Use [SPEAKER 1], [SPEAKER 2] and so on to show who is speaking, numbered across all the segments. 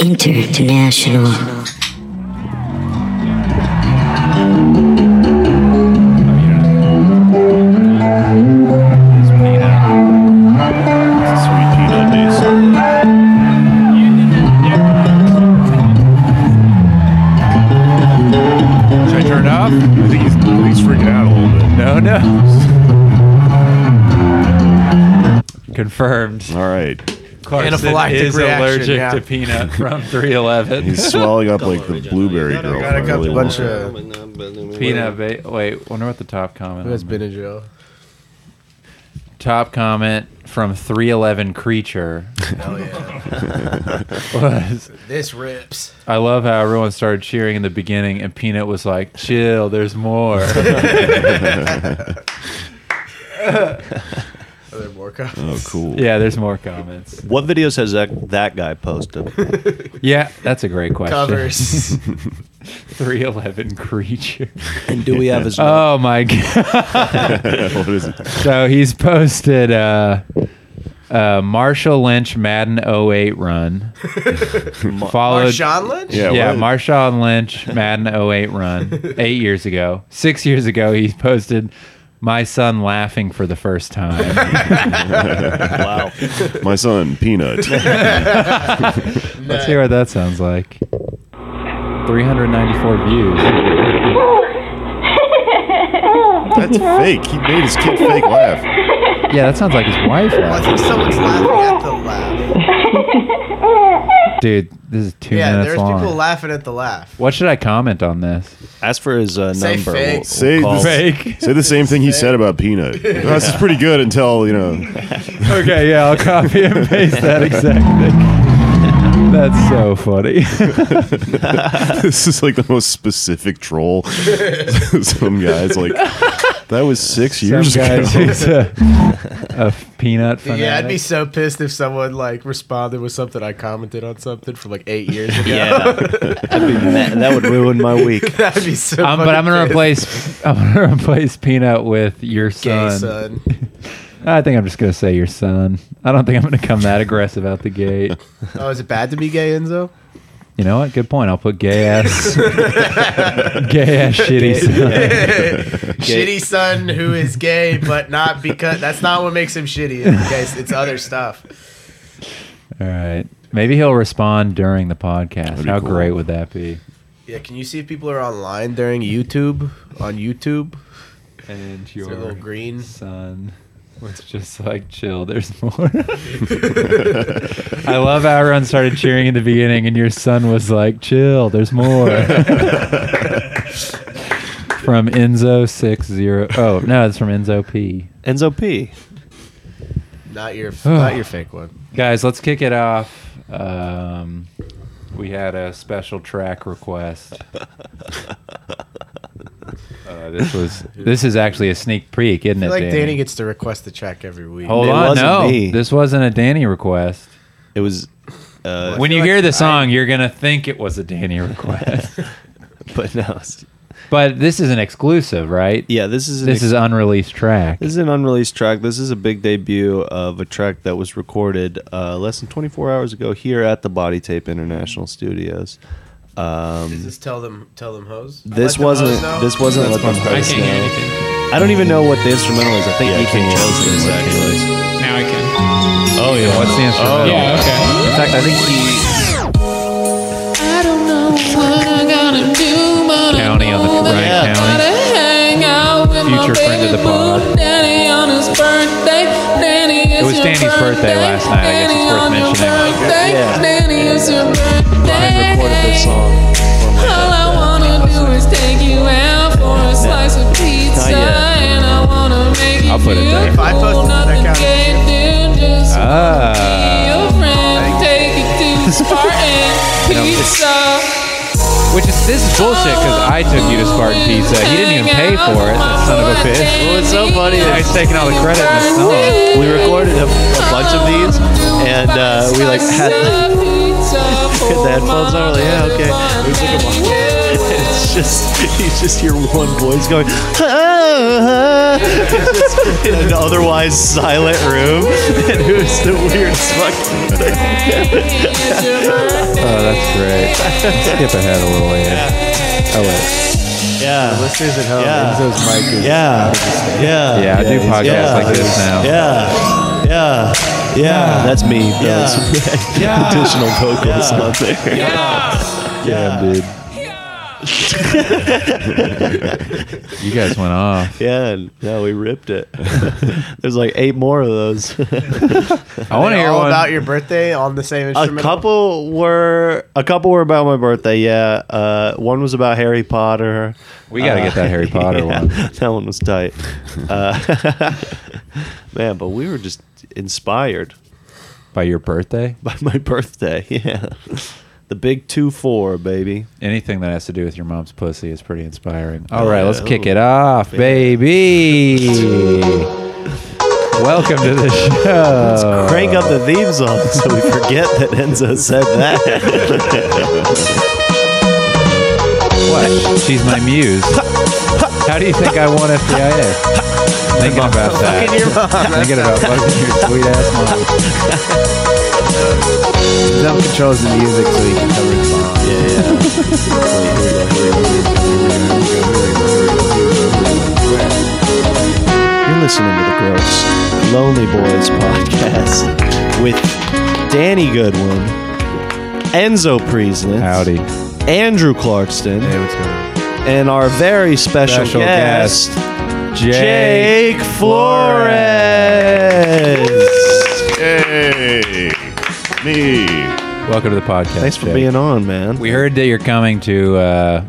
[SPEAKER 1] International.
[SPEAKER 2] Should I turn it off?
[SPEAKER 3] I think he's, he's freaking out a little bit.
[SPEAKER 2] No, no. Confirmed.
[SPEAKER 3] All right.
[SPEAKER 2] Clarkson
[SPEAKER 4] Anaphylactic
[SPEAKER 2] is
[SPEAKER 4] reaction,
[SPEAKER 2] allergic
[SPEAKER 4] yeah.
[SPEAKER 2] to peanut from 311.
[SPEAKER 3] He's swelling up like the blueberry girl.
[SPEAKER 4] Got a
[SPEAKER 3] from
[SPEAKER 4] couple
[SPEAKER 3] Halloween.
[SPEAKER 4] bunch of
[SPEAKER 2] peanut. Ba- wait, wonder what the top comment.
[SPEAKER 4] who has
[SPEAKER 2] on-
[SPEAKER 4] Benadryl?
[SPEAKER 2] top comment from 311 creature
[SPEAKER 4] Hell yeah,
[SPEAKER 2] was
[SPEAKER 4] this rips.
[SPEAKER 2] I love how everyone started cheering in the beginning, and Peanut was like, "Chill, there's more."
[SPEAKER 4] Are there more copies?
[SPEAKER 3] Oh, cool.
[SPEAKER 2] yeah, there's more comments.
[SPEAKER 5] What videos has that that guy posted?
[SPEAKER 2] Yeah, that's a great question.
[SPEAKER 4] Covers.
[SPEAKER 2] 311 creature.
[SPEAKER 5] And do we have his?
[SPEAKER 2] Oh my god.
[SPEAKER 3] what is it?
[SPEAKER 2] So he's posted uh, uh, Marshall Lynch Madden 08 run,
[SPEAKER 4] Or
[SPEAKER 2] followed
[SPEAKER 4] Sean Lynch?
[SPEAKER 3] Yeah.
[SPEAKER 2] yeah,
[SPEAKER 3] what?
[SPEAKER 2] Marshawn Lynch Madden 08 run eight years ago. Six years ago, he posted my son laughing for the first time.
[SPEAKER 5] wow!
[SPEAKER 3] My son, Peanut.
[SPEAKER 2] Let's hear what that sounds like. 394 views.
[SPEAKER 3] That's fake. He made his kid fake laugh.
[SPEAKER 2] Yeah, that sounds like his wife.
[SPEAKER 4] I
[SPEAKER 2] Laughing.
[SPEAKER 4] think someone's laughing at the laugh.
[SPEAKER 2] Dude, this is two
[SPEAKER 4] Yeah,
[SPEAKER 2] minutes
[SPEAKER 4] there's
[SPEAKER 2] long.
[SPEAKER 4] people laughing at the laugh.
[SPEAKER 2] what should I comment on this?
[SPEAKER 5] Ask for his uh,
[SPEAKER 4] Say
[SPEAKER 5] number.
[SPEAKER 4] fake.
[SPEAKER 3] Say
[SPEAKER 5] call.
[SPEAKER 3] this-
[SPEAKER 2] Fake.
[SPEAKER 3] Say the same thing he said about Peanut. Well, this is pretty good until, you know.
[SPEAKER 2] okay, yeah, I'll copy and paste that exactly. That's so funny.
[SPEAKER 3] This is like the most specific troll. Some guys like that was six years
[SPEAKER 2] Some guy
[SPEAKER 3] ago.
[SPEAKER 2] who's a, a peanut fanatic.
[SPEAKER 4] Yeah, I'd be so pissed if someone like responded with something I commented on something from like eight years ago.
[SPEAKER 5] Yeah, That'd be ma- that would ruin my week.
[SPEAKER 4] That'd be so.
[SPEAKER 2] Um, but
[SPEAKER 4] fucking
[SPEAKER 2] I'm gonna
[SPEAKER 4] pissed.
[SPEAKER 2] replace I'm gonna replace peanut with your
[SPEAKER 4] gay
[SPEAKER 2] son.
[SPEAKER 4] son.
[SPEAKER 2] I think I'm just gonna say your son. I don't think I'm gonna come that aggressive out the gate.
[SPEAKER 4] Oh, is it bad to be gay, Enzo?
[SPEAKER 2] You know what? Good point. I'll put gay ass gay ass shitty son.
[SPEAKER 4] Shitty son who is gay, but not because that's not what makes him shitty. It's, gay- it's other stuff.
[SPEAKER 2] All right. Maybe he'll respond during the podcast.
[SPEAKER 3] be
[SPEAKER 2] How
[SPEAKER 3] cool.
[SPEAKER 2] great would that be?
[SPEAKER 4] Yeah, can you see if people are online during YouTube on YouTube?
[SPEAKER 2] And
[SPEAKER 4] Is there a little green.
[SPEAKER 2] son was just like, chill, there's more. I love how everyone started cheering in the beginning, and your son was like, chill, there's more. from Enzo60. Oh, no, it's from Enzo P.
[SPEAKER 5] Enzo P.
[SPEAKER 4] Not your, not your fake one.
[SPEAKER 2] Guys, let's kick it off. Um, we had a special track request. Uh, this was this is actually a sneak peek, isn't
[SPEAKER 4] I
[SPEAKER 2] it?
[SPEAKER 4] feel like Danny.
[SPEAKER 2] Danny?
[SPEAKER 4] gets to request the track every week.
[SPEAKER 2] Hold
[SPEAKER 5] It
[SPEAKER 2] on,
[SPEAKER 5] wasn't
[SPEAKER 2] no,
[SPEAKER 5] me.
[SPEAKER 2] this wasn't a Danny request.
[SPEAKER 5] It was, uh,
[SPEAKER 2] when
[SPEAKER 4] feel
[SPEAKER 2] you
[SPEAKER 4] like
[SPEAKER 2] hear the song, you're gonna think it was a Danny request.
[SPEAKER 5] but no. it's-
[SPEAKER 2] but this is an exclusive, right?
[SPEAKER 5] Yeah, this is an
[SPEAKER 2] This is unreleased track.
[SPEAKER 5] This is an unreleased track. This is a big debut of a track that was recorded uh, less than 24 hours ago here at the Body Tape International Studios.
[SPEAKER 4] Does
[SPEAKER 5] Um,
[SPEAKER 4] this tell them, tell them hoes? Let them hoes
[SPEAKER 5] this wasn't.
[SPEAKER 4] know?
[SPEAKER 5] This wasn't. Let them
[SPEAKER 6] I
[SPEAKER 5] Hoes
[SPEAKER 6] can't hear
[SPEAKER 5] Know.
[SPEAKER 6] anything.
[SPEAKER 5] I don't even know what the instrumental is. I think E
[SPEAKER 3] Yeah, I
[SPEAKER 5] Ethan
[SPEAKER 3] can't hear
[SPEAKER 5] chose this actually.
[SPEAKER 6] Now I can.
[SPEAKER 2] Oh yeah, what's the instrumental?
[SPEAKER 6] Yeah, okay.
[SPEAKER 2] In fact, I think he
[SPEAKER 7] I don't know what I gotta do, but I
[SPEAKER 2] County on the Ryan
[SPEAKER 5] Yeah.
[SPEAKER 2] County.
[SPEAKER 7] gotta hang out with my
[SPEAKER 2] Future friend of
[SPEAKER 7] baby
[SPEAKER 2] the pod.
[SPEAKER 7] boo, Danny on his birthday. Danny is
[SPEAKER 2] It was
[SPEAKER 7] your
[SPEAKER 2] Danny's birthday last night. I guess it's
[SPEAKER 7] Danny
[SPEAKER 2] worth
[SPEAKER 7] on your
[SPEAKER 2] mentioning.
[SPEAKER 7] birthday.
[SPEAKER 5] Yeah.
[SPEAKER 7] Danny is your
[SPEAKER 5] I recorded
[SPEAKER 7] birthday.
[SPEAKER 5] this song. for my
[SPEAKER 7] All I
[SPEAKER 5] birthday.
[SPEAKER 7] wanna do is take you out for a slice of pizza,
[SPEAKER 5] yet.
[SPEAKER 7] and I wanna make you
[SPEAKER 2] I'll put it
[SPEAKER 7] feel
[SPEAKER 2] there.
[SPEAKER 4] If I posted
[SPEAKER 7] cool.
[SPEAKER 4] it, that
[SPEAKER 7] Nothing
[SPEAKER 4] counts.
[SPEAKER 7] can do, just be
[SPEAKER 2] Ah,
[SPEAKER 7] your friend. Take you to Spartan Pizza.
[SPEAKER 2] which is this is bullshit because I took you to Spartan Pizza. He didn't even pay for it. That son of a bitch.
[SPEAKER 7] Well, it's so funny.
[SPEAKER 2] I was taking all the credit in the song.
[SPEAKER 5] We recorded a, a bunch of these, and uh, we like had the headphones on. We're like, yeah, okay. We took them off. It's just you just hear one voice going, ah, It's just in an otherwise
[SPEAKER 7] Oh,
[SPEAKER 5] silent room, and it was the weirdest fucking thing.
[SPEAKER 2] Oh, that's great. Skip ahead a little later. Oh wait.
[SPEAKER 5] Yeah.
[SPEAKER 4] Listeners at home,
[SPEAKER 5] Yeah.
[SPEAKER 4] Enzo's mic is.
[SPEAKER 5] Yeah. Yeah.
[SPEAKER 2] Yeah, I do podcasts
[SPEAKER 5] yeah.
[SPEAKER 2] like this now.
[SPEAKER 5] Yeah. Yeah. Yeah.
[SPEAKER 3] That's me.
[SPEAKER 5] Yeah.
[SPEAKER 2] Yeah.
[SPEAKER 3] Additional vocals
[SPEAKER 5] Yeah.
[SPEAKER 3] on there.
[SPEAKER 2] Yeah, dude. you guys went off.
[SPEAKER 5] Yeah, and no, we ripped it. There's like eight more of those.
[SPEAKER 2] I want to hear
[SPEAKER 4] all
[SPEAKER 2] one.
[SPEAKER 4] about your birthday on the same
[SPEAKER 5] a
[SPEAKER 4] instrument.
[SPEAKER 5] couple were a couple were about my birthday. Yeah, uh, one was about Harry Potter. Uh,
[SPEAKER 2] we got to get that Harry Potter
[SPEAKER 5] Yeah,
[SPEAKER 2] one.
[SPEAKER 5] That one was tight. Uh, man, but we were just inspired
[SPEAKER 2] By your birthday?
[SPEAKER 5] by my birthday. Yeah, the big two four baby.
[SPEAKER 2] Anything that has to do with your mom's pussy is pretty inspiring. All right, let's
[SPEAKER 5] Yeah. oh,
[SPEAKER 2] kick it off, baby. Welcome to the show.
[SPEAKER 5] Crank up the theme song so we forget that Enzo said that.
[SPEAKER 2] What? She's my muse. How do you think I won FBIA? Thinking about that.
[SPEAKER 4] Fucking your mom. That's
[SPEAKER 2] Thinking about fucking your sweet ass mom.
[SPEAKER 4] Enzo controls the music so he can cover his mom.
[SPEAKER 5] You're listening to the Gross Lonely Boys podcast with Danny Goodwin, Enzo Priestley,
[SPEAKER 2] Howdy.
[SPEAKER 5] Andrew Clarkston,
[SPEAKER 4] what's going on?
[SPEAKER 5] and our very special,
[SPEAKER 2] Special
[SPEAKER 5] guest, Jake,
[SPEAKER 2] Jake
[SPEAKER 5] Flores.
[SPEAKER 3] Hey, me.
[SPEAKER 2] Welcome to the podcast.
[SPEAKER 5] Thanks for
[SPEAKER 2] Jake.
[SPEAKER 5] being on, man.
[SPEAKER 2] We heard that you're coming to uh,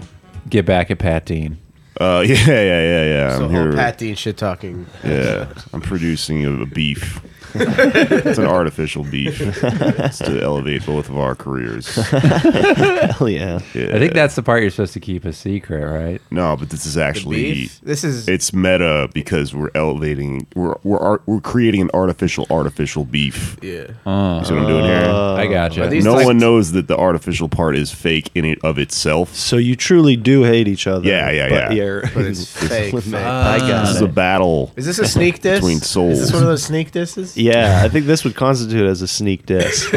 [SPEAKER 2] get back at Pat Dean.
[SPEAKER 3] Uh, yeah, yeah, yeah, yeah. I'm
[SPEAKER 4] So
[SPEAKER 3] here.
[SPEAKER 4] whole Pat Dean shit talking.
[SPEAKER 3] Yeah, I'm producing a, a beef. it's an artificial beef. It's to elevate both of our careers.
[SPEAKER 5] Hell yeah.
[SPEAKER 3] Yeah.
[SPEAKER 2] I think that's the part you're supposed to keep a secret, right?
[SPEAKER 3] no, but this is actually
[SPEAKER 4] Beef. This is
[SPEAKER 3] it's meta because we're elevating we're we're art, we're creating an artificial artificial beef. You
[SPEAKER 4] yeah.
[SPEAKER 3] see what I'm doing here?
[SPEAKER 2] Uh, I gotcha.
[SPEAKER 4] Are these-
[SPEAKER 3] No
[SPEAKER 4] like-
[SPEAKER 3] one knows that the artificial part is fake in it of itself.
[SPEAKER 5] So you truly do hate each other.
[SPEAKER 3] Yeah, yeah,
[SPEAKER 5] but
[SPEAKER 3] yeah.
[SPEAKER 5] you're-
[SPEAKER 4] But it's fake. fake.
[SPEAKER 5] I got
[SPEAKER 3] This is
[SPEAKER 5] it.
[SPEAKER 3] a battle.
[SPEAKER 4] Is this a sneak diss?
[SPEAKER 3] Between
[SPEAKER 4] Is
[SPEAKER 3] souls.
[SPEAKER 4] this one of those sneak disses?
[SPEAKER 5] Yeah, I think this would constitute as a sneak diss.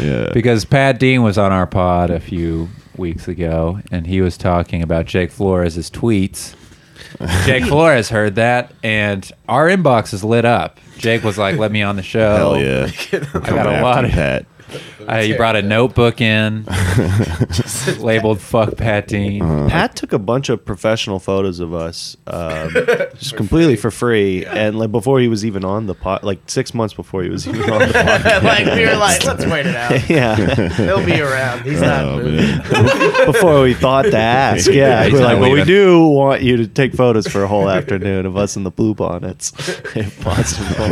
[SPEAKER 3] Yeah.
[SPEAKER 2] Because Pat Dean was on our pod a few weeks ago, and he was talking about Jake Flores' tweets. Jake Flores heard that, and our inbox is lit up. Jake was like, "Let me on the show."
[SPEAKER 3] Hell yeah.
[SPEAKER 2] I got a lot of
[SPEAKER 3] that.
[SPEAKER 2] Uh, he brought a notebook in, labeled "Fuck Pat Dean."
[SPEAKER 4] Uh-huh.
[SPEAKER 5] Pat took a bunch of professional photos of us, um, just completely for free, and like before he was even on the pod, like six months before he was even on the pod.
[SPEAKER 4] like we were like, let's wait it out.
[SPEAKER 5] yeah,
[SPEAKER 4] He'll be around. He's not
[SPEAKER 3] Oh,
[SPEAKER 4] moving.
[SPEAKER 3] man.
[SPEAKER 5] before we thought to ask. Yeah,
[SPEAKER 2] Yeah, he's
[SPEAKER 5] we're like,
[SPEAKER 2] not
[SPEAKER 5] but we
[SPEAKER 2] leaving.
[SPEAKER 5] do want you to take photos for a whole afternoon of us in the blue bonnets, if possible.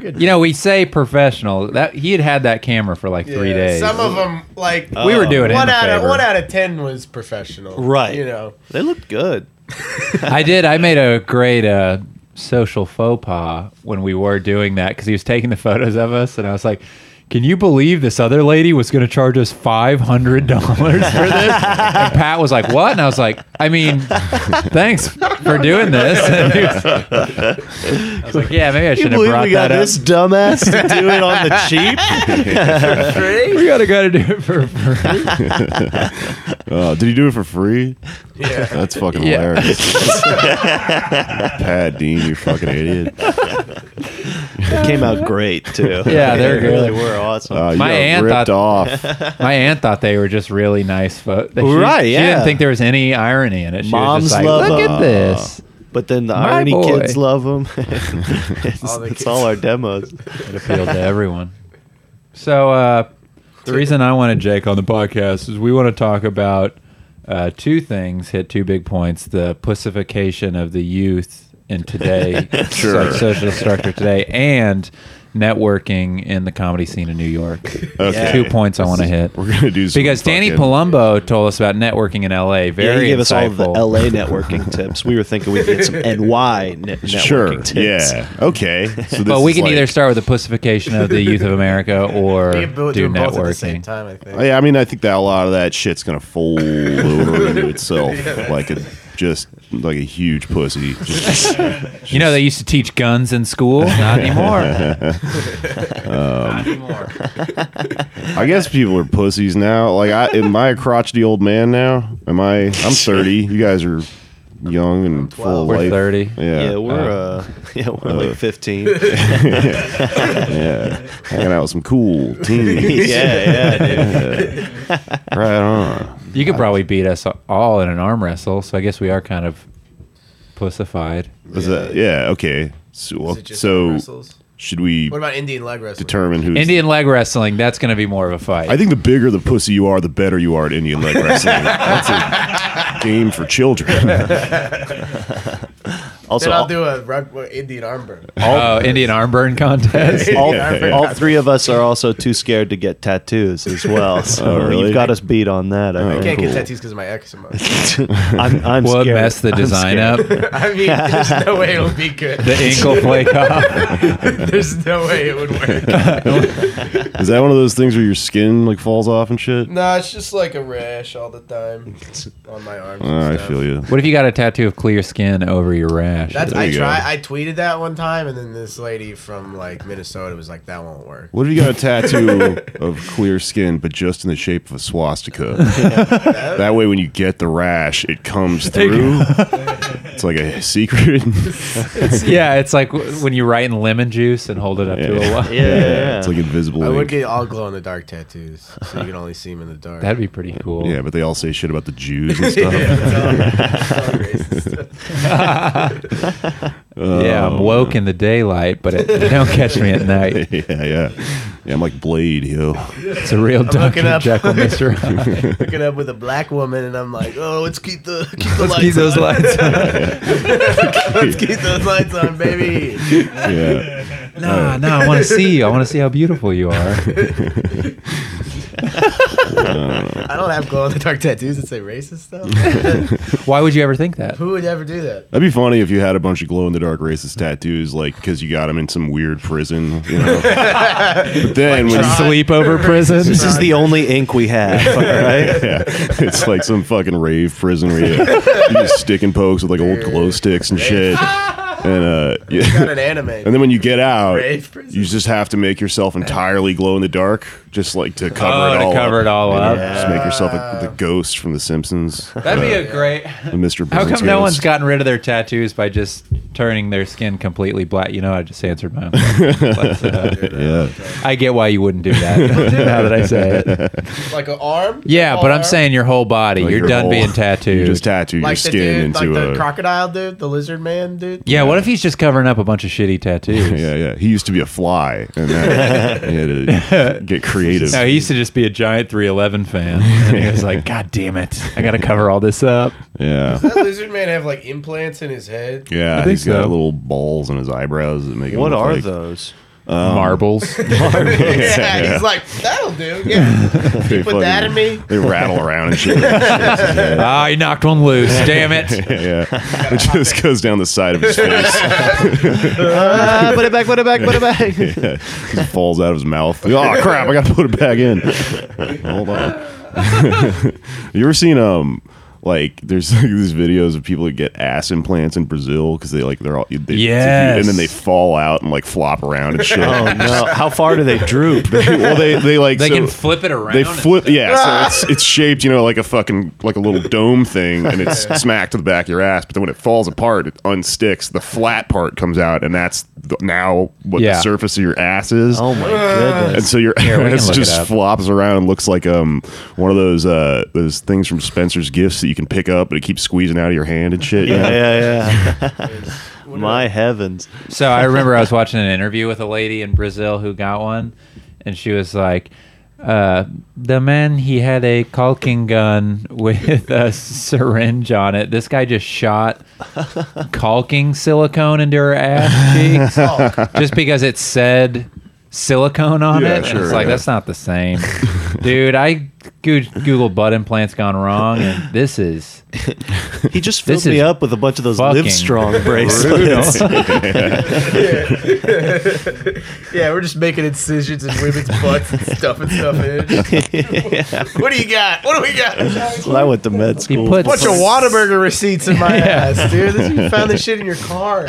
[SPEAKER 2] You know, we say professional. That he had had that camera for like three
[SPEAKER 4] Yeah,
[SPEAKER 2] days.
[SPEAKER 4] Some of them, like
[SPEAKER 2] we were doing it.
[SPEAKER 4] one
[SPEAKER 2] One
[SPEAKER 4] out of one out of ten was professional,
[SPEAKER 5] Right.
[SPEAKER 4] You know,
[SPEAKER 5] They looked good.
[SPEAKER 2] I did. I made a great uh, social faux pas when we were doing that because he was taking the photos of us, and I was like, "Can you believe this other lady was going to charge us five hundred dollars for this?" and Pat was like, "What?" And I was like, "I mean, thanks for doing this." And he was, I was like, "Yeah, maybe I
[SPEAKER 5] Can you
[SPEAKER 2] should have
[SPEAKER 5] believe
[SPEAKER 2] brought
[SPEAKER 5] we got
[SPEAKER 2] that
[SPEAKER 5] this dumbass to do it on the cheap?
[SPEAKER 2] up. We gotta gotta do it for." for
[SPEAKER 3] Oh, did he do it for free?
[SPEAKER 4] yeah.
[SPEAKER 3] That's fucking
[SPEAKER 2] Yeah.
[SPEAKER 3] hilarious. Pat Dean, you fucking idiot.
[SPEAKER 5] It came out great too.
[SPEAKER 2] Yeah, they're
[SPEAKER 5] they really
[SPEAKER 2] good.
[SPEAKER 5] were awesome.
[SPEAKER 3] Uh, you
[SPEAKER 2] My
[SPEAKER 3] got
[SPEAKER 2] aunt
[SPEAKER 3] ripped
[SPEAKER 2] thought-
[SPEAKER 3] off.
[SPEAKER 2] My aunt thought they were just really nice photos.
[SPEAKER 5] Right,
[SPEAKER 2] She
[SPEAKER 5] yeah.
[SPEAKER 2] didn't think there was any irony in it. She
[SPEAKER 5] Moms
[SPEAKER 2] was just like,
[SPEAKER 5] love
[SPEAKER 2] "Look
[SPEAKER 5] a-
[SPEAKER 2] at this."
[SPEAKER 5] But then the
[SPEAKER 2] My
[SPEAKER 5] irony
[SPEAKER 2] boy.
[SPEAKER 5] kids love them. it's,
[SPEAKER 4] All the
[SPEAKER 5] it's
[SPEAKER 4] kids.
[SPEAKER 5] all our demos.
[SPEAKER 2] It appealed to everyone. So uh, the reason I wanted Jake on the podcast is we want to talk about uh, two things, hit two big points: the pussification of the youth in today,
[SPEAKER 3] Sure.
[SPEAKER 2] like social structure today, and networking in the comedy scene in New York.
[SPEAKER 3] Okay.
[SPEAKER 2] Two points I want to hit.
[SPEAKER 3] We're gonna do some
[SPEAKER 2] Because Danny
[SPEAKER 3] fucking-
[SPEAKER 2] Palumbo told us about networking in LA.
[SPEAKER 5] Yeah,
[SPEAKER 2] Very
[SPEAKER 5] he gave us all of the
[SPEAKER 2] insightful.
[SPEAKER 5] LA networking tips. We were thinking we'd get some NY net- networking
[SPEAKER 3] Sure.
[SPEAKER 5] tips.
[SPEAKER 3] Yeah. Okay. So this
[SPEAKER 2] But we
[SPEAKER 3] is
[SPEAKER 2] can
[SPEAKER 3] like-
[SPEAKER 2] either start with the pussification of the youth of America or
[SPEAKER 4] We could bo-
[SPEAKER 2] do
[SPEAKER 4] them both at the same
[SPEAKER 2] networking.
[SPEAKER 4] time. I think.
[SPEAKER 3] Oh, Yeah, I mean, I think that a lot of that shit's gonna fold over into itself, like it just like a huge pussy. Just-
[SPEAKER 2] You know, they used to teach guns in school. Not anymore.
[SPEAKER 3] Uh,
[SPEAKER 8] Not anymore.
[SPEAKER 3] Um, I guess people are pussies now. Like, I am I a crotchety old man now? Am I? I'm 30. You guys are young and full of
[SPEAKER 2] We're
[SPEAKER 3] life.
[SPEAKER 2] 30.
[SPEAKER 3] Yeah.
[SPEAKER 5] Yeah, we're uh, yeah, we're like 15. yeah,
[SPEAKER 3] yeah. Hanging out with some cool teens.
[SPEAKER 5] yeah, dude.
[SPEAKER 3] Right on.
[SPEAKER 2] You could probably beat us all in an arm wrestle, so I guess we are kind of pussified.
[SPEAKER 3] Is that? Yeah. Okay. So, well,
[SPEAKER 8] Is it just arm
[SPEAKER 3] so
[SPEAKER 8] wrestles?
[SPEAKER 3] should we
[SPEAKER 8] what about Indian leg wrestling?
[SPEAKER 3] determine who's
[SPEAKER 2] Indian leg wrestling, that's going to be more of a fight.
[SPEAKER 3] I think the bigger the pussy you are, the better you are at Indian leg wrestling. That's a game for children.
[SPEAKER 5] Also,
[SPEAKER 8] Then I'll
[SPEAKER 5] all,
[SPEAKER 8] do a rug, well, Indian arm burn.
[SPEAKER 2] oh, Indian arm burn contest.
[SPEAKER 5] all,
[SPEAKER 3] Yeah, yeah.
[SPEAKER 5] all three of us are also too scared to get tattoos as well. So
[SPEAKER 3] Oh, really?
[SPEAKER 5] you've got us beat on that. I
[SPEAKER 3] Oh.
[SPEAKER 8] I
[SPEAKER 5] think.
[SPEAKER 8] can't
[SPEAKER 3] Cool.
[SPEAKER 8] get tattoos because of my eczema.
[SPEAKER 5] I'm, I'm
[SPEAKER 2] Will it
[SPEAKER 5] scared.
[SPEAKER 2] mess the
[SPEAKER 5] I'm
[SPEAKER 2] design
[SPEAKER 5] scared.
[SPEAKER 2] up?
[SPEAKER 8] I mean, there's no way it'll be good.
[SPEAKER 2] The ink will flake off.
[SPEAKER 8] there's no way it would work.
[SPEAKER 3] Is that one of those things where your skin like falls off and shit?
[SPEAKER 8] No, it's just like a rash all the time on my arms. and
[SPEAKER 3] Ah, I
[SPEAKER 8] stuff.
[SPEAKER 3] feel you.
[SPEAKER 2] What if you got a tattoo of clear skin over your rash?
[SPEAKER 8] That's
[SPEAKER 3] There
[SPEAKER 8] I
[SPEAKER 3] you go.
[SPEAKER 8] try. I tweeted that one time, and then this lady from like Minnesota was like, "That won't work."
[SPEAKER 3] What if you got a tattoo of clear skin, but just in the shape of a swastika? that way, when you get the rash, it comes through. it's like a secret.
[SPEAKER 2] yeah, it's like w- when you write in lemon juice and hold it up to a
[SPEAKER 3] Yeah.
[SPEAKER 2] wall.
[SPEAKER 5] Yeah, yeah, yeah.
[SPEAKER 3] It's like invisible.
[SPEAKER 8] I would
[SPEAKER 3] ink.
[SPEAKER 8] get all glow in the dark tattoos, so you can only see them in the dark.
[SPEAKER 2] That'd be pretty cool.
[SPEAKER 3] yeah, but they all say shit about the Jews and stuff.
[SPEAKER 8] Yeah, it's all- it's all racist.
[SPEAKER 2] Yeah,
[SPEAKER 3] Oh,
[SPEAKER 2] I'm woke in the daylight, but it, don't catch me at night.
[SPEAKER 3] yeah, yeah, yeah. I'm like Blade, yo.
[SPEAKER 2] It's a real Dr.
[SPEAKER 8] looking up.
[SPEAKER 2] Jekyll, Mr. Hyde.
[SPEAKER 8] Hooking up with a black woman, and I'm like, "Oh, let's keep the keep the
[SPEAKER 2] Let's
[SPEAKER 8] lights
[SPEAKER 2] keep those
[SPEAKER 8] on.
[SPEAKER 2] lights on.
[SPEAKER 8] let's keep those lights on, baby."
[SPEAKER 3] Yeah.
[SPEAKER 2] Nah, nah, I want to see you. I want to see how beautiful you are.
[SPEAKER 8] I don't have glow in the dark tattoos that say racist stuff.
[SPEAKER 2] Why would you ever think that?
[SPEAKER 8] Who would ever do that?
[SPEAKER 3] That'd be funny if you had a bunch of glow in the dark racist tattoos, like because you got them in some weird prison, you know. but then when
[SPEAKER 2] A
[SPEAKER 3] you,
[SPEAKER 2] sleepover prison?
[SPEAKER 5] This is the only ink we have, all right?
[SPEAKER 3] yeah, it's like some fucking rave prison where you, you just stick and pokes with like old glow sticks and shit, and uh,
[SPEAKER 8] Got
[SPEAKER 3] yeah.
[SPEAKER 8] an anime.
[SPEAKER 3] and then when you get out,
[SPEAKER 8] Rave prison.
[SPEAKER 3] you just have to make yourself entirely glow in the dark, just like to cover
[SPEAKER 2] Oh,
[SPEAKER 3] it
[SPEAKER 2] to
[SPEAKER 3] all.
[SPEAKER 2] cover
[SPEAKER 3] up.
[SPEAKER 2] it all
[SPEAKER 3] You know,
[SPEAKER 2] up.
[SPEAKER 3] Just make yourself a, the ghost from The Simpsons.
[SPEAKER 2] That'd be a great.
[SPEAKER 3] Uh, the Mr.
[SPEAKER 2] How
[SPEAKER 3] Burns
[SPEAKER 2] come no
[SPEAKER 3] ghost.
[SPEAKER 2] one's gotten rid of their tattoos by just turning their skin completely black? You know, I just answered my own. question. Let's, uh,
[SPEAKER 3] Yeah.
[SPEAKER 2] I get why you wouldn't do that. now that I say it,
[SPEAKER 8] like an arm?
[SPEAKER 2] yeah,
[SPEAKER 8] Full
[SPEAKER 2] but I'm
[SPEAKER 8] arm?
[SPEAKER 2] saying your whole body.
[SPEAKER 3] Like
[SPEAKER 2] You're
[SPEAKER 3] your
[SPEAKER 2] done
[SPEAKER 3] whole-
[SPEAKER 2] being tattooed.
[SPEAKER 3] You just tattoo your
[SPEAKER 8] like the dude,
[SPEAKER 3] skin
[SPEAKER 8] like
[SPEAKER 3] into
[SPEAKER 8] the
[SPEAKER 3] a
[SPEAKER 8] crocodile dude, the lizard man dude.
[SPEAKER 2] yeah, what if he's just covering up a bunch of shitty tattoos?
[SPEAKER 3] Yeah, yeah. He used to be a fly, and then he had to get creative.
[SPEAKER 2] No, he used to just be a giant 311 fan, and he was like, "God damn it, I got to cover all this up."
[SPEAKER 3] yeah,
[SPEAKER 8] Does that lizard man have like implants in his head?
[SPEAKER 3] yeah.
[SPEAKER 2] think
[SPEAKER 3] he's got
[SPEAKER 2] so.
[SPEAKER 3] little balls in his eyebrows that make him
[SPEAKER 5] What
[SPEAKER 3] look
[SPEAKER 5] are
[SPEAKER 3] like- um,
[SPEAKER 5] those?
[SPEAKER 2] Marbles.
[SPEAKER 8] yeah, he's like, that'll do. Yeah.
[SPEAKER 3] They
[SPEAKER 8] Put that in
[SPEAKER 3] fucking-
[SPEAKER 8] me.
[SPEAKER 3] They rattle around and shit. yeah,
[SPEAKER 2] ah, he knocked one loose. Damn it.
[SPEAKER 3] yeah. It just goes down the side of his face.
[SPEAKER 5] Ah, put it back, put it back, put it back.
[SPEAKER 3] Yeah. It falls out of his mouth. Oh crap! I gotta put it back in. Hold on. you ever seen um? Like there's like these videos of people that get ass implants in Brazil because they like they're all they, it's a huge- and then
[SPEAKER 2] Yes.
[SPEAKER 3] they fall out and like flop around and shit.
[SPEAKER 5] Oh no! How far do they droop?
[SPEAKER 3] well, they they like
[SPEAKER 2] They
[SPEAKER 3] so
[SPEAKER 2] can flip it around.
[SPEAKER 3] They
[SPEAKER 2] and
[SPEAKER 3] flip, yeah. So it's it's shaped, you know, like a fucking like a little dome thing, and it's smacked to the back of your ass. But then when it falls apart, it unsticks. The flat part comes out, and that's the, now what
[SPEAKER 2] Yeah.
[SPEAKER 3] the surface of your ass is.
[SPEAKER 5] Oh my goodness!
[SPEAKER 3] And so your
[SPEAKER 2] we can
[SPEAKER 3] ass
[SPEAKER 2] look it
[SPEAKER 3] just
[SPEAKER 2] up.
[SPEAKER 3] flops around and looks like um one of those uh those things from Spencer's Gifts that you can pick up and it keeps squeezing out of your hand and shit. you know?
[SPEAKER 5] Yeah, yeah, yeah. my heavens!
[SPEAKER 2] So I remember I was watching an interview with a lady in Brazil who got one, and she was like, uh, "The man he had a caulking gun with a syringe on it. This guy just shot caulking silicone into her ass cheeks just because it said silicone on
[SPEAKER 3] Yeah,
[SPEAKER 2] it. And
[SPEAKER 3] sure,
[SPEAKER 2] it's like
[SPEAKER 3] yeah.
[SPEAKER 2] that's not the same, dude. I Goo- Google butt implants gone wrong, and this is
[SPEAKER 5] He just filled
[SPEAKER 2] This
[SPEAKER 5] me
[SPEAKER 2] is
[SPEAKER 5] up with a bunch of those
[SPEAKER 2] fucking
[SPEAKER 5] Live Strong
[SPEAKER 2] brutal.
[SPEAKER 5] bracelets.
[SPEAKER 8] Yeah, we're just making incisions in women's butts and stuffing stuff in. what do you got? What do we got?
[SPEAKER 5] Well, I went to med
[SPEAKER 2] he
[SPEAKER 5] school.
[SPEAKER 2] puts
[SPEAKER 8] Bunch of Whataburger receipts in my ass, dude. This, you found this shit in your car.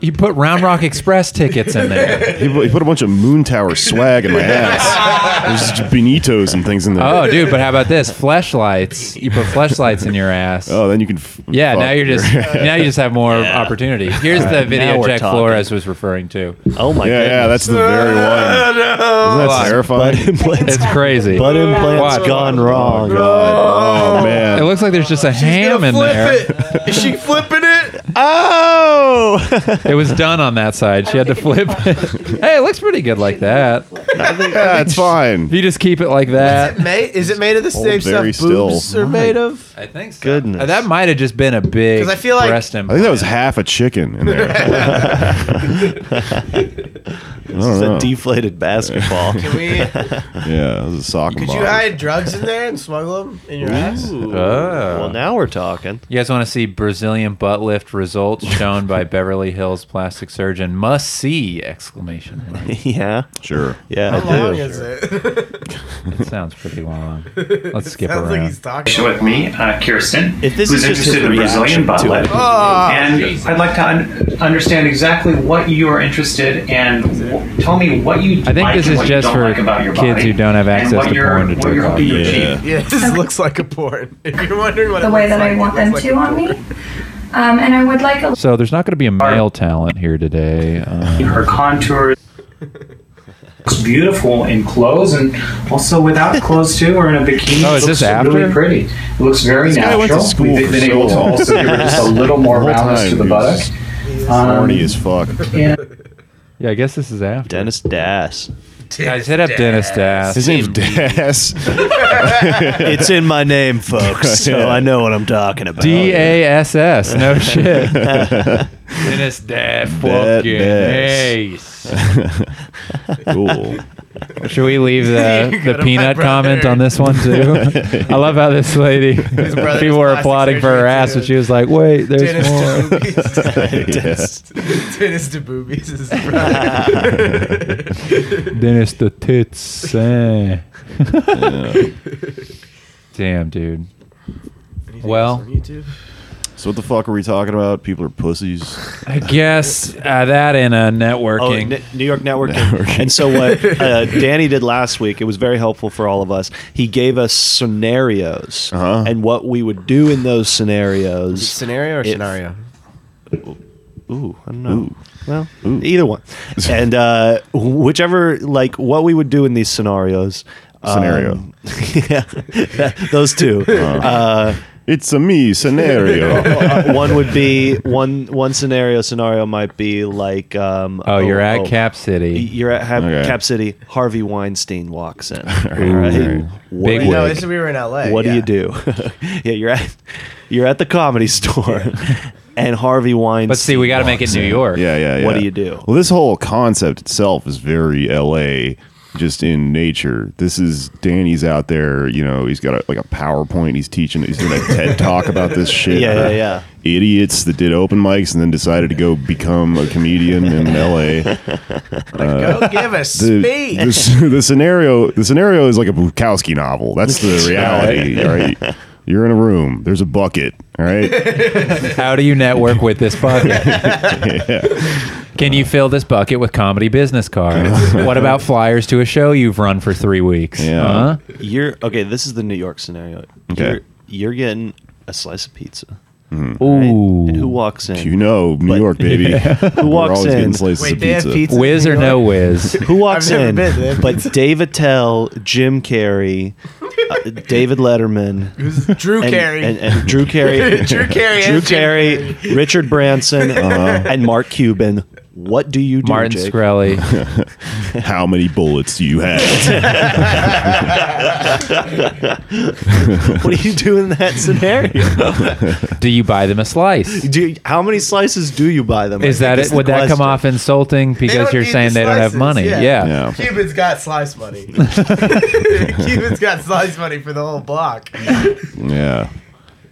[SPEAKER 2] he put Round Rock Express tickets in there.
[SPEAKER 3] He, put- he put a bunch of Moon Tower swag in my ass. There's Benitos and things in there.
[SPEAKER 2] Oh, dude, but how about this? Fleshlights. You put fleshlights in your ass.
[SPEAKER 3] Oh, then you can. F-
[SPEAKER 2] Yeah,
[SPEAKER 3] fuck
[SPEAKER 2] now you're
[SPEAKER 3] your-
[SPEAKER 2] just now you just have more opportunity. Here's the
[SPEAKER 5] Now
[SPEAKER 2] video
[SPEAKER 5] we're
[SPEAKER 2] Jack
[SPEAKER 5] talking.
[SPEAKER 2] Flores was referring to.
[SPEAKER 5] oh my
[SPEAKER 3] yeah, yeah. That's the very one.
[SPEAKER 8] no.
[SPEAKER 3] Isn't that
[SPEAKER 2] Fuck.
[SPEAKER 3] terrifying?
[SPEAKER 5] god. implants.
[SPEAKER 2] It's crazy.
[SPEAKER 5] Butt implants
[SPEAKER 2] Watch.
[SPEAKER 5] gone wrong.
[SPEAKER 3] Oh,
[SPEAKER 2] It
[SPEAKER 3] man.
[SPEAKER 2] looks like there's just a
[SPEAKER 8] Gonna
[SPEAKER 2] ham in
[SPEAKER 8] flip
[SPEAKER 2] there. It.
[SPEAKER 8] it. Is she flipping it?
[SPEAKER 5] Oh!
[SPEAKER 2] was done on that side. She had to flip it. hey, it looks pretty good like that.
[SPEAKER 3] Yeah, it's
[SPEAKER 2] If
[SPEAKER 3] fine.
[SPEAKER 2] you just keep it like that.
[SPEAKER 8] Mate, is it made of the same stuff
[SPEAKER 3] very
[SPEAKER 8] boobs
[SPEAKER 3] still.
[SPEAKER 8] are made of?
[SPEAKER 2] I think so.
[SPEAKER 5] Goodness.
[SPEAKER 2] Uh, That might have just been a big
[SPEAKER 8] 'Cause I feel like-
[SPEAKER 2] breast
[SPEAKER 3] I think
[SPEAKER 2] implant.
[SPEAKER 3] that was half a chicken in there. I don't
[SPEAKER 5] It's
[SPEAKER 3] know.
[SPEAKER 5] a deflated basketball.
[SPEAKER 8] Can we?
[SPEAKER 3] yeah, it was a sock
[SPEAKER 8] Could you hide drugs in there and smuggle them in your ass?
[SPEAKER 2] Oh.
[SPEAKER 5] well, now we're talking.
[SPEAKER 2] You guys want to see Brazilian butt lift results shown by Beverly Hills plastic surgeon? Must see! Exclamation mark.
[SPEAKER 5] Yeah.
[SPEAKER 3] Sure.
[SPEAKER 5] Yeah,
[SPEAKER 8] How long
[SPEAKER 5] I do.
[SPEAKER 8] is it?
[SPEAKER 2] That sounds pretty long. Let's skip
[SPEAKER 8] Sounds like
[SPEAKER 2] around.
[SPEAKER 8] he's talking.
[SPEAKER 7] with me, uh, Kirsten,
[SPEAKER 5] If this
[SPEAKER 7] who's
[SPEAKER 5] is just
[SPEAKER 7] interested
[SPEAKER 5] his
[SPEAKER 7] in Brazilian
[SPEAKER 5] reaction to
[SPEAKER 7] butt
[SPEAKER 5] it.
[SPEAKER 7] lift.
[SPEAKER 8] Ah.
[SPEAKER 7] and I'd like to un- understand exactly what you are interested and w- tell me what you.
[SPEAKER 2] I think
[SPEAKER 7] like
[SPEAKER 2] this
[SPEAKER 7] and
[SPEAKER 2] is
[SPEAKER 7] what you
[SPEAKER 2] just
[SPEAKER 7] don't
[SPEAKER 2] for
[SPEAKER 7] like about your
[SPEAKER 2] kids
[SPEAKER 7] body,
[SPEAKER 2] who don't have
[SPEAKER 7] and
[SPEAKER 2] access
[SPEAKER 7] what
[SPEAKER 2] to
[SPEAKER 7] you're-
[SPEAKER 2] porn to
[SPEAKER 7] What
[SPEAKER 2] jerk
[SPEAKER 7] you're
[SPEAKER 2] off
[SPEAKER 7] hoping to
[SPEAKER 2] to.
[SPEAKER 7] achieve.
[SPEAKER 8] Yeah, this looks like a porn. If you're wondering what
[SPEAKER 9] the
[SPEAKER 8] it
[SPEAKER 9] way
[SPEAKER 8] looks
[SPEAKER 9] that
[SPEAKER 8] like,
[SPEAKER 9] I want
[SPEAKER 8] it
[SPEAKER 9] them
[SPEAKER 8] looks
[SPEAKER 9] to
[SPEAKER 8] like a
[SPEAKER 9] on me.
[SPEAKER 8] porn.
[SPEAKER 9] Um, and I would like a
[SPEAKER 2] So there's not going to be a male talent here today. Um,
[SPEAKER 7] Her contour looks beautiful in clothes and also without clothes too, or in a bikini.
[SPEAKER 2] Oh, is
[SPEAKER 7] It
[SPEAKER 2] this
[SPEAKER 7] looks
[SPEAKER 2] after?
[SPEAKER 7] Really pretty. It looks very
[SPEAKER 3] guy
[SPEAKER 7] natural.
[SPEAKER 3] went to school
[SPEAKER 7] We've
[SPEAKER 3] for
[SPEAKER 7] been
[SPEAKER 3] so
[SPEAKER 7] able to
[SPEAKER 3] long.
[SPEAKER 7] also give it just a little more
[SPEAKER 3] The whole
[SPEAKER 7] roundness
[SPEAKER 3] time
[SPEAKER 7] to the
[SPEAKER 3] he was
[SPEAKER 7] buttock. Um,
[SPEAKER 3] Horny as fuck.
[SPEAKER 7] and-
[SPEAKER 2] yeah, I guys, this is after.
[SPEAKER 5] Dennis Das.
[SPEAKER 2] Guys, hit up Dennis Das.
[SPEAKER 3] His name's Das.
[SPEAKER 5] It's in my name, folks, so
[SPEAKER 3] Yeah.
[SPEAKER 5] I know what I'm talking about.
[SPEAKER 2] D A S S. No shit. Dennis Das. Fucking
[SPEAKER 3] Das.
[SPEAKER 2] ace.
[SPEAKER 3] cool.
[SPEAKER 2] Should we leave the,
[SPEAKER 8] You
[SPEAKER 2] the
[SPEAKER 8] got a
[SPEAKER 2] peanut
[SPEAKER 8] pet
[SPEAKER 2] comment
[SPEAKER 8] brother.
[SPEAKER 2] on this one too? I love how this lady,
[SPEAKER 8] brother's
[SPEAKER 2] people were
[SPEAKER 8] plastic
[SPEAKER 2] applauding for her
[SPEAKER 8] surgery,
[SPEAKER 2] ass,
[SPEAKER 8] too.
[SPEAKER 2] but she was like, "Wait, there's
[SPEAKER 8] Dennis
[SPEAKER 2] more."
[SPEAKER 8] to boobies.
[SPEAKER 3] Yes.
[SPEAKER 8] Dennis to boobies is his brother.
[SPEAKER 2] Dennis the tits. eh. Damn, dude. Well,
[SPEAKER 8] YouTube.
[SPEAKER 3] So what the fuck are we talking about? People are pussies.
[SPEAKER 2] I guess uh, that in a
[SPEAKER 5] Oh,
[SPEAKER 2] networking.
[SPEAKER 5] N- New York networking. And so what uh, Danny did last week, it was very helpful for all of us. He gave us scenarios
[SPEAKER 3] Uh-huh.
[SPEAKER 5] and what we would do in those scenarios.
[SPEAKER 8] Scenario or
[SPEAKER 5] It-
[SPEAKER 8] scenario?
[SPEAKER 5] Ooh, I don't know.
[SPEAKER 3] Ooh.
[SPEAKER 5] Well,
[SPEAKER 3] Mm.
[SPEAKER 5] either one. And uh, whichever, like, what we would do in these scenarios. um,
[SPEAKER 3] Scenario.
[SPEAKER 5] yeah, those two. Uh,
[SPEAKER 3] It's a me scenario.
[SPEAKER 5] uh, one would be one one scenario. Scenario might be like, um,
[SPEAKER 2] oh, you're at
[SPEAKER 5] oh,
[SPEAKER 2] Cap City.
[SPEAKER 5] You're at Hap-
[SPEAKER 3] Okay.
[SPEAKER 5] Cap City. Harvey Weinstein walks in.
[SPEAKER 2] Ooh.
[SPEAKER 5] Right? What,
[SPEAKER 2] Big
[SPEAKER 5] do you-
[SPEAKER 8] No,
[SPEAKER 2] wig.
[SPEAKER 8] this is we were in LA.
[SPEAKER 5] what
[SPEAKER 8] yeah.
[SPEAKER 5] do you do? yeah, you're at you're at the comedy store, and Harvey Weinstein.
[SPEAKER 2] Let's see. We got to make it New York.
[SPEAKER 3] Yeah, yeah, yeah.
[SPEAKER 5] What do you do?
[SPEAKER 3] Well, this whole concept itself is very LA, just in nature. This is Danny's out there. You know, he's got a, like a PowerPoint. He's teaching. He's doing a TED talk about this shit.
[SPEAKER 5] Yeah, yeah, yeah.
[SPEAKER 3] Idiots that did open mics and then decided to go become a comedian in LA.
[SPEAKER 8] Go give a
[SPEAKER 3] The,
[SPEAKER 8] speech.
[SPEAKER 3] the s- the scenario the scenario is like a Bukowski novel. That's the reality. all right. You're in a room. There's a bucket. All right.
[SPEAKER 2] How do you network with this bucket? Can you fill this bucket with comedy business cards? what about flyers to a show you've run for three weeks?
[SPEAKER 3] Yeah.
[SPEAKER 2] Huh?
[SPEAKER 5] You're okay. This is the New York scenario.
[SPEAKER 3] Okay.
[SPEAKER 5] You're, you're getting a slice of pizza.
[SPEAKER 2] Ooh.
[SPEAKER 5] And who walks in?
[SPEAKER 3] Mm-hmm. You know, New
[SPEAKER 5] But-
[SPEAKER 3] York, baby.
[SPEAKER 5] Who
[SPEAKER 3] We're
[SPEAKER 5] walks
[SPEAKER 3] always
[SPEAKER 5] in?
[SPEAKER 3] getting slices
[SPEAKER 8] Wait,
[SPEAKER 3] of
[SPEAKER 8] they have
[SPEAKER 3] pizza.
[SPEAKER 8] pizza
[SPEAKER 2] Whiz
[SPEAKER 8] in
[SPEAKER 2] or
[SPEAKER 8] New
[SPEAKER 2] no
[SPEAKER 8] York?
[SPEAKER 2] whiz?
[SPEAKER 5] Who
[SPEAKER 8] I've
[SPEAKER 5] walks
[SPEAKER 8] never
[SPEAKER 5] in?
[SPEAKER 8] been there.
[SPEAKER 5] But Dave Attell, Jim Carrey, uh, David Letterman,
[SPEAKER 8] Who's Drew
[SPEAKER 5] and,
[SPEAKER 8] Carey.
[SPEAKER 5] and, and Drew Carey,
[SPEAKER 8] Drew Carey.
[SPEAKER 5] Drew
[SPEAKER 8] and Jim
[SPEAKER 3] Uh-huh.
[SPEAKER 5] Carey, Richard Branson, and Mark Cuban What do you do,
[SPEAKER 2] Martin
[SPEAKER 5] Jake?
[SPEAKER 2] Shkreli.
[SPEAKER 3] How many bullets do you have?
[SPEAKER 5] What do you do in that scenario?
[SPEAKER 2] Do you buy them a slice?
[SPEAKER 5] Do you- how many slices do you buy them? I
[SPEAKER 2] Is
[SPEAKER 5] think
[SPEAKER 2] that it?
[SPEAKER 5] the
[SPEAKER 2] Would that come
[SPEAKER 5] question.
[SPEAKER 2] off insulting because
[SPEAKER 4] don't
[SPEAKER 2] you're
[SPEAKER 4] need
[SPEAKER 2] saying
[SPEAKER 4] the
[SPEAKER 2] they don't have
[SPEAKER 4] slices,
[SPEAKER 2] money?
[SPEAKER 4] yeah.
[SPEAKER 2] Yeah.
[SPEAKER 3] yeah.
[SPEAKER 4] Cuban's got slice money. Cuban's got slice money for the whole block.
[SPEAKER 3] Yeah.
[SPEAKER 5] You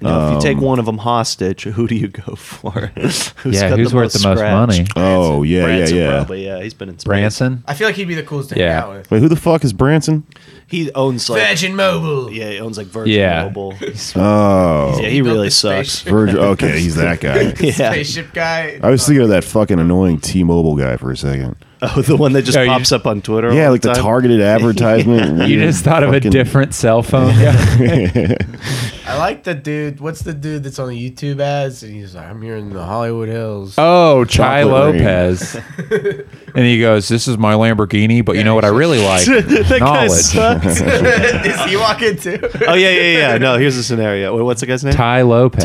[SPEAKER 5] know, if you
[SPEAKER 3] Um,
[SPEAKER 5] take one of them hostage, who do you go for? Who's
[SPEAKER 2] Yeah,
[SPEAKER 5] got
[SPEAKER 2] who's worth the most
[SPEAKER 5] scratch?
[SPEAKER 2] money?
[SPEAKER 3] Oh, yeah,
[SPEAKER 5] Branson
[SPEAKER 3] yeah, yeah.
[SPEAKER 5] probably. Yeah, he's been in space.
[SPEAKER 2] Branson?
[SPEAKER 4] I feel like he'd be the coolest to hang
[SPEAKER 2] Yeah.
[SPEAKER 4] out with.
[SPEAKER 3] Wait, who the fuck is Branson?
[SPEAKER 5] He owns like
[SPEAKER 4] Virgin Mobile.
[SPEAKER 5] yeah, he owns like Virgin
[SPEAKER 2] Yeah.
[SPEAKER 5] Mobile.
[SPEAKER 3] Oh,
[SPEAKER 5] Yeah, he
[SPEAKER 4] Built
[SPEAKER 5] really
[SPEAKER 4] this
[SPEAKER 5] sucks.
[SPEAKER 4] Spaceship,
[SPEAKER 3] Virgil. Okay, he's that guy.
[SPEAKER 5] Yeah.
[SPEAKER 4] spaceship guy.
[SPEAKER 3] I was thinking of that fucking annoying T-Mobile guy for a second.
[SPEAKER 5] Oh, the one that just
[SPEAKER 2] Oh, you-
[SPEAKER 5] pops up on Twitter.
[SPEAKER 3] Yeah,
[SPEAKER 5] all
[SPEAKER 3] like the
[SPEAKER 5] time.
[SPEAKER 3] targeted advertisement.
[SPEAKER 2] You
[SPEAKER 3] weird
[SPEAKER 2] just thought of a
[SPEAKER 3] fucking-
[SPEAKER 2] different cell phone?
[SPEAKER 4] I like the dude. What's the dude that's on the YouTube ads? And he's like, I'm here in the Hollywood Hills.
[SPEAKER 2] Oh, Chai
[SPEAKER 3] Chocolate rain.
[SPEAKER 2] Lopez. and he goes, This is my Lamborghini, but you know what I really like?
[SPEAKER 5] that guy
[SPEAKER 2] Knowledge.
[SPEAKER 5] sucks.
[SPEAKER 4] Is he walking too?
[SPEAKER 5] Oh yeah, yeah, yeah. No, here's the scenario. Wait, what's the guy's name?
[SPEAKER 2] Ty Lopez.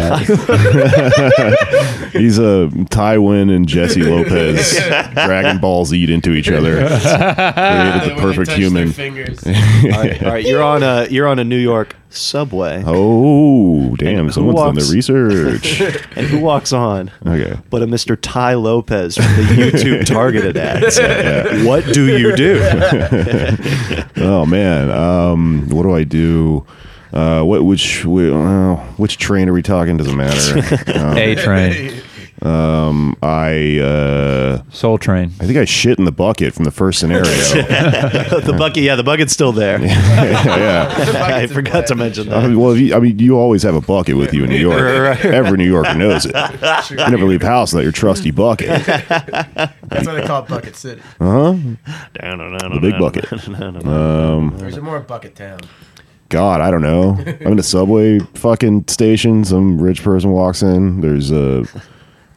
[SPEAKER 3] He's a Tywin and Jesse Lopez. Dragon balls eat into each other. Created the perfect human.
[SPEAKER 4] Fingers.
[SPEAKER 5] All right, all right, you're on a you're on a New York subway,
[SPEAKER 3] Oh, damn.
[SPEAKER 5] who
[SPEAKER 3] Someone's done
[SPEAKER 5] walks-
[SPEAKER 3] the research.
[SPEAKER 5] and who walks on?
[SPEAKER 3] Okay.
[SPEAKER 5] But a Mr. Ty Lopez from the YouTube targeted ads.
[SPEAKER 3] Yeah.
[SPEAKER 5] What do you do?
[SPEAKER 3] Oh, man. Um, what do I do? Uh, what which whi- uh, which train are we talking? Doesn't matter. Um,
[SPEAKER 2] A train.
[SPEAKER 3] I uh,
[SPEAKER 2] Soul train.
[SPEAKER 3] I think I shit in the bucket from the first scenario.
[SPEAKER 5] the bucket, yeah, the bucket's still there.
[SPEAKER 3] yeah.
[SPEAKER 5] I forgot to mention
[SPEAKER 3] I
[SPEAKER 5] that.
[SPEAKER 3] mean, well, you, I mean, you always have a bucket with you in New York.
[SPEAKER 5] Right, right.
[SPEAKER 3] Every New Yorker knows it. You never leave house without your trusty bucket. Uh-huh.
[SPEAKER 4] That's what they call Bucket City.
[SPEAKER 5] The
[SPEAKER 3] big bucket.
[SPEAKER 2] Um,
[SPEAKER 3] Um,
[SPEAKER 4] There's a more Bucket Town.
[SPEAKER 3] God, I don't know. I'm in a subway fucking station. Some rich person walks in. There's uh,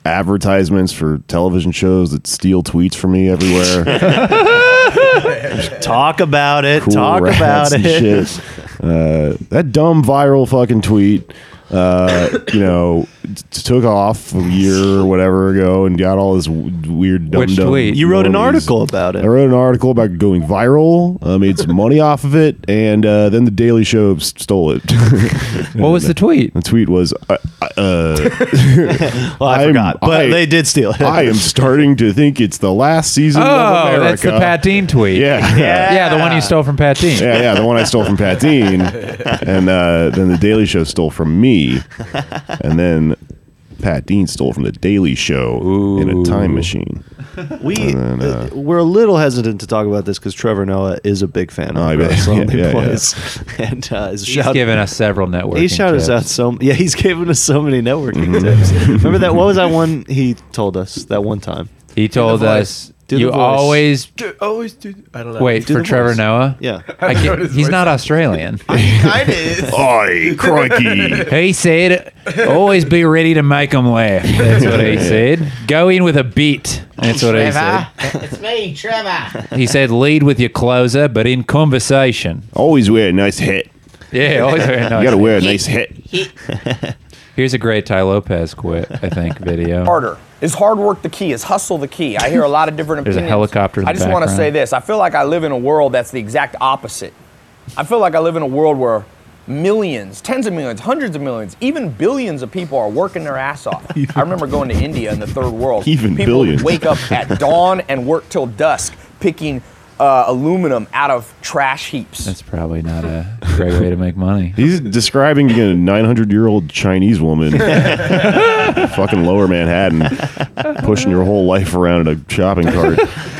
[SPEAKER 3] advertisements for television shows that steal tweets from me everywhere.
[SPEAKER 5] Talk about it.
[SPEAKER 3] Cool
[SPEAKER 5] talk
[SPEAKER 3] rats
[SPEAKER 5] about it.
[SPEAKER 3] and Shit. Uh, that dumb viral fucking tweet. Uh, you know, t- took off a year or whatever ago and got all this w- weird dumb
[SPEAKER 2] Which
[SPEAKER 3] dumb
[SPEAKER 2] tweet?
[SPEAKER 5] You wrote an
[SPEAKER 3] normies.
[SPEAKER 5] article about it.
[SPEAKER 3] I wrote an article about going viral, uh, made some money off of it, and uh, then the Daily Show s- stole it.
[SPEAKER 2] What was the tweet?
[SPEAKER 3] The tweet was, I, I, uh,
[SPEAKER 5] Well, I
[SPEAKER 3] I'm-
[SPEAKER 5] forgot, but
[SPEAKER 3] I-
[SPEAKER 5] they did steal it.
[SPEAKER 3] I am starting to think it's the last season of
[SPEAKER 2] Oh,
[SPEAKER 3] America.
[SPEAKER 2] that's the Pat Dean tweet.
[SPEAKER 3] Yeah. yeah.
[SPEAKER 2] Yeah, the one you stole from Pat Dean.
[SPEAKER 3] Yeah, yeah, the one I stole from Pat Dean, and uh, then the Daily Show stole from me, and then Pat Dean stole from the Daily Show in a time machine.
[SPEAKER 5] We
[SPEAKER 3] And then,
[SPEAKER 5] uh, we're a little hesitant to talk about this because Trevor Noah is a big fan
[SPEAKER 3] Oh, I
[SPEAKER 5] of
[SPEAKER 3] bet.
[SPEAKER 5] the Zombie
[SPEAKER 3] Yeah, yeah, yeah.
[SPEAKER 5] Boys, and uh, is
[SPEAKER 2] He's
[SPEAKER 5] shout-
[SPEAKER 2] given us several networking.
[SPEAKER 5] He shouted us
[SPEAKER 2] tips. Mm-hmm.
[SPEAKER 5] out so yeah he's given us so many networking tips. Remember that what was that one he told us that one time?
[SPEAKER 2] He told us
[SPEAKER 5] Do the
[SPEAKER 2] you
[SPEAKER 5] voice.
[SPEAKER 2] always
[SPEAKER 4] Dude, always do. I don't know.
[SPEAKER 2] wait
[SPEAKER 5] Do
[SPEAKER 2] for
[SPEAKER 5] the
[SPEAKER 2] Trevor
[SPEAKER 5] voice.
[SPEAKER 2] Noah.
[SPEAKER 5] Yeah,
[SPEAKER 2] I
[SPEAKER 4] know
[SPEAKER 2] can't,
[SPEAKER 4] his
[SPEAKER 2] he's
[SPEAKER 4] voice.
[SPEAKER 2] not Australian.
[SPEAKER 4] Kinda is.
[SPEAKER 3] Oi, crikey!
[SPEAKER 2] he said, "Always be ready to make them laugh." That's what he said. Go in with a beat. That's what he said.
[SPEAKER 4] It's me, Trevor.
[SPEAKER 2] He said, "Lead with your closer, but in conversation."
[SPEAKER 3] Always wear a nice hat.
[SPEAKER 2] Yeah, always very
[SPEAKER 3] You
[SPEAKER 2] nice.
[SPEAKER 3] gotta wear a nice hat.
[SPEAKER 2] Here's a great Ty Lopez quit. I think video.
[SPEAKER 10] harder? Is hard work the key? Is hustle the key? I hear a lot of different
[SPEAKER 2] There's a
[SPEAKER 10] opinions.
[SPEAKER 2] helicopter in
[SPEAKER 10] I
[SPEAKER 2] the
[SPEAKER 10] just want to
[SPEAKER 2] background.
[SPEAKER 10] say this. I feel like I live in a world that's the exact opposite. I feel like I live in a world where millions, tens of millions, hundreds of millions, even billions of people are working their ass off. I remember going to India in the third world.
[SPEAKER 3] Even
[SPEAKER 10] people
[SPEAKER 3] billions.
[SPEAKER 10] wake up at dawn and work till dusk picking uh, aluminum out of trash heaps.
[SPEAKER 2] That's probably not a great way to make money.
[SPEAKER 3] He's describing a 900 year old Chinese woman, fucking lower Manhattan, pushing your whole life around in a shopping cart.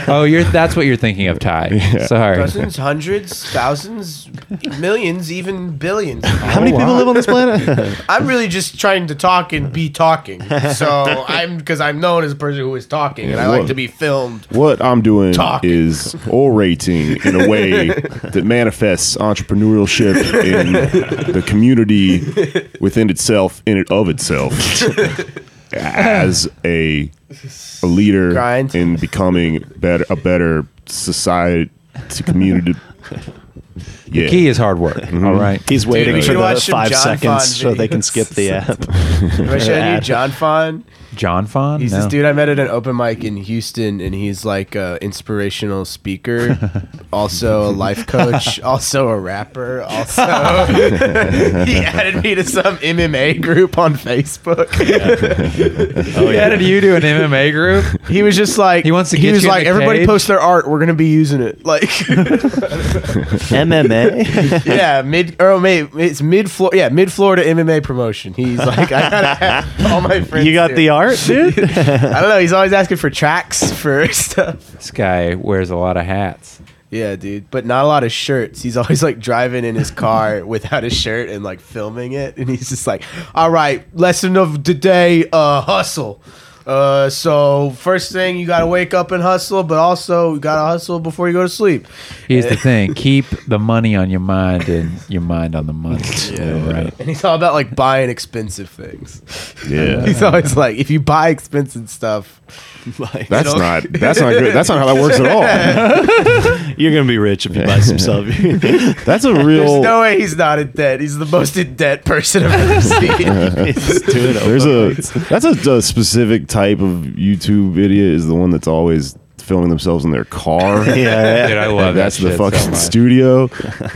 [SPEAKER 2] Oh, you're that's what you're thinking of, Ty. Sorry.
[SPEAKER 4] Dozens, hundreds, thousands, millions, even billions.
[SPEAKER 5] how many people live on this planet?
[SPEAKER 4] I'm really just trying to talk and be talking. So I'm because I'm known as a person who is talking, and I
[SPEAKER 3] well-
[SPEAKER 4] like to be filmed.
[SPEAKER 3] What I'm doing
[SPEAKER 4] Talk.
[SPEAKER 3] is orating in a way that manifests entrepreneurship in the community within itself, in it of itself, as a, a leader
[SPEAKER 4] Grind.
[SPEAKER 3] in becoming better a better society, community. Mm-hmm. Yeah.
[SPEAKER 2] Key is hard work. all right.
[SPEAKER 5] He's waiting
[SPEAKER 4] we
[SPEAKER 5] for
[SPEAKER 4] should
[SPEAKER 5] the
[SPEAKER 4] watch some
[SPEAKER 5] five
[SPEAKER 4] John
[SPEAKER 5] seconds
[SPEAKER 4] Fon
[SPEAKER 5] so they can
[SPEAKER 4] videos.
[SPEAKER 5] skip the app.
[SPEAKER 4] Am I showing you
[SPEAKER 5] Ad.
[SPEAKER 4] John Fon?
[SPEAKER 2] John Fon?
[SPEAKER 8] He's
[SPEAKER 2] No.
[SPEAKER 8] this dude I met at an open mic in Houston, and he's like a inspirational speaker, also a life coach, also a rapper. Also, he added me to some MMA group on Facebook.
[SPEAKER 2] He added you to an MMA group.
[SPEAKER 8] he was just like
[SPEAKER 2] He wants to get
[SPEAKER 8] was
[SPEAKER 2] you in
[SPEAKER 8] like
[SPEAKER 2] the
[SPEAKER 8] everybody
[SPEAKER 2] cage?"
[SPEAKER 8] post their art. We're gonna be using it. Like
[SPEAKER 5] MMA.
[SPEAKER 8] yeah, mid or mate, it's mid Florida. Yeah, mid Florida MMA promotion. He's like I gotta have all my friends.
[SPEAKER 5] you got
[SPEAKER 8] do.
[SPEAKER 5] the art, dude.
[SPEAKER 8] I don't know. He's always asking for tracks for stuff.
[SPEAKER 2] This guy wears a lot of hats.
[SPEAKER 8] Yeah, dude, but not a lot of shirts. He's always like driving in his car without a shirt and like filming it, and he's just like, "All right, lesson of today: uh, hustle." Uh, so first thing you gotta wake up and hustle, but also you gotta hustle before you go to sleep.
[SPEAKER 2] Here's the thing: keep the money on your mind and your mind on the money. yeah, right.
[SPEAKER 8] And he's all about like buying expensive things.
[SPEAKER 3] Yeah,
[SPEAKER 8] He's always like, if you buy expensive stuff,
[SPEAKER 3] that's not that's not good. That's not how that works at all.
[SPEAKER 5] You're gonna be rich if you buy some stuff.
[SPEAKER 3] That's a
[SPEAKER 8] there's
[SPEAKER 3] real.
[SPEAKER 8] no way he's not in debt. He's the most in debt person I've ever seen.
[SPEAKER 3] There's a that's a, a specific type of YouTube video is the one that's always filming themselves in their car.
[SPEAKER 5] yeah,
[SPEAKER 2] Dude, I love
[SPEAKER 3] That's
[SPEAKER 2] that
[SPEAKER 3] the
[SPEAKER 2] shit
[SPEAKER 3] fucking
[SPEAKER 2] so much.
[SPEAKER 3] studio.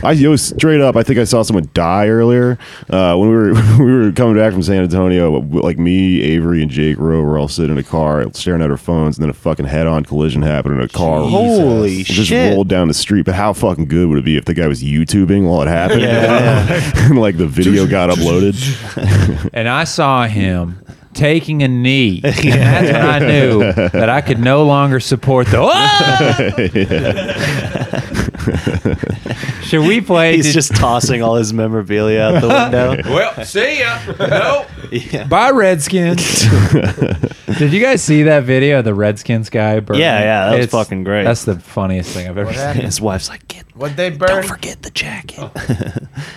[SPEAKER 3] I yo straight up. I think I saw someone die earlier uh, when we were we were coming back from San Antonio. Like me, Avery, and Jake Rowe were all sitting in a car staring at our phones, and then a fucking head-on collision happened in a car.
[SPEAKER 5] Holy
[SPEAKER 3] just
[SPEAKER 5] shit.
[SPEAKER 3] rolled down the street. But how fucking good would it be if the guy was YouTubing while it happened? and like the video got uploaded.
[SPEAKER 2] and I saw him taking a knee. And that's when I knew that I could no longer support the. Should we play?
[SPEAKER 5] He's
[SPEAKER 2] did-
[SPEAKER 5] just tossing all his memorabilia out the window.
[SPEAKER 2] well, see ya. No. Bye, Redskins. Did you guys see that video of the Redskins guy? Burning?
[SPEAKER 5] Yeah, yeah, that was fucking great.
[SPEAKER 2] That's the funniest thing I've ever seen.
[SPEAKER 5] His wife's like, "Get
[SPEAKER 8] What they Oh. burn?
[SPEAKER 5] don't forget the jacket."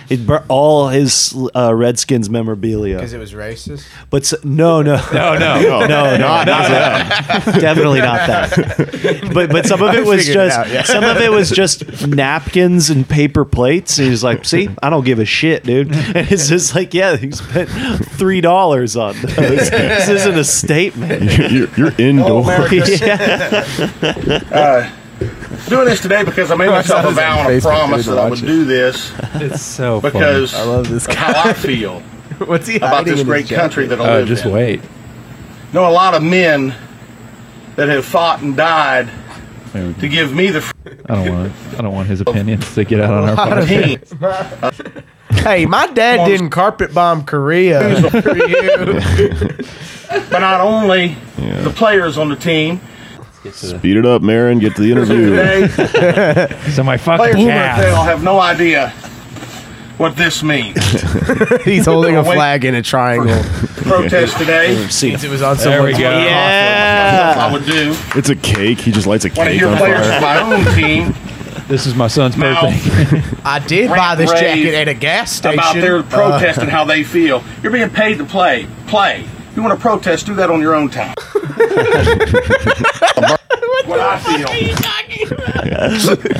[SPEAKER 5] it bur- all his uh, Redskins memorabilia.
[SPEAKER 8] Because it was racist.
[SPEAKER 5] But s no, no,
[SPEAKER 2] No, no.
[SPEAKER 5] no, no, not, definitely not that. But but some of it was
[SPEAKER 8] figured it
[SPEAKER 5] just
[SPEAKER 8] out, yeah.
[SPEAKER 5] some of it was just napkins and paper plates. And he's like, "See, I don't give a shit, dude." And it's just like, "Yeah, he spent three dollars on those. this isn't a statement."
[SPEAKER 3] you're, you're indoors.
[SPEAKER 5] yeah.
[SPEAKER 7] Uh, doing this today because I made myself a vow and a
[SPEAKER 8] Facebook
[SPEAKER 7] promise
[SPEAKER 8] dude
[SPEAKER 7] that I would
[SPEAKER 8] watching.
[SPEAKER 7] do this
[SPEAKER 2] It's so funny.
[SPEAKER 7] because
[SPEAKER 8] I love this
[SPEAKER 7] of
[SPEAKER 8] guy.
[SPEAKER 7] how I feel
[SPEAKER 8] What's he
[SPEAKER 7] about
[SPEAKER 8] hiding
[SPEAKER 7] this
[SPEAKER 8] in
[SPEAKER 7] great
[SPEAKER 8] his jacket?
[SPEAKER 7] country that I
[SPEAKER 2] Oh,
[SPEAKER 7] live
[SPEAKER 2] just
[SPEAKER 7] in.
[SPEAKER 2] wait.
[SPEAKER 7] Know a lot of men that have fought and died to give me the
[SPEAKER 2] I don't want. I don't want his
[SPEAKER 7] Oh.
[SPEAKER 2] opinions to get out on our podcast.
[SPEAKER 7] team.
[SPEAKER 8] Hey, my dad didn't carpet bomb Korea. For you.
[SPEAKER 7] but not only the players on the team.
[SPEAKER 3] Beat it up, Marin. Get to the interview.
[SPEAKER 7] Today,
[SPEAKER 2] So my
[SPEAKER 7] players
[SPEAKER 2] fucking
[SPEAKER 7] on the
[SPEAKER 2] calf.
[SPEAKER 7] NFL have no idea what this means.
[SPEAKER 8] He's holding a flag in a triangle.
[SPEAKER 7] Protest today,
[SPEAKER 5] See,
[SPEAKER 8] It was on
[SPEAKER 2] There we
[SPEAKER 8] someone's.
[SPEAKER 2] go.
[SPEAKER 7] I would do.
[SPEAKER 3] It's a cake. He just lights a
[SPEAKER 7] One of
[SPEAKER 3] cake
[SPEAKER 7] your
[SPEAKER 3] on
[SPEAKER 7] players
[SPEAKER 3] fire.
[SPEAKER 7] from my own team
[SPEAKER 2] This is my son's
[SPEAKER 7] Mouth.
[SPEAKER 2] birthday.
[SPEAKER 8] I did buy this
[SPEAKER 7] Rave
[SPEAKER 8] jacket at a gas station.
[SPEAKER 7] about their
[SPEAKER 8] Uh,
[SPEAKER 7] protesting how they feel. You're being paid to play. Play. If you want to protest, do that on your own time. what I feel.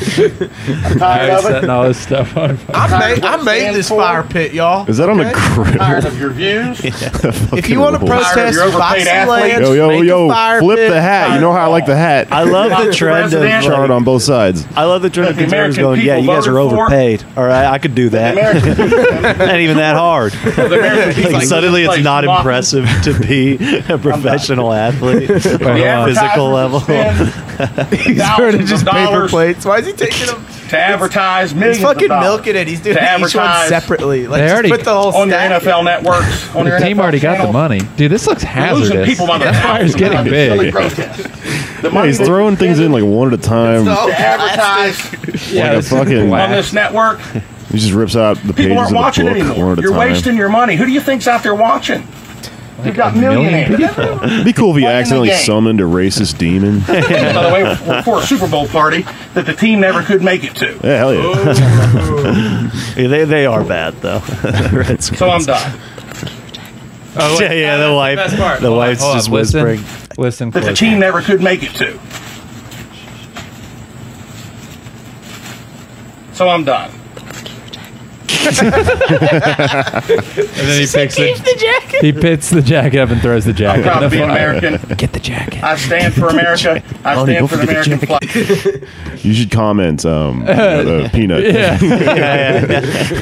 [SPEAKER 2] I was setting all this stuff on. fire.
[SPEAKER 8] I made, I made this fire pit, y'all.
[SPEAKER 3] Is that on a
[SPEAKER 7] Tired
[SPEAKER 3] grill?
[SPEAKER 7] of your views.
[SPEAKER 8] If you want to
[SPEAKER 3] Fucking rules.
[SPEAKER 8] protest,
[SPEAKER 7] You're overpaid
[SPEAKER 8] buy some
[SPEAKER 7] athlete.
[SPEAKER 8] land.
[SPEAKER 3] Yo, yo,
[SPEAKER 8] make a
[SPEAKER 3] yo,
[SPEAKER 8] fire
[SPEAKER 3] flip
[SPEAKER 8] pit.
[SPEAKER 3] the hat. You know how I like the hat.
[SPEAKER 5] I love the trend of
[SPEAKER 7] President.
[SPEAKER 3] Chart on both sides.
[SPEAKER 5] I love the trend of
[SPEAKER 7] The
[SPEAKER 5] consumers
[SPEAKER 7] American
[SPEAKER 5] going, "Yeah, you
[SPEAKER 7] people
[SPEAKER 5] guys are
[SPEAKER 7] voted for-
[SPEAKER 5] overpaid." All right, I could do
[SPEAKER 7] The
[SPEAKER 5] that.
[SPEAKER 7] American people,
[SPEAKER 5] Not even that hard.
[SPEAKER 7] the American people
[SPEAKER 5] Like, suddenly, it's
[SPEAKER 7] place
[SPEAKER 5] not
[SPEAKER 7] mocking
[SPEAKER 5] impressive to be a professional athlete on
[SPEAKER 7] the
[SPEAKER 5] a physical level.
[SPEAKER 7] advertisers who spend
[SPEAKER 8] He's turning
[SPEAKER 7] thousands of
[SPEAKER 8] just paper
[SPEAKER 7] dollars
[SPEAKER 8] plates. Why is he taking them?
[SPEAKER 7] to advertise millions
[SPEAKER 8] He's fucking
[SPEAKER 7] of dollars
[SPEAKER 8] milking it. He's doing
[SPEAKER 7] to
[SPEAKER 8] each one
[SPEAKER 7] advertise
[SPEAKER 8] separately. Like,
[SPEAKER 2] They
[SPEAKER 8] just
[SPEAKER 2] already-
[SPEAKER 8] put the whole
[SPEAKER 7] on your
[SPEAKER 8] stack.
[SPEAKER 7] NFL networks. On your
[SPEAKER 2] The team
[SPEAKER 7] NFL
[SPEAKER 2] already got the
[SPEAKER 7] channel.
[SPEAKER 2] money, dude. This looks
[SPEAKER 7] You're Losing
[SPEAKER 2] hazardous.
[SPEAKER 7] people by the
[SPEAKER 2] That fire's
[SPEAKER 7] thousands
[SPEAKER 2] getting
[SPEAKER 7] by this silly
[SPEAKER 2] big.
[SPEAKER 7] protest. The
[SPEAKER 3] Yeah,
[SPEAKER 7] money
[SPEAKER 3] he's
[SPEAKER 7] that you
[SPEAKER 3] throwing things in like one at a time.
[SPEAKER 8] So-
[SPEAKER 7] to advertise
[SPEAKER 2] Yeah,
[SPEAKER 3] Like a
[SPEAKER 2] this is
[SPEAKER 3] fucking-
[SPEAKER 7] on
[SPEAKER 2] whack.
[SPEAKER 7] this network
[SPEAKER 3] He just rips out the
[SPEAKER 7] People
[SPEAKER 3] pages
[SPEAKER 7] aren't
[SPEAKER 3] of the
[SPEAKER 7] watching
[SPEAKER 3] book one
[SPEAKER 7] anymore.
[SPEAKER 3] at a
[SPEAKER 7] You're
[SPEAKER 3] time.
[SPEAKER 7] wasting your money. Who do you think's out there watching? You've got millionaires.
[SPEAKER 3] It'd be cool if he
[SPEAKER 7] Playing the
[SPEAKER 3] accidentally
[SPEAKER 7] game.
[SPEAKER 3] summoned a racist demon. yeah,
[SPEAKER 7] By the way, we're for a Super Bowl party that the team never could make it to.
[SPEAKER 3] hell yeah.
[SPEAKER 5] Yeah, They, they are bad though. Redskins.
[SPEAKER 7] So I'm done.
[SPEAKER 2] Oh, wait.
[SPEAKER 5] Yeah, yeah, the
[SPEAKER 2] That's
[SPEAKER 5] wife-
[SPEAKER 2] best part.
[SPEAKER 5] the
[SPEAKER 2] Hold on,
[SPEAKER 5] wife's
[SPEAKER 2] hold on.
[SPEAKER 5] just
[SPEAKER 2] Listen.
[SPEAKER 5] whispering.
[SPEAKER 2] Listen,
[SPEAKER 7] That the
[SPEAKER 2] close.
[SPEAKER 7] team never could make it to. So I'm done.
[SPEAKER 2] And then he picks
[SPEAKER 7] keeps the jacket.
[SPEAKER 2] He pits the jacket up and throws the jacket.
[SPEAKER 11] I'm proud to
[SPEAKER 2] in
[SPEAKER 11] be
[SPEAKER 2] the fire.
[SPEAKER 11] American.
[SPEAKER 2] Get the jacket.
[SPEAKER 11] I stand for America. I
[SPEAKER 3] Honey, go
[SPEAKER 11] stand for the
[SPEAKER 3] for the
[SPEAKER 11] American flag.
[SPEAKER 3] You should comment um, you know, the peanut.
[SPEAKER 2] Yeah.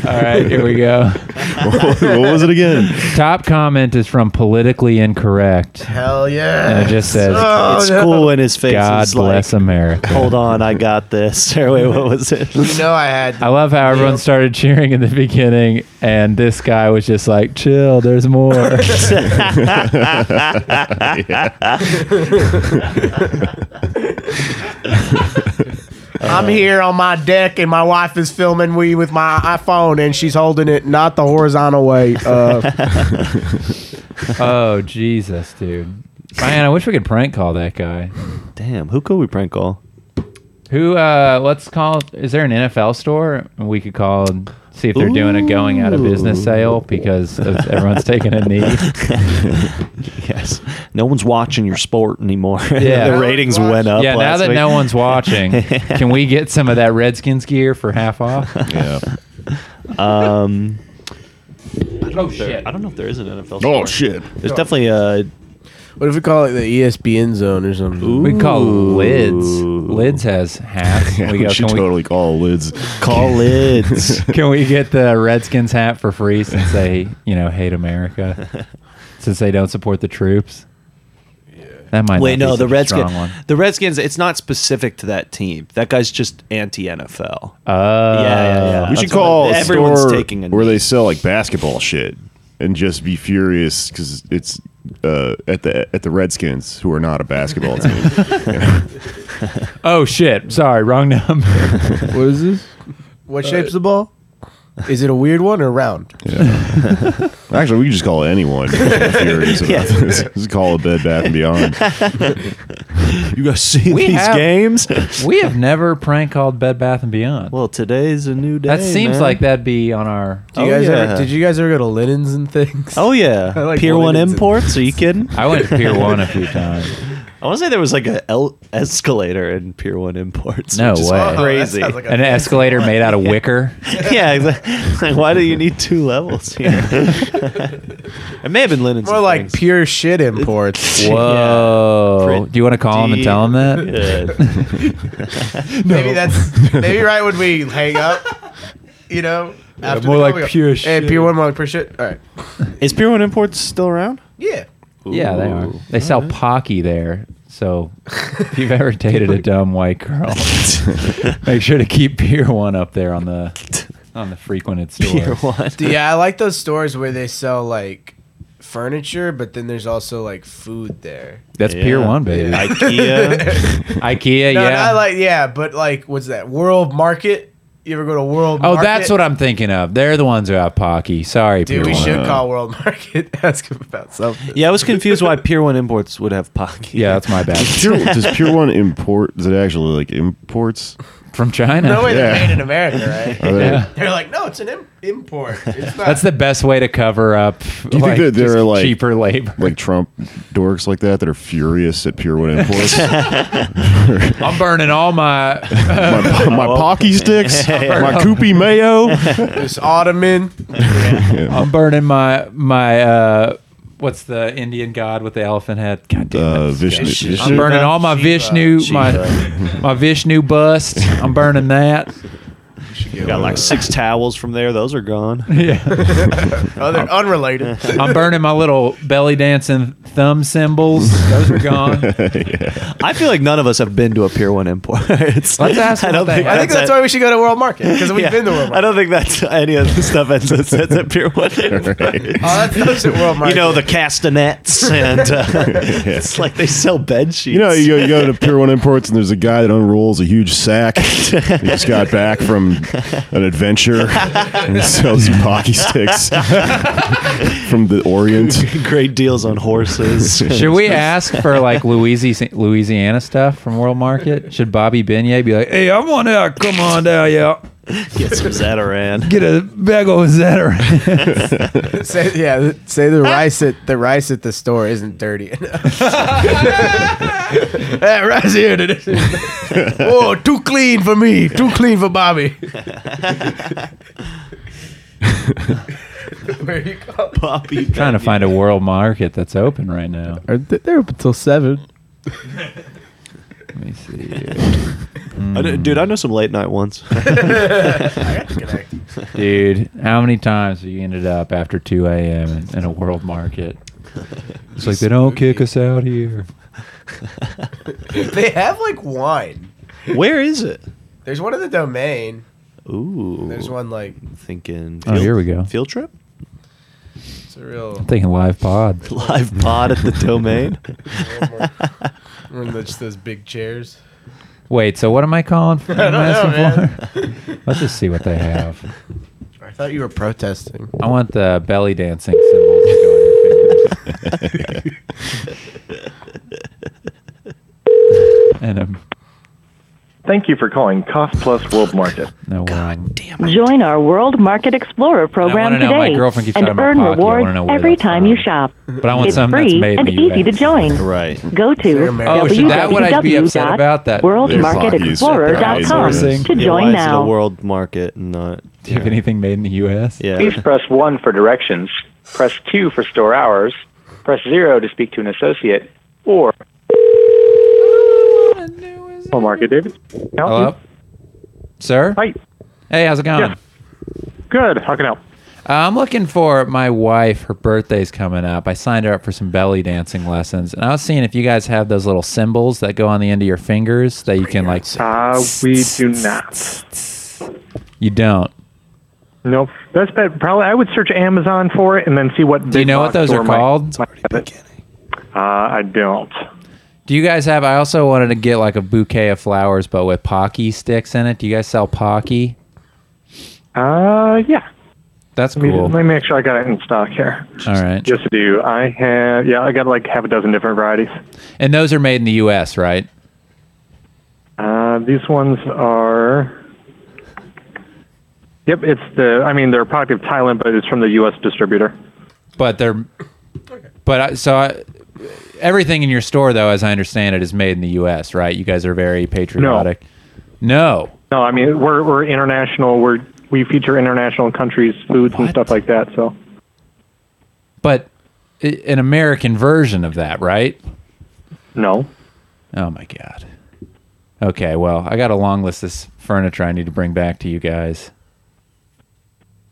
[SPEAKER 2] All right, here we go.
[SPEAKER 3] what was it again?
[SPEAKER 2] Top comment is from politically incorrect.
[SPEAKER 8] Hell yeah.
[SPEAKER 2] And it just says
[SPEAKER 8] Oh,
[SPEAKER 5] it's
[SPEAKER 8] no.
[SPEAKER 5] cool in his face.
[SPEAKER 2] God
[SPEAKER 5] It's like,
[SPEAKER 2] bless America.
[SPEAKER 5] Hold on, I got this. Or wait, what was it?
[SPEAKER 8] You know I had.
[SPEAKER 2] I love how everyone started cheering in the beginning, and this guy was just like, "Chill, there's more." Uh,
[SPEAKER 8] I'm here on my deck, and my wife is filming me with my iPhone, and she's holding it not the horizontal way. Uh,
[SPEAKER 2] oh Jesus, dude! Man, I wish we could prank call that guy.
[SPEAKER 5] Damn, who could we prank call?
[SPEAKER 2] Who? uh Let's call. Is there an NFL store we could call and see if they're doing a going out of business sale because of- everyone's taking a knee?
[SPEAKER 5] Yes. No one's watching your sport anymore.
[SPEAKER 2] Yeah.
[SPEAKER 5] the ratings went up.
[SPEAKER 2] yeah, now
[SPEAKER 5] last
[SPEAKER 2] that
[SPEAKER 5] week.
[SPEAKER 2] no one's watching, can we get some of that Redskins gear for half off?
[SPEAKER 3] Yeah.
[SPEAKER 5] Um,
[SPEAKER 2] Oh shit!
[SPEAKER 5] I don't know if there is an NFL.
[SPEAKER 3] Oh
[SPEAKER 5] Store.
[SPEAKER 3] shit.
[SPEAKER 5] There's definitely a.
[SPEAKER 8] what if we call it the E ESPN zone or something?
[SPEAKER 2] We call lids.
[SPEAKER 5] Ooh.
[SPEAKER 2] Lids has hats.
[SPEAKER 3] Yeah,
[SPEAKER 2] we
[SPEAKER 3] we,
[SPEAKER 2] go,
[SPEAKER 3] should
[SPEAKER 2] can,
[SPEAKER 3] totally call lids.
[SPEAKER 5] Call lids.
[SPEAKER 2] we, can we get the Redskins hat for free since they, you know, hate America, since they don't support the troops? That might
[SPEAKER 5] Wait,
[SPEAKER 2] not be
[SPEAKER 5] no,
[SPEAKER 2] such
[SPEAKER 5] the
[SPEAKER 2] a
[SPEAKER 5] Redskins.
[SPEAKER 2] strong one.
[SPEAKER 5] The Redskins. It's not specific to that team. That guy's just anti NFL.
[SPEAKER 2] Oh,
[SPEAKER 5] yeah,
[SPEAKER 8] Uh,
[SPEAKER 3] We
[SPEAKER 5] That's
[SPEAKER 3] should call
[SPEAKER 5] what-
[SPEAKER 3] a
[SPEAKER 5] everyone's
[SPEAKER 3] store
[SPEAKER 5] taking a
[SPEAKER 3] where
[SPEAKER 5] knee.
[SPEAKER 3] they sell like basketball shit and just be furious because it's uh, at the at the Redskins who are not a basketball team.
[SPEAKER 2] Oh shit! Sorry, wrong number.
[SPEAKER 8] What is this? What
[SPEAKER 7] Uh,
[SPEAKER 8] shape's the ball? Is it a weird one or round?
[SPEAKER 3] Actually, we can just call anyone furious about this. Just call a Bed Bath and Beyond.
[SPEAKER 5] You guys see
[SPEAKER 2] We
[SPEAKER 5] these
[SPEAKER 2] have-
[SPEAKER 5] games?
[SPEAKER 2] we have never prank called Bed Bath and Beyond.
[SPEAKER 5] well, today's a new day.
[SPEAKER 2] that seems
[SPEAKER 5] man.
[SPEAKER 2] like that'd be on our.
[SPEAKER 8] Do you
[SPEAKER 5] Oh,
[SPEAKER 8] guys
[SPEAKER 5] yeah.
[SPEAKER 8] ever, did you guys ever go to linens and things?
[SPEAKER 5] Oh yeah,
[SPEAKER 8] I like
[SPEAKER 5] Pier One
[SPEAKER 8] linens and-
[SPEAKER 5] Imports. Are you kidding?
[SPEAKER 2] I went to Pier One a few times.
[SPEAKER 5] I want to say there was like an L- escalator in Pier One Imports.
[SPEAKER 2] No
[SPEAKER 5] which is
[SPEAKER 2] way. Oh, that
[SPEAKER 5] crazy.
[SPEAKER 8] sounds like a-
[SPEAKER 2] An escalator made out of wicker.
[SPEAKER 5] yeah, exactly. like why do you need two levels here? it may have been linens.
[SPEAKER 8] More
[SPEAKER 5] and
[SPEAKER 8] like
[SPEAKER 5] things.
[SPEAKER 8] pure shit imports.
[SPEAKER 2] Whoa! Oh, Do you want to call him and tell him that?
[SPEAKER 5] Yeah.
[SPEAKER 8] Maybe that's maybe right when we hang up. You know, after
[SPEAKER 2] more
[SPEAKER 8] the call,
[SPEAKER 2] like
[SPEAKER 8] we go,
[SPEAKER 2] pure
[SPEAKER 8] Hey, pure one, more like pure shit. All right.
[SPEAKER 5] Is Pier One Imports still around?
[SPEAKER 8] Yeah.
[SPEAKER 2] Yeah, they are.
[SPEAKER 5] Ooh.
[SPEAKER 2] They sell Pocky there. So if you've ever dated a dumb white girl, make sure to keep Pier One up there on the on the frequented store.
[SPEAKER 5] Pier One.
[SPEAKER 8] Yeah, I like those stores where they sell like furniture, but then there's also like food there.
[SPEAKER 2] That's Pier
[SPEAKER 5] Yeah.
[SPEAKER 2] One, baby.
[SPEAKER 5] IKEA.
[SPEAKER 2] IKEA,
[SPEAKER 8] No,
[SPEAKER 2] yeah.
[SPEAKER 8] not like yeah, but like what's that? World Market. You ever go to World?
[SPEAKER 2] oh,
[SPEAKER 8] Market?
[SPEAKER 2] that's what I'm thinking of. They're the ones who have Pocky. Sorry,
[SPEAKER 8] Dude,
[SPEAKER 2] Pier
[SPEAKER 8] we
[SPEAKER 2] One.
[SPEAKER 8] should call World Market. Ask him about something.
[SPEAKER 5] yeah, I was confused why Pier One Imports would have Pocky.
[SPEAKER 2] Yeah, that's my bad.
[SPEAKER 3] Pure, does Pure One import? Is it actually like imports?
[SPEAKER 2] From China.
[SPEAKER 8] No way they're
[SPEAKER 3] Yeah.
[SPEAKER 8] made in America, right?
[SPEAKER 3] Are they-
[SPEAKER 2] Oh, Yeah.
[SPEAKER 8] They're like, no, it's an Im- import. It's not.
[SPEAKER 2] That's the best way to cover up
[SPEAKER 3] you think
[SPEAKER 2] like,
[SPEAKER 3] that they're,
[SPEAKER 2] just
[SPEAKER 3] like-
[SPEAKER 2] cheaper labor.
[SPEAKER 3] Like Trump dorks like that that are furious at Pure One imports. Uh,
[SPEAKER 2] I'm burning all my
[SPEAKER 3] my my pocky sticks, my koopy mayo.
[SPEAKER 8] this Ottoman.
[SPEAKER 2] I'm burning my my uh what's the Indian god with the elephant head? God damn it.
[SPEAKER 3] Uh, Vishnu,
[SPEAKER 2] I'm
[SPEAKER 3] Vishnu,
[SPEAKER 2] burning all my
[SPEAKER 8] Shiva.
[SPEAKER 2] Vishnu my
[SPEAKER 5] Shiva.
[SPEAKER 2] my Vishnu bust. I'm burning that.
[SPEAKER 5] Got like six towels from there. Those are gone.
[SPEAKER 2] Yeah.
[SPEAKER 8] Oh, they're unrelated.
[SPEAKER 2] I'm burning my little belly dancing thumb symbols. Those are gone.
[SPEAKER 5] I feel like none of us have been to a Pier One Imports.
[SPEAKER 2] Let's ask
[SPEAKER 5] I
[SPEAKER 2] them
[SPEAKER 5] don't
[SPEAKER 2] what
[SPEAKER 5] think.
[SPEAKER 2] they
[SPEAKER 8] I think that's why we should go to World Market because we've
[SPEAKER 5] Yeah.
[SPEAKER 8] been to World Market.
[SPEAKER 5] I don't think that's any of the stuff that's, that's, that's at Pier One.
[SPEAKER 8] Oh, that's, that's at World Market.
[SPEAKER 5] You know the castanets, and uh, it's like they sell bed sheets.
[SPEAKER 3] You know, you go, you go to Pier One Imports and there's a guy that unrolls a huge sack. he just got back from an adventure and he sells you pocky sticks from the Orient.
[SPEAKER 5] great deals on horses.
[SPEAKER 2] Should we ask for like Louisiana, Louisiana stuff from World Market? Should Bobby Beignet be like, "Hey, I want out. Come on down, y'all.
[SPEAKER 5] get some Zataran?
[SPEAKER 2] Get a bag of Zetaran."
[SPEAKER 8] say, yeah, th- say the rice at the rice at the store isn't dirty enough. that rice here, today. oh, too clean for me, too clean for Bobby.
[SPEAKER 4] Where you go?
[SPEAKER 5] Poppy.
[SPEAKER 2] trying to find a world market that's open right now.
[SPEAKER 8] They're up until seven.
[SPEAKER 2] Let me see.
[SPEAKER 5] I know- dude, I know some late night ones.
[SPEAKER 2] Dude, how many times have you ended up after 2 a.m. in, in a world market? It's like they don't kick us out here.
[SPEAKER 8] they have like wine.
[SPEAKER 5] Where is it?
[SPEAKER 8] There's one in the domain.
[SPEAKER 5] Ooh.
[SPEAKER 8] There's one like
[SPEAKER 5] Thinking.
[SPEAKER 2] Oh, here we go.
[SPEAKER 5] Field trip?
[SPEAKER 8] it's a real.
[SPEAKER 2] I'm thinking live pod.
[SPEAKER 5] Live pod at the domain.
[SPEAKER 8] We're in just those big chairs.
[SPEAKER 2] Wait, so what am I calling for?
[SPEAKER 8] don't know,
[SPEAKER 2] asking for? Let's just see what they have.
[SPEAKER 8] I thought you were protesting.
[SPEAKER 2] I want the belly dancing symbols to go in your fingers. And um,
[SPEAKER 12] Thank you for calling Cost Plus World Market.
[SPEAKER 2] no God
[SPEAKER 13] Join our World Market Explorer program
[SPEAKER 2] wanna know, my
[SPEAKER 13] today
[SPEAKER 2] girlfriend keeps
[SPEAKER 13] and
[SPEAKER 2] talking about
[SPEAKER 13] earn
[SPEAKER 2] hockey. I wanna know
[SPEAKER 13] rewards
[SPEAKER 2] where
[SPEAKER 13] every
[SPEAKER 2] that's
[SPEAKER 13] time you shop.
[SPEAKER 2] But I want
[SPEAKER 13] it's
[SPEAKER 2] something that's
[SPEAKER 13] free
[SPEAKER 2] made
[SPEAKER 13] and
[SPEAKER 2] in the
[SPEAKER 13] easy to
[SPEAKER 2] US.
[SPEAKER 13] join.
[SPEAKER 5] Right.
[SPEAKER 13] Go to
[SPEAKER 2] Oh, see, that would
[SPEAKER 13] E
[SPEAKER 2] I'd be upset about that.
[SPEAKER 13] www.worldmarketexplorer.com to
[SPEAKER 5] why
[SPEAKER 13] join
[SPEAKER 5] Is it a
[SPEAKER 13] now.
[SPEAKER 5] world market and not?
[SPEAKER 2] Do you have anything made in the U.S.?
[SPEAKER 5] Yeah.
[SPEAKER 14] Please press 1 for directions, press 2 for store hours, press 0 to speak to an associate, or. Well, Market David.
[SPEAKER 2] Hello, sir. Hi. Hey, how's it going?
[SPEAKER 14] Good. How can I help?
[SPEAKER 2] Uh, I'm looking for my wife. Her birthday's coming up. I signed her up for some belly dancing lessons, and I was seeing if you guys have those little symbols that go on the end of your fingers that you can like.
[SPEAKER 14] Uh, we do not.
[SPEAKER 2] You don't.
[SPEAKER 14] Nope. Best bet, probably, I would search Amazon for it and then see what.
[SPEAKER 2] Do you know what those are called?
[SPEAKER 14] Uh, I don't.
[SPEAKER 2] Do you guys have? I also wanted to get like a bouquet of flowers, but with pocky sticks in it. Do you guys sell pocky?
[SPEAKER 14] Uh, yeah.
[SPEAKER 2] That's
[SPEAKER 14] Let me,
[SPEAKER 2] cool.
[SPEAKER 14] let me make sure I got it in stock here.
[SPEAKER 2] All right.
[SPEAKER 14] Yes, I do. I have, yeah, I got like half a dozen different varieties.
[SPEAKER 2] And those are made in the U.S., right?
[SPEAKER 14] Uh, these ones are. Yep, it's the. I mean, they're a product of Thailand, but it's from the U.S. distributor.
[SPEAKER 2] But they're. But I, so I, everything in your store, though, as I understand it, is made in the U.S., right? You guys are very patriotic. No.
[SPEAKER 14] No, I mean we're we're international. We're we feature international countries, foods and stuff like that. So
[SPEAKER 2] But i an American version of that, right?
[SPEAKER 14] No.
[SPEAKER 2] Oh my god. Okay, well, I got a long list of s- furniture I need to bring back to you guys.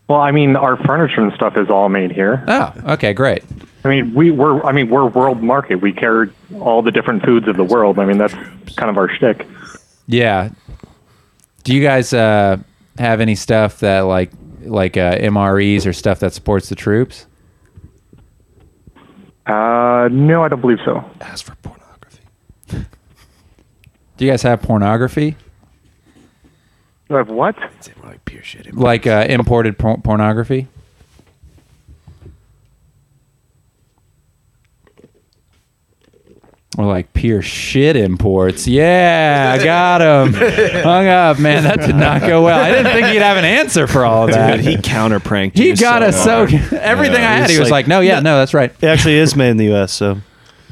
[SPEAKER 14] Well, I mean, our furniture and stuff is all made here.
[SPEAKER 2] Oh, okay, great.
[SPEAKER 14] I mean, we we're I mean we're world market. We carry all the different foods of the world. I mean, that's kind of our shtick.
[SPEAKER 2] Yeah. Do you guys uh, have any stuff that like like uh, MREs or stuff that supports the troops?
[SPEAKER 14] Uh, no, I don't believe so.
[SPEAKER 5] As for
[SPEAKER 2] Do you guys have pornography?
[SPEAKER 14] Of what?
[SPEAKER 2] Like uh, imported por- pornography? Or like pure shit imports. Yeah, I got him. Hung up, man. That did not go well. I didn't think he'd have an answer for all of that.
[SPEAKER 5] Dude, he counter pranked.
[SPEAKER 2] He got us so everything I had. He was like, "No, yeah, no, that's right."
[SPEAKER 5] It actually is made in the U.S. So,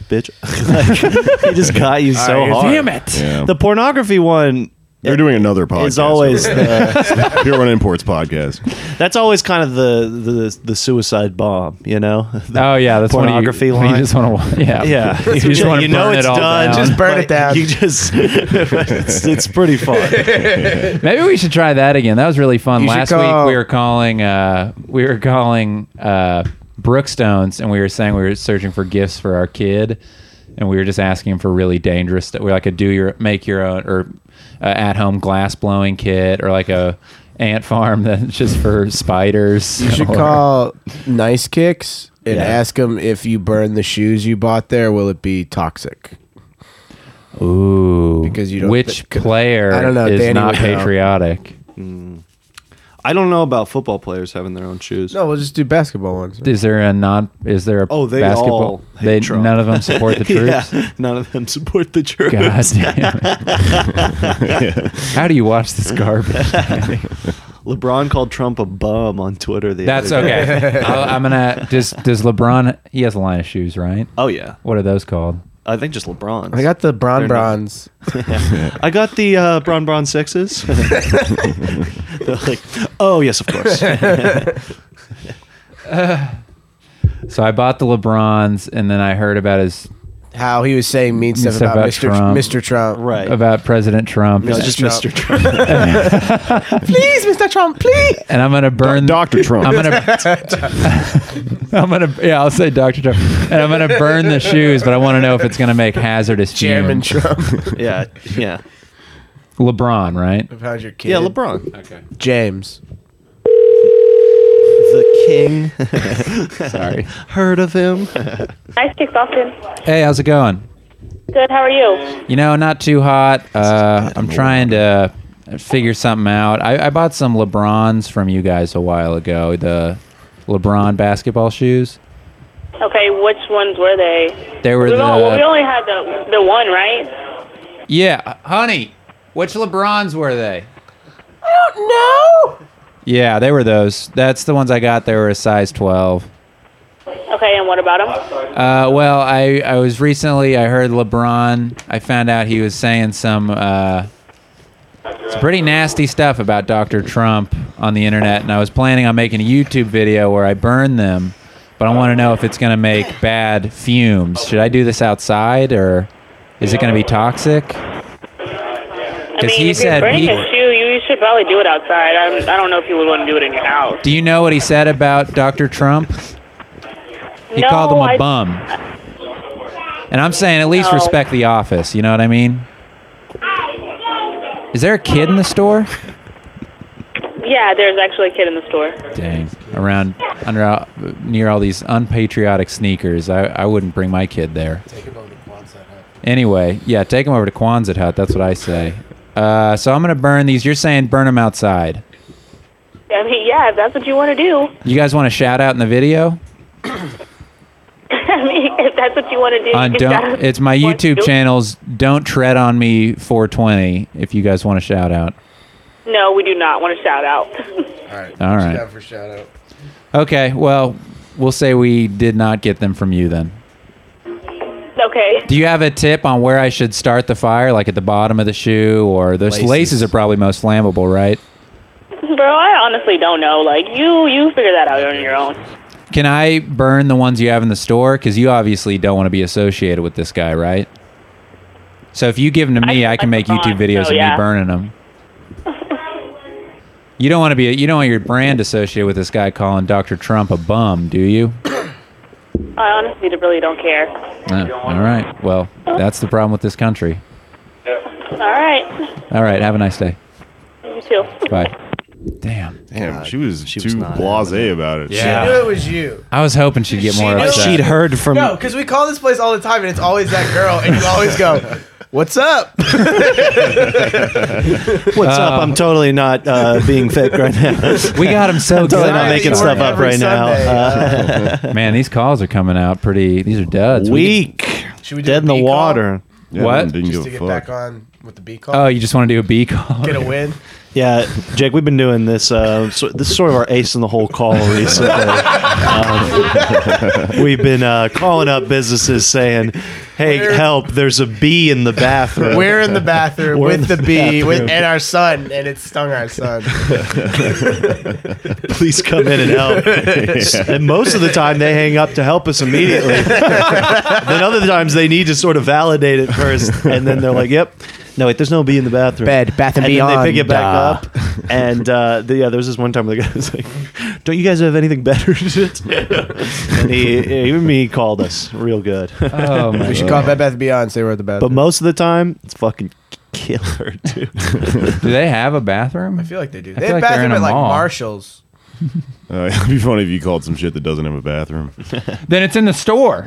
[SPEAKER 5] bitch, Like, he just got you so
[SPEAKER 3] All right,
[SPEAKER 5] hard.
[SPEAKER 3] damn it. Yeah.
[SPEAKER 5] The pornography one.
[SPEAKER 3] They're doing another podcast.
[SPEAKER 5] It's always the-
[SPEAKER 3] Pure One Imports podcast.
[SPEAKER 5] That's always kind of the the, the suicide bomb, you know. The
[SPEAKER 2] Oh yeah, that's
[SPEAKER 5] pornography
[SPEAKER 2] when you,
[SPEAKER 5] line.
[SPEAKER 2] When you just want to, yeah,
[SPEAKER 5] yeah.
[SPEAKER 2] You just want to
[SPEAKER 5] you know
[SPEAKER 2] burn
[SPEAKER 5] it's
[SPEAKER 2] it all
[SPEAKER 5] done.
[SPEAKER 2] down.
[SPEAKER 5] Like, You just it's, it's pretty fun.
[SPEAKER 2] Maybe we should try that again. That was really fun.
[SPEAKER 5] You should
[SPEAKER 2] Last
[SPEAKER 5] call-
[SPEAKER 2] week we were calling uh, we were calling uh, Brookstones, and we were saying we were searching for gifts for our kid, and we were just asking him for really dangerous stuff. We like a do your make your own or uh, at home glass blowing kit or like a ant farm that's just for spiders.
[SPEAKER 8] You should
[SPEAKER 2] or-
[SPEAKER 8] call Nice Kicks and
[SPEAKER 2] Yeah.
[SPEAKER 8] ask them if you burn the shoes you bought there, will it be toxic?
[SPEAKER 2] Ooh,
[SPEAKER 8] because you don't
[SPEAKER 2] which player
[SPEAKER 8] I don't know,
[SPEAKER 2] is
[SPEAKER 8] Danny
[SPEAKER 2] not
[SPEAKER 8] would know.
[SPEAKER 2] patriotic?
[SPEAKER 5] I don't know about football players having their own shoes.
[SPEAKER 8] No, we'll just do basketball ones.
[SPEAKER 2] Is there a non? Is there a
[SPEAKER 5] Oh, they
[SPEAKER 2] basketball?
[SPEAKER 5] all hate
[SPEAKER 2] they
[SPEAKER 5] Trump.
[SPEAKER 2] none of them support the troops.
[SPEAKER 5] yeah, none of them support the troops.
[SPEAKER 2] God damn it. How do you watch this garbage?
[SPEAKER 5] LeBron called Trump a bum on Twitter. The
[SPEAKER 2] That's
[SPEAKER 5] other day.
[SPEAKER 2] okay. I'll, Oh, I'm gonna. Does Does LeBron? He has a line of shoes, right?
[SPEAKER 5] Oh yeah.
[SPEAKER 2] What are those called?
[SPEAKER 5] I think just LeBron.
[SPEAKER 8] I got the
[SPEAKER 5] They're
[SPEAKER 8] Bron
[SPEAKER 5] not-
[SPEAKER 8] Brons.
[SPEAKER 5] I got the uh, Bron Bron sixes. They're like, oh yes, of course.
[SPEAKER 2] So I bought the LeBrons, and then I heard about his
[SPEAKER 8] How he was saying mean stuff
[SPEAKER 2] stuff
[SPEAKER 8] about,
[SPEAKER 2] about
[SPEAKER 8] Mr. Tr-
[SPEAKER 2] Trump.
[SPEAKER 8] Mr. Trump.
[SPEAKER 5] Right.
[SPEAKER 2] about President Trump.
[SPEAKER 8] No, just Mr.
[SPEAKER 5] Trump.
[SPEAKER 8] please, Mr. Trump, please.
[SPEAKER 2] and I'm gonna burn Doctor Trump. I'm gonna I'm gonna yeah, I'll say Doctor Trump, and I'm gonna burn the shoes, but I want to know if it's gonna make hazardous
[SPEAKER 8] Chairman
[SPEAKER 2] fumes.
[SPEAKER 8] Trump.
[SPEAKER 5] yeah, yeah.
[SPEAKER 2] LeBron, right?
[SPEAKER 8] How's your kid?
[SPEAKER 5] Yeah, LeBron. Okay.
[SPEAKER 8] James.
[SPEAKER 5] The king.
[SPEAKER 2] Sorry.
[SPEAKER 5] Heard of him?
[SPEAKER 15] Nice kick, Boston.
[SPEAKER 2] Hey, how's it going?
[SPEAKER 15] Good. How are you?
[SPEAKER 2] You know, not too hot. Uh, I'm trying to figure something out. I, I bought some LeBrons from you guys a while ago. The LeBron basketball shoes.
[SPEAKER 15] Okay. Which ones were they?
[SPEAKER 2] They were
[SPEAKER 15] we,
[SPEAKER 2] the-
[SPEAKER 15] all- well, we only had the the one, right?
[SPEAKER 2] Yeah, honey. Which LeBrons were they?
[SPEAKER 15] I don't
[SPEAKER 2] Yeah, they were those. That's the ones I got. They were a size 12.
[SPEAKER 15] know. Okay. And what about them?
[SPEAKER 2] Uh, well, I, I was recently, I heard LeBron. I found out he was saying some, uh, some pretty nasty stuff about Dr. Trump on the internet, and I was planning on making a YouTube video where I burn them, but I want to know if it's going to make bad fumes. Should I do this outside, or is it going to be toxic?
[SPEAKER 15] I
[SPEAKER 2] Because
[SPEAKER 15] mean,
[SPEAKER 2] he
[SPEAKER 15] if you're
[SPEAKER 2] said
[SPEAKER 15] burning
[SPEAKER 2] he.
[SPEAKER 15] a shoe, you, you should probably do it outside. I, don't- I don't know if you would want to do it in your house.
[SPEAKER 2] Do you know what he said about Dr. Trump? He
[SPEAKER 15] No,
[SPEAKER 2] called him a
[SPEAKER 15] I-
[SPEAKER 2] bum. And I'm saying at least
[SPEAKER 15] No.
[SPEAKER 2] respect the office, you know what I mean? Is there a kid in the store?
[SPEAKER 15] Yeah, there's actually a kid in the store.
[SPEAKER 2] Dang. Around under near all these unpatriotic sneakers. I, I wouldn't bring my kid there. Take him over to Quonset Hut. Anyway, yeah, take him over to Quonset Hut. That's what I say. Uh, so I'm going to burn these. You're saying burn them outside.
[SPEAKER 15] I mean, yeah, if that's what you want to do.
[SPEAKER 2] You guys want a shout out in the video?
[SPEAKER 15] I mean, if that's what you want to do.
[SPEAKER 2] on
[SPEAKER 15] you
[SPEAKER 2] Uh, don't
[SPEAKER 15] gotta-
[SPEAKER 2] it's my
[SPEAKER 15] what to
[SPEAKER 2] YouTube
[SPEAKER 15] do.
[SPEAKER 2] channels don't tread on me 420 if you guys want a shout out.
[SPEAKER 15] No, we do not want to shout out.
[SPEAKER 8] All right.
[SPEAKER 2] All right.
[SPEAKER 8] Shout out for shout out.
[SPEAKER 2] Okay, well, we'll say we did not get them from you then.
[SPEAKER 15] Okay.
[SPEAKER 2] Do you have a tip on where I should start the fire like at the bottom of the shoe or those
[SPEAKER 15] Laces.
[SPEAKER 2] laces, are probably most flammable, right?
[SPEAKER 15] Bro, I honestly don't know. Like you, you figure that out on your own.
[SPEAKER 2] Can I burn the ones you have in the store cuz you obviously don't want to be associated with this guy, right? So if you give them to me, I, can make YouTube videos
[SPEAKER 15] so
[SPEAKER 2] of
[SPEAKER 15] yeah.
[SPEAKER 2] me burning them. You don't want to be you don't want your brand associated with this guy calling Dr. Trump a bum, do you?
[SPEAKER 15] I honestly really don't care.
[SPEAKER 2] Oh, all right. Well, that's the problem with this country.
[SPEAKER 15] All right.
[SPEAKER 2] All right. Have a nice day.
[SPEAKER 15] You too.
[SPEAKER 2] Bye.
[SPEAKER 3] Damn, she was too blasé about it.
[SPEAKER 8] She knew it was you.
[SPEAKER 2] I was hoping she'd get
[SPEAKER 8] She
[SPEAKER 2] more
[SPEAKER 8] knew-
[SPEAKER 2] upset.
[SPEAKER 8] She'd
[SPEAKER 5] heard from.
[SPEAKER 8] No, because we call this place all the time, and it's always that girl, and you always go, "What's up?"
[SPEAKER 5] What's up? I'm totally not uh, being fake right now.
[SPEAKER 2] Um, We got him so
[SPEAKER 5] I'm totally
[SPEAKER 2] good.
[SPEAKER 5] not making stuff up right now. Uh,
[SPEAKER 2] Man, these calls are coming out pretty. These are duds.
[SPEAKER 5] Weak.
[SPEAKER 8] Should we do
[SPEAKER 5] Dead in the
[SPEAKER 8] B call?
[SPEAKER 5] water.
[SPEAKER 2] Yeah, What? didn't
[SPEAKER 8] Just to get back on with the B call.
[SPEAKER 2] Oh, you just want to do a B call?
[SPEAKER 8] Get a win.
[SPEAKER 5] Yeah, Jake, we've been doing this. Uh, so, this is sort of our ace in the whole call recently. Um, we've been uh, calling up businesses saying, "Hey, help! There's a bee in the bathroom."
[SPEAKER 8] We're in the bathroom
[SPEAKER 5] We're in
[SPEAKER 8] with the, bee with,
[SPEAKER 5] bathroom.
[SPEAKER 8] and our son, and it stung our son.
[SPEAKER 5] Please come in and help.
[SPEAKER 8] Yeah.
[SPEAKER 5] And most of the time, they hang up to help us immediately. then other times, they need to sort of validate it first, and then they're like, "Yep, no, wait, there's no bee in the bathroom."
[SPEAKER 8] Bed, Bath and
[SPEAKER 5] then they pick it
[SPEAKER 8] Beyond,
[SPEAKER 5] back
[SPEAKER 8] uh.
[SPEAKER 5] up, and uh, the, yeah, there was this one time where the guy was like, "Don't you guys have anything better to do?" and he, even me, called us real good.
[SPEAKER 2] Oh,
[SPEAKER 8] we should call Bed Bath and Beyond. Say we're at the bathroom.
[SPEAKER 5] But most of the time, it's fucking killer, dude.
[SPEAKER 2] do they have a bathroom? I
[SPEAKER 8] feel like they do.
[SPEAKER 2] I
[SPEAKER 8] They
[SPEAKER 2] feel
[SPEAKER 8] have
[SPEAKER 2] like they're
[SPEAKER 8] bathroom
[SPEAKER 2] in a
[SPEAKER 8] at like
[SPEAKER 2] mall.
[SPEAKER 8] Marshalls.
[SPEAKER 3] Uh, it'd be funny if you called some shit that doesn't have a bathroom.
[SPEAKER 2] then it's in the store.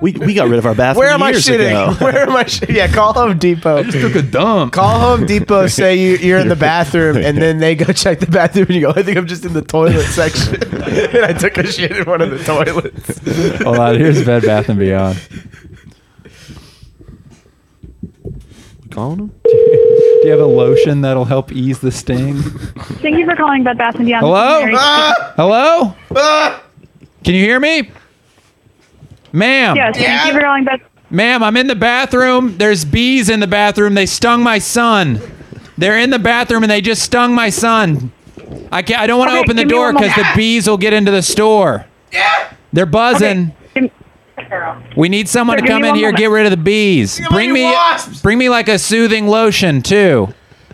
[SPEAKER 5] we, we got rid of our bathroom
[SPEAKER 8] Where am I sitting? Where am I? Sh- yeah, call Home Depot.
[SPEAKER 2] took a dump.
[SPEAKER 8] Call Home Depot. Say you, you're in the bathroom, and then they go check the bathroom, and you go, "I think I'm just in the toilet section, and I took a shit in one of the toilets."
[SPEAKER 2] Hold on. Here's Bed Bath and Beyond.
[SPEAKER 5] Calling them?
[SPEAKER 2] Do you have a lotion that'll help ease the sting?
[SPEAKER 16] Thank you for calling Bed Bath and Beyond.
[SPEAKER 2] Hello? Ah,
[SPEAKER 16] Mary.
[SPEAKER 2] Hello? Can you hear me? Ma'am.
[SPEAKER 16] Yes, thank you for calling Bed.
[SPEAKER 2] Ma'am, I'm in the bathroom. There's bees in the bathroom. They stung my son. They're in the bathroom and they just stung my son. I can't, I don't want to
[SPEAKER 16] Okay,
[SPEAKER 2] open the
[SPEAKER 16] give me
[SPEAKER 2] door
[SPEAKER 16] one
[SPEAKER 2] because the
[SPEAKER 16] moment.
[SPEAKER 2] bees will get into the store. They're buzzing. We need someone
[SPEAKER 7] Sure,
[SPEAKER 2] to
[SPEAKER 7] give
[SPEAKER 2] come
[SPEAKER 7] me
[SPEAKER 2] in
[SPEAKER 7] one
[SPEAKER 2] here,
[SPEAKER 7] moment.
[SPEAKER 2] get rid of the bees. Bring me, bring me like a soothing lotion too.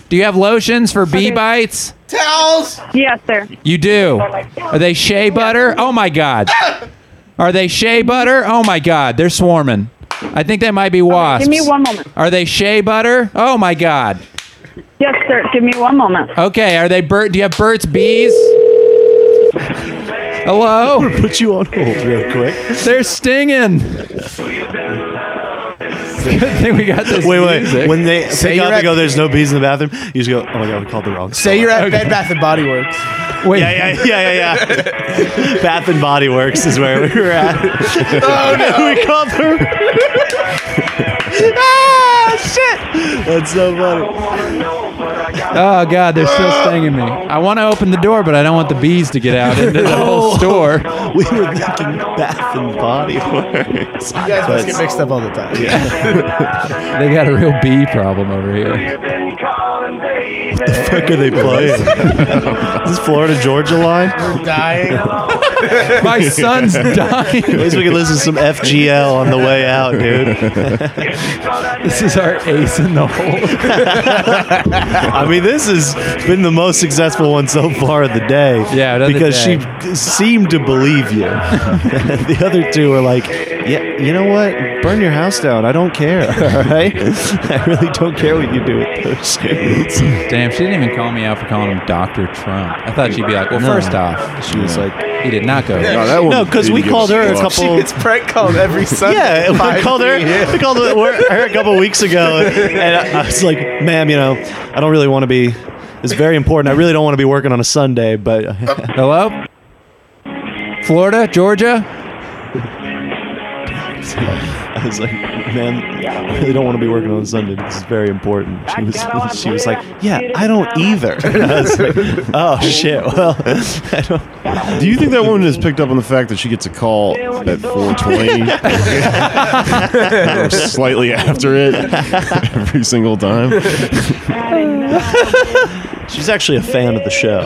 [SPEAKER 2] Do you have lotions for bee bites?
[SPEAKER 16] Towels? Yes, sir.
[SPEAKER 2] You do. Are they shea butter? Oh my god. Are they shea butter? Oh my god, they're swarming. I think they might be wasps.
[SPEAKER 16] give me one moment.
[SPEAKER 2] Are they shea butter? Oh my god.
[SPEAKER 16] Yes, sir. Give me one moment.
[SPEAKER 2] Okay, are they Bert? Do you have Bert's bees? Hello. put you on hold real quick. They're stinging. Good thing we got this.
[SPEAKER 5] Wait, wait.
[SPEAKER 2] music.
[SPEAKER 5] When they
[SPEAKER 2] Say
[SPEAKER 5] pick
[SPEAKER 2] you're
[SPEAKER 5] up
[SPEAKER 2] at-
[SPEAKER 5] and go, there's no bees in the bathroom. You just go, oh my god, we called the wrong.
[SPEAKER 8] Say
[SPEAKER 5] store."
[SPEAKER 8] you're at
[SPEAKER 5] Okay.
[SPEAKER 8] Bed Bath and Body Works.
[SPEAKER 2] Wait.
[SPEAKER 5] Yeah, yeah, yeah, yeah, yeah. Bath and Body Works is where we were at.
[SPEAKER 7] Oh, no.
[SPEAKER 5] we called her. ah, shit! That's so funny.
[SPEAKER 2] Oh god, they're still stinging me. I want to open the door, but I don't want the bees to get out into the whole
[SPEAKER 16] Oh.
[SPEAKER 5] No.
[SPEAKER 2] store.
[SPEAKER 5] Oh. We were thinking Bath and Body Works.
[SPEAKER 8] You guys must get mixed up all the time.
[SPEAKER 2] they got a real bee problem over here.
[SPEAKER 5] What the fuck are they playing? is this Florida Georgia line?
[SPEAKER 8] We're dying.
[SPEAKER 2] My son's dying.
[SPEAKER 5] At least we can listen to some FGL on the way out, dude.
[SPEAKER 2] This is our ace in the hole.
[SPEAKER 5] I mean, this has been the most successful one so far of the day.
[SPEAKER 2] Yeah, another
[SPEAKER 5] because
[SPEAKER 2] day.
[SPEAKER 5] she d- seemed to believe you. the other two were like, "Yeah, you know what? Burn your house down. I don't care. All right, I really don't care what you do with those shades."
[SPEAKER 2] Damn, she didn't even call me out for calling him Dr. Trump. I thought she'd be like, well,
[SPEAKER 5] No.
[SPEAKER 2] first off,
[SPEAKER 5] She was
[SPEAKER 2] Yeah. he did not go.
[SPEAKER 5] No, that woman No, 'cause didn't we give a called her a fuck. couple-
[SPEAKER 8] She gets prank called every Sunday.
[SPEAKER 5] Yeah,
[SPEAKER 8] at
[SPEAKER 5] we
[SPEAKER 8] 5
[SPEAKER 5] called her.
[SPEAKER 8] p.m.
[SPEAKER 5] We called her her a couple weeks ago, and I, I was like, "Ma'am, you know, I don't really want to be. It's very important. I really don't want to be working on a Sunday." But
[SPEAKER 2] hello, Florida, Georgia.
[SPEAKER 5] I was like, "Ma'am, I really don't want to be working on a Sunday. This is very important." She was. She was like, "Yeah, I don't either." I was like, "Oh shit." Well, I don't.
[SPEAKER 3] Do you think that woman has picked up on the fact that she gets a call at 4:20, or
[SPEAKER 2] Oh,
[SPEAKER 3] slightly after it, every single time?
[SPEAKER 5] She's actually a fan of the show.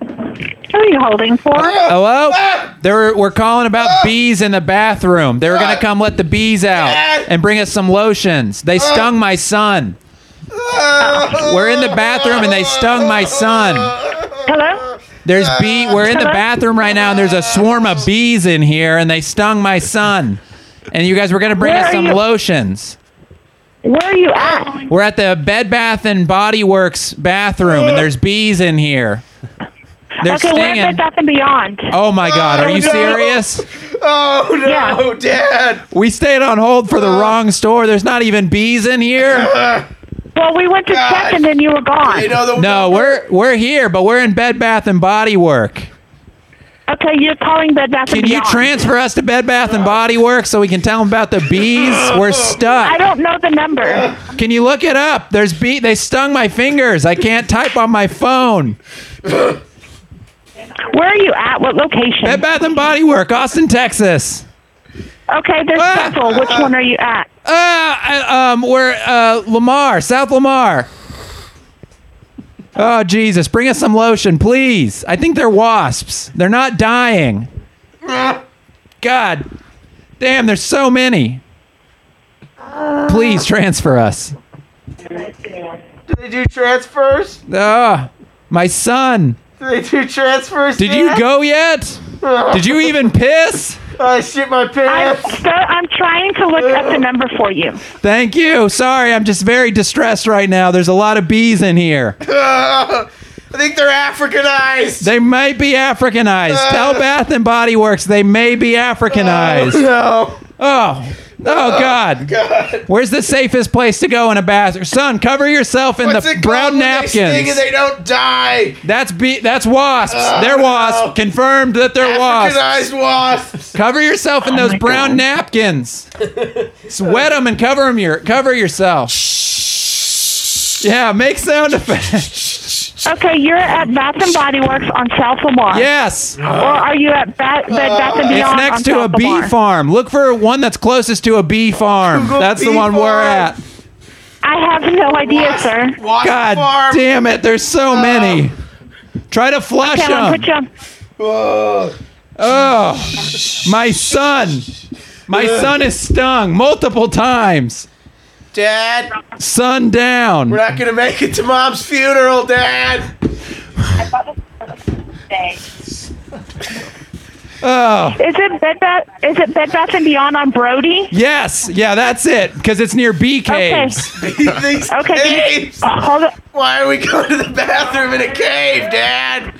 [SPEAKER 16] Who are you holding for?
[SPEAKER 2] Hello?
[SPEAKER 5] Ah!
[SPEAKER 2] They were, we're calling about bees in the bathroom. They were going
[SPEAKER 5] Ah!
[SPEAKER 2] to come let the bees out and bring us some lotions. They
[SPEAKER 5] Ah!
[SPEAKER 2] stung my son. We're in the bathroom and they stung my son.
[SPEAKER 16] Hello?
[SPEAKER 2] There's bee. We're in the
[SPEAKER 16] Hello?
[SPEAKER 2] bathroom right now and there's a swarm of bees in here and they stung my son. And you guys were going to bring
[SPEAKER 16] Where
[SPEAKER 2] us
[SPEAKER 16] are
[SPEAKER 2] some
[SPEAKER 16] you?
[SPEAKER 2] lotions.
[SPEAKER 16] Where are you at?
[SPEAKER 2] We're at the Bed Bath and Body Works bathroom and there's bees in here. They're
[SPEAKER 16] okay, we're
[SPEAKER 2] stinging.
[SPEAKER 16] at Bed Bath and Beyond.
[SPEAKER 2] Oh my god, are
[SPEAKER 16] Oh,
[SPEAKER 2] you
[SPEAKER 16] no.
[SPEAKER 2] serious?
[SPEAKER 16] Oh no, Dad!
[SPEAKER 2] We stayed on hold for the wrong store. There's not even bees in here.
[SPEAKER 16] Well, we went to check and then you were gone.
[SPEAKER 2] no, we're we're here, but we're in Bed Bath and Body Work.
[SPEAKER 16] Okay, you're calling Bed Bath
[SPEAKER 2] Can
[SPEAKER 16] and
[SPEAKER 2] you
[SPEAKER 16] Beyond.
[SPEAKER 2] transfer us to Bed Bath and Body Works so we can tell them about the bees? We're stuck.
[SPEAKER 16] I don't know the number.
[SPEAKER 2] Can you look it up? There's bee. They stung my fingers. I can't type on my phone.
[SPEAKER 16] Where are you at? What location?
[SPEAKER 2] Bed Bath and Body Work, Austin, Texas.
[SPEAKER 16] Okay, there's several. Which one are you at?
[SPEAKER 2] Uh, Ah! I- um, we're uh Lamar, South Lamar. Oh Jesus, bring us some lotion, please. I think they're wasps. They're not dying. God, damn, there's so many. Please transfer us.
[SPEAKER 4] Do they do transfers?
[SPEAKER 2] Ah, my son.
[SPEAKER 4] Do they do transfers?
[SPEAKER 2] Did you go Oh, yet? Did you even piss?
[SPEAKER 4] I shit my pants.
[SPEAKER 16] I'm, sir, I'm trying to look up the number for you.
[SPEAKER 2] Thank you. Sorry, I'm just very distressed right now. There's a lot of bees in here.
[SPEAKER 4] I think they're Africanized.
[SPEAKER 2] They might be Africanized.
[SPEAKER 4] Uh.
[SPEAKER 2] Tell Bath and Body Works they may be Africanized.
[SPEAKER 4] no.
[SPEAKER 2] Oh. Oh God. Where's the safest place to go in a bathroom? Son, cover yourself in
[SPEAKER 4] What's
[SPEAKER 2] the
[SPEAKER 4] it
[SPEAKER 2] brown
[SPEAKER 4] called when They, sting
[SPEAKER 2] napkins.
[SPEAKER 4] and they don't die.
[SPEAKER 2] that's be- that's wasps.
[SPEAKER 4] Oh,
[SPEAKER 2] they're wasps.
[SPEAKER 4] no.
[SPEAKER 2] Confirmed that they're
[SPEAKER 4] Africanized
[SPEAKER 2] wasps.
[SPEAKER 4] wasps.
[SPEAKER 2] Cover yourself in those brown napkins. Just wet them and cover 'em your cover yourself. Yeah, make sound effects.
[SPEAKER 16] Okay, you're at Bath and Body Works on South Lamar.
[SPEAKER 2] Yes.
[SPEAKER 16] Or are you at ba- Bed Bath and
[SPEAKER 2] It's
[SPEAKER 16] Beyond?
[SPEAKER 2] next
[SPEAKER 16] on
[SPEAKER 2] to a
[SPEAKER 16] South
[SPEAKER 2] bee
[SPEAKER 16] Lamar?
[SPEAKER 2] farm. Look for one that's closest to a bee farm.
[SPEAKER 16] Google
[SPEAKER 2] that's the
[SPEAKER 16] bee
[SPEAKER 2] one we're
[SPEAKER 16] farm.
[SPEAKER 2] at.
[SPEAKER 16] I have no idea, sir.
[SPEAKER 2] God damn it! There's so
[SPEAKER 8] Oh.
[SPEAKER 2] many. Try to flush
[SPEAKER 16] Okay, I'm gonna
[SPEAKER 2] them.
[SPEAKER 16] put you on-
[SPEAKER 2] Oh, my son! My son is stung multiple times.
[SPEAKER 8] Dad,
[SPEAKER 2] Son down.
[SPEAKER 8] we're not gonna make it to mom's funeral, Dad.
[SPEAKER 2] Oh.
[SPEAKER 16] Is it Bed Bath? Is it Bed Bath and Beyond on Brody?
[SPEAKER 2] Yes, yeah, that's it. Because it's near bee caves.
[SPEAKER 8] These
[SPEAKER 16] Okay, give me-
[SPEAKER 8] caves.
[SPEAKER 16] uh, hold on.
[SPEAKER 8] Why are we going to the bathroom in a cave, Dad?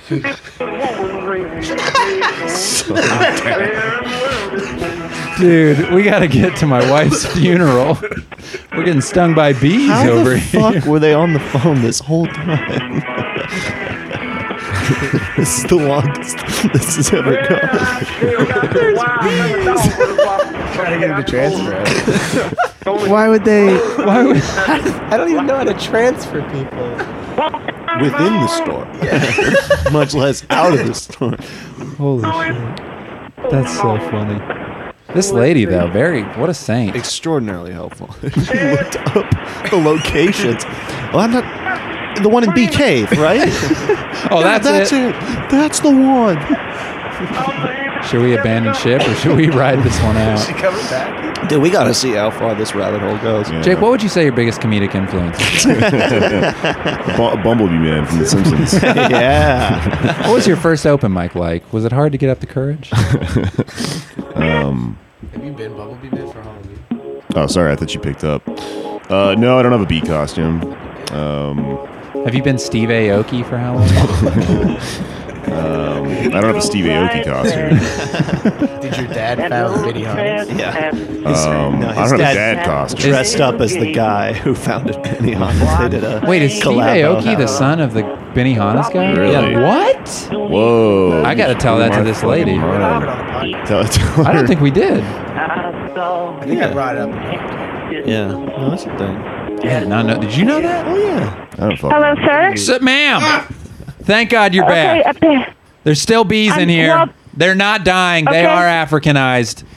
[SPEAKER 2] Dude, we gotta get to my wife's funeral. We're getting stung by bees
[SPEAKER 5] How the
[SPEAKER 2] over
[SPEAKER 5] fuck
[SPEAKER 2] here.
[SPEAKER 5] were they on the phone this whole time? this is the longest this has ever gone.
[SPEAKER 8] Trying to get him to transfer. Why would they? Why would? I don't even know how to transfer people.
[SPEAKER 5] Within the store, much less out of the store.
[SPEAKER 2] Holy
[SPEAKER 16] Oh,
[SPEAKER 2] shit. That's so funny. This lady, though, very, what a saint.
[SPEAKER 5] Extraordinarily helpful. you looked up the locations. Well, I'm not the one in Bee Cave, right?
[SPEAKER 2] Oh,
[SPEAKER 5] Yeah,
[SPEAKER 2] that's
[SPEAKER 5] that's
[SPEAKER 2] it.
[SPEAKER 5] it. That's the one.
[SPEAKER 2] Should we abandon ship or should we ride this one out?
[SPEAKER 8] coming back?
[SPEAKER 5] Dude, we gotta see how far this rabbit hole goes.
[SPEAKER 2] Jake, what would you say your biggest comedic influence is?
[SPEAKER 3] Bu- Bumblebee Man from The Simpsons.
[SPEAKER 5] yeah.
[SPEAKER 2] what was your first open mic like? Was it hard to get up the courage?
[SPEAKER 3] um,
[SPEAKER 8] Have you been Bumblebee Man for Halloween?
[SPEAKER 3] oh, sorry. I thought you picked up. Uh, no, I don't have a bee costume. Um,
[SPEAKER 2] Have you been Steve Aoki for how long?
[SPEAKER 3] um, I don't have a Steve Aoki costume.
[SPEAKER 8] Did your dad found Vinnie Hans?
[SPEAKER 5] Yeah.
[SPEAKER 3] Um, I don't have a dad costume.
[SPEAKER 5] Dressed up as the guy who founded Penny Hall. They did a
[SPEAKER 2] Wait, is Steve
[SPEAKER 5] collabo.
[SPEAKER 2] Aoki the son of the Benihana's guy?
[SPEAKER 3] Really?
[SPEAKER 2] Yeah, what?
[SPEAKER 3] Whoa!
[SPEAKER 2] I gotta tell that to this lady.
[SPEAKER 3] Tell it to her.
[SPEAKER 2] I don't think we did.
[SPEAKER 8] I think I brought it up.
[SPEAKER 5] Yeah. No, that's a thing.
[SPEAKER 2] I did not know. Did you know that?
[SPEAKER 5] Oh yeah. Ah.
[SPEAKER 3] I don't fuck.
[SPEAKER 16] Hello, sir.
[SPEAKER 2] Sit, ma'am. Thank God you're
[SPEAKER 16] Okay,
[SPEAKER 2] back.
[SPEAKER 16] up there.
[SPEAKER 2] There's still bees in
[SPEAKER 16] I'm-
[SPEAKER 2] here.
[SPEAKER 16] well-
[SPEAKER 2] They're not dying. They
[SPEAKER 16] Okay.
[SPEAKER 2] are Africanized. Uh,